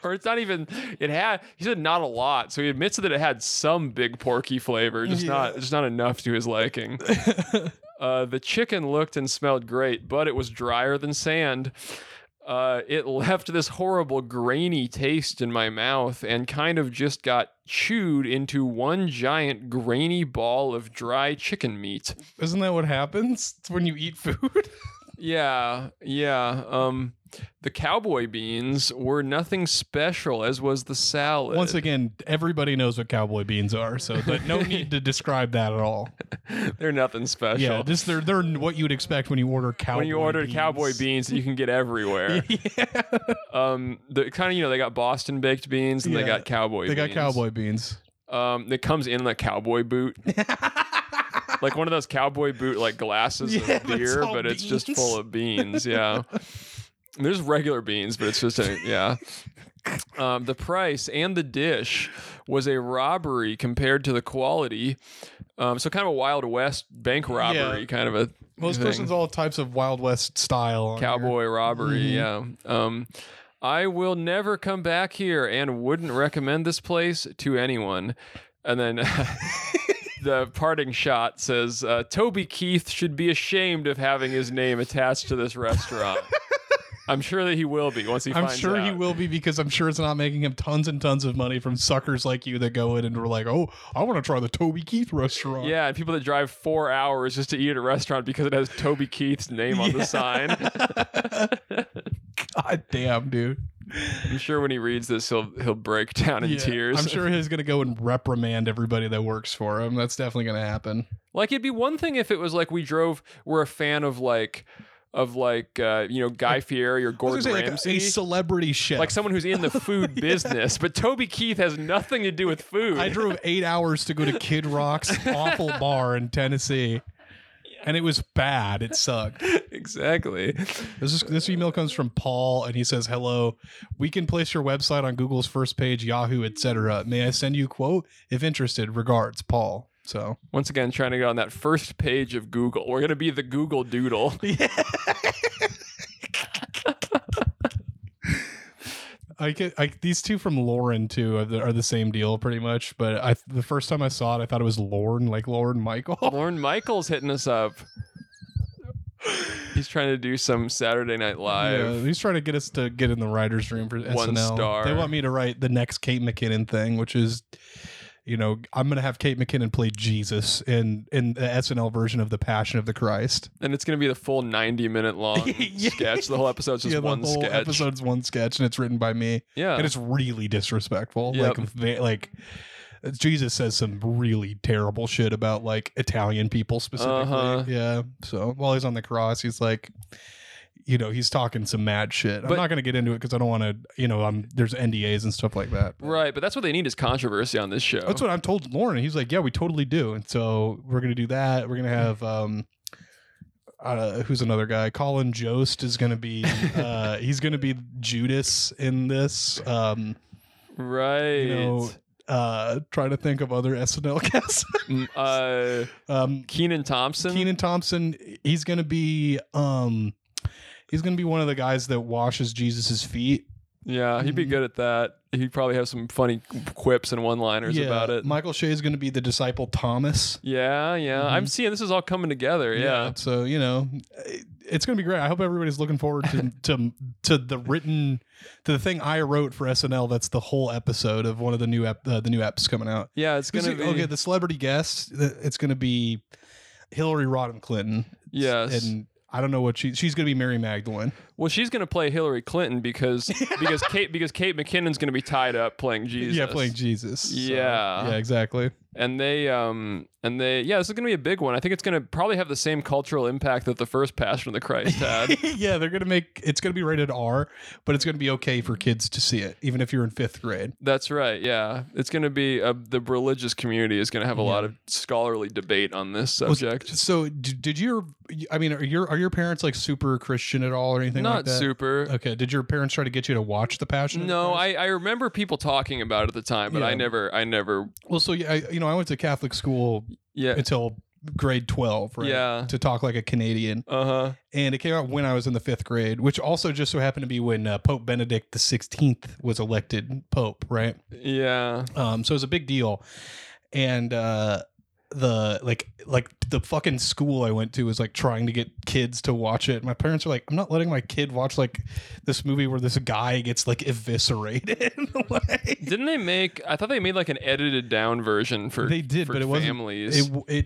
Speaker 2: or it's not even it had he said not a lot so he admits that it had some big porky flavor just
Speaker 1: Yeah.
Speaker 2: not just not enough to his liking uh, the chicken looked and smelled great but it was drier than sand uh, it left this horrible grainy taste in my mouth and kind of just got chewed into one giant grainy ball of dry chicken meat
Speaker 1: Isn't that what happens It's when you eat
Speaker 2: <laughs>
Speaker 1: food?
Speaker 2: yeah, yeah. Um, the cowboy beans were nothing special, as was the salad.
Speaker 1: Once again, everybody knows what cowboy beans are, so but no need to describe that at all.
Speaker 2: <laughs> they're nothing special.
Speaker 1: Yeah, just they're they're what you'd expect when you order cowboy.
Speaker 2: when you ordered
Speaker 1: beans.
Speaker 2: cowboy
Speaker 1: <laughs>
Speaker 2: beans, that you can get everywhere.
Speaker 1: yeah,
Speaker 2: Um, the kind of you know they got Boston baked beans and
Speaker 1: Yeah,
Speaker 2: they got cowboy.
Speaker 1: they got
Speaker 2: beans.
Speaker 1: cowboy beans.
Speaker 2: Um, it comes in a
Speaker 1: <laughs>
Speaker 2: cowboy boot, like one of those cowboy boot like glasses
Speaker 1: Yeah,
Speaker 2: of
Speaker 1: but it's
Speaker 2: beer,
Speaker 1: all
Speaker 2: but it's just full
Speaker 1: beans. <laughs>
Speaker 2: of beans. Yeah, there's regular beans, but it's just a yeah. Um, the price and the dish was a robbery compared to the quality. Um, so kind of a Wild West bank robbery,
Speaker 1: Yeah.
Speaker 2: kind of a
Speaker 1: Most
Speaker 2: thing.
Speaker 1: persons all types of Wild West style on Mm-hmm. here.
Speaker 2: cowboy robbery. Yeah. Um, I will never come back here and wouldn't recommend this place to anyone. And then <laughs> the parting shot says, uh, Toby Keith should be ashamed of having his name attached to
Speaker 1: <laughs>
Speaker 2: this restaurant. I'm sure that he will be once he
Speaker 1: I'm
Speaker 2: finds out.
Speaker 1: sure he will be because I'm sure it's not making him tons and tons of money from suckers like you that go in and are like, oh, I want to try the Toby Keith restaurant. <laughs>
Speaker 2: Yeah, and people that drive four hours just to eat at a restaurant because it has Toby Keith's name
Speaker 1: <laughs>
Speaker 2: on
Speaker 1: Yeah.
Speaker 2: the sign.
Speaker 1: God Ah, damn, dude.
Speaker 2: I'm sure when he reads this, he'll he'll break down in
Speaker 1: Yeah,
Speaker 2: tears.
Speaker 1: I'm sure he's going to go and reprimand everybody that works for him. That's definitely going to happen.
Speaker 2: Like it'd be one thing if it was like we drove. We're a fan of like, of like uh, you know Guy Fieri
Speaker 1: <laughs>
Speaker 2: or
Speaker 1: I
Speaker 2: Gordon
Speaker 1: was gonna say, like,
Speaker 2: Ramsay,
Speaker 1: a celebrity chef.
Speaker 2: like someone who's in
Speaker 1: <laughs>
Speaker 2: the food business. But Toby Keith has nothing to do with food.
Speaker 1: I
Speaker 2: <laughs>
Speaker 1: drove eight hours to go to Kid Rock's awful bar in Tennessee. And it was bad. It sucked.
Speaker 2: <laughs> exactly.
Speaker 1: This is, this email comes from Paul, and he says, "Hello, we can place your website on Google's first page, Yahoo, etc. May I send you a quote if interested? Regards, Paul." So
Speaker 2: Once again, trying to get on that first page of Google. We're gonna be the
Speaker 1: <laughs>
Speaker 2: Google Doodle.
Speaker 1: I get I, these two from Lauren too are the, are the same deal pretty much. But I the first time I saw it, I thought it was Lauren, like Lauren Michael. <laughs>
Speaker 2: Lauren Michaels hitting us up. He's trying to do some Saturday Night
Speaker 1: Yeah,
Speaker 2: Live.
Speaker 1: he's trying to get us to get in the writers' room for
Speaker 2: One
Speaker 1: SNL.
Speaker 2: star.
Speaker 1: They want me to write the next Kate McKinnon thing, which is, you know, I'm gonna have Kate McKinnon play Jesus in in the SNL version of the Passion of the Christ.
Speaker 2: And it's going to be the full 90 minute
Speaker 1: <laughs>
Speaker 2: long
Speaker 1: Yeah.
Speaker 2: sketch. The whole episode's just
Speaker 1: yeah,
Speaker 2: one
Speaker 1: the whole
Speaker 2: sketch.
Speaker 1: episode's one sketch, and it's written by me,
Speaker 2: Yeah.
Speaker 1: and it's really disrespectful.
Speaker 2: Yep.
Speaker 1: Like, ve- like Jesus says some really terrible shit about like Italian people specifically.
Speaker 2: Uh-huh.
Speaker 1: Yeah. So while he's on the cross, he's like, you know, he's talking some mad shit. I'm
Speaker 2: But-
Speaker 1: not gonna get into it because I don't want to. You know, I'm there's NDAs and stuff like that.
Speaker 2: Right, but that's what they need is controversy on this show.
Speaker 1: That's what I'm told Lauren. He's like, yeah, we totally do. And so we're gonna do that. We're gonna have um uh who's another guy? Colin Jost is gonna
Speaker 2: <laughs>
Speaker 1: be uh he's gonna be Judas in this. Um
Speaker 2: right.
Speaker 1: you know uh trying to think of other SNL <laughs> guests.
Speaker 2: Mm, uh,
Speaker 1: um
Speaker 2: Keenan Thompson.
Speaker 1: Keenan Thompson, he's gonna be um he's gonna be one of the guys that washes Jesus's feet.
Speaker 2: Yeah, he'd be
Speaker 1: Mhm.
Speaker 2: good at that. He'd probably have some funny quips and one liners about it.
Speaker 1: Michael Shea's gonna be the disciple Thomas.
Speaker 2: yeah, yeah. I'm
Speaker 1: Mm-hmm.
Speaker 2: seeing this is all coming together. Yeah.
Speaker 1: So you know, it- it's gonna be great. I hope everybody's looking forward
Speaker 2: <laughs>
Speaker 1: to to to the written to the thing I wrote for SNL. That's the whole episode of one of the new ep, uh, the new apps coming out.
Speaker 2: Yeah, it's going to be.
Speaker 1: okay. The celebrity guest. th- It's gonna be Hillary Rodham Clinton.
Speaker 2: Yes.
Speaker 1: and I don't know what she she's gonna be Mary Magdalene. <laughs>
Speaker 2: Well, she's going to play Hillary Clinton because because Kate because Kate McKinnon's going to be tied up playing Jesus.
Speaker 1: Yeah, playing Jesus. So,
Speaker 2: Yeah.
Speaker 1: yeah,
Speaker 2: <laughs>
Speaker 1: exactly.
Speaker 2: and they um and they yeah, this is going to be a big one. I think it's going to probably have the same cultural impact that the first Passion of the Christ had.
Speaker 1: <laughs> yeah, they're gonna make it's gonna be rated R, but it's gonna be okay for kids to see it, even if you're in fifth grade.
Speaker 2: That's right. Yeah, it's going to be uh the religious community is going to have a lot of scholarly debate on this
Speaker 1: Was-
Speaker 2: subject.
Speaker 1: So did, did your I mean are your are your parents like super Christian at all or anything like
Speaker 2: Not
Speaker 1: that?
Speaker 2: super.
Speaker 1: Okay, did your parents try to get you to watch The Passion? of the
Speaker 2: No,
Speaker 1: Christ?
Speaker 2: I, I remember people talking about it at the time, but I
Speaker 1: Yeah.
Speaker 2: never I never
Speaker 1: Well, so yeah, I, you know, I went to Catholic school
Speaker 2: yeah
Speaker 1: until grade 12, right?
Speaker 2: Yeah.
Speaker 1: To talk like a Canadian.
Speaker 2: uh huh
Speaker 1: And it came out when I was in the 5th grade, which also just so happened to be when uh, Pope Benedict the 16th was elected pope, right?
Speaker 2: yeah
Speaker 1: Um, so it was a big deal. And uh, the like like the fucking school I went to was like trying to get kids to watch it. My parents were like, I'm not letting my kid watch like this movie where this guy gets like eviscerated. <laughs> like,
Speaker 2: didn't they make I thought they made like an edited down version for
Speaker 1: they did,
Speaker 2: for
Speaker 1: but it wasn't
Speaker 2: families
Speaker 1: it it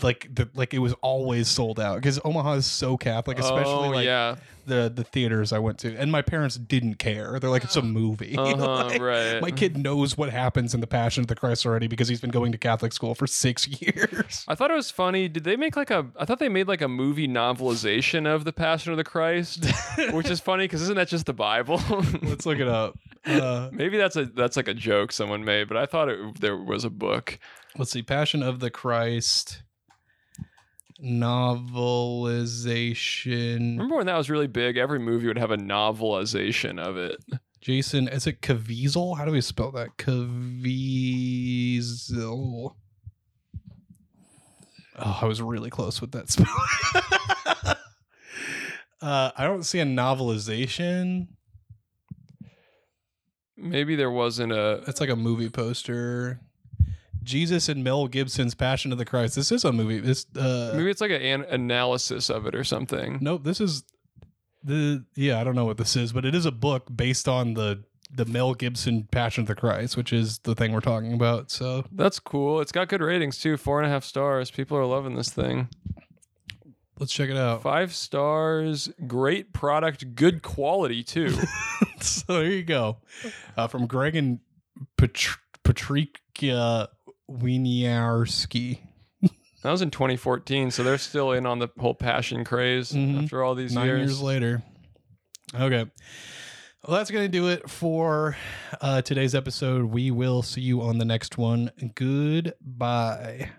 Speaker 1: like the like it was always sold out because Omaha is so Catholic, especially
Speaker 2: oh,
Speaker 1: like
Speaker 2: yeah
Speaker 1: the the theaters I went to. And my parents didn't care. They're like, it's a movie. <laughs>
Speaker 2: uh-huh,
Speaker 1: Like,
Speaker 2: right
Speaker 1: My kid knows what happens in the Passion of the Christ already because he's been going to Catholic school for six <laughs> years.
Speaker 2: I thought it was funny. Did they make like a? I thought they made like a movie novelization of the Passion of the Christ,
Speaker 1: <laughs>
Speaker 2: which is funny because isn't that just the Bible?
Speaker 1: Let's look it up. Uh,
Speaker 2: Maybe that's a that's like a joke someone made, but I thought it, there was a book.
Speaker 1: let's see, Passion of the Christ novelization.
Speaker 2: Remember when that was really big? Every movie would have a novelization of it.
Speaker 1: Jason, is it Caviezel? How do we spell that? Caviezel. Oh, I was really close with that <laughs> spell. uh, I don't see a novelization.
Speaker 2: Maybe there wasn't a.
Speaker 1: That's like a movie poster. Jesus and Mel Gibson's Passion of the Christ. This is a movie. This uh
Speaker 2: Maybe it's like an an analysis of it or something.
Speaker 1: nope, this is the yeah, I don't know what this is, but it is a book based on the the Mel Gibson Passion of the Christ, which is the thing we're talking about. So
Speaker 2: That's cool. It's got good ratings too. Four and a half stars. People are loving this thing.
Speaker 1: let's check it out.
Speaker 2: Five stars. Great product. Good
Speaker 1: <laughs>
Speaker 2: quality too.
Speaker 1: so there you go. Uh, from Greg and Patr- Patrick uh, Wieniarski.
Speaker 2: that was in 2014, so they're still in on the whole passion craze
Speaker 1: Mhm.
Speaker 2: after all these
Speaker 1: Nine years.
Speaker 2: years.
Speaker 1: later. Okay. Well, that's going to do it for uh, today's episode. We will see you on the next one. Goodbye.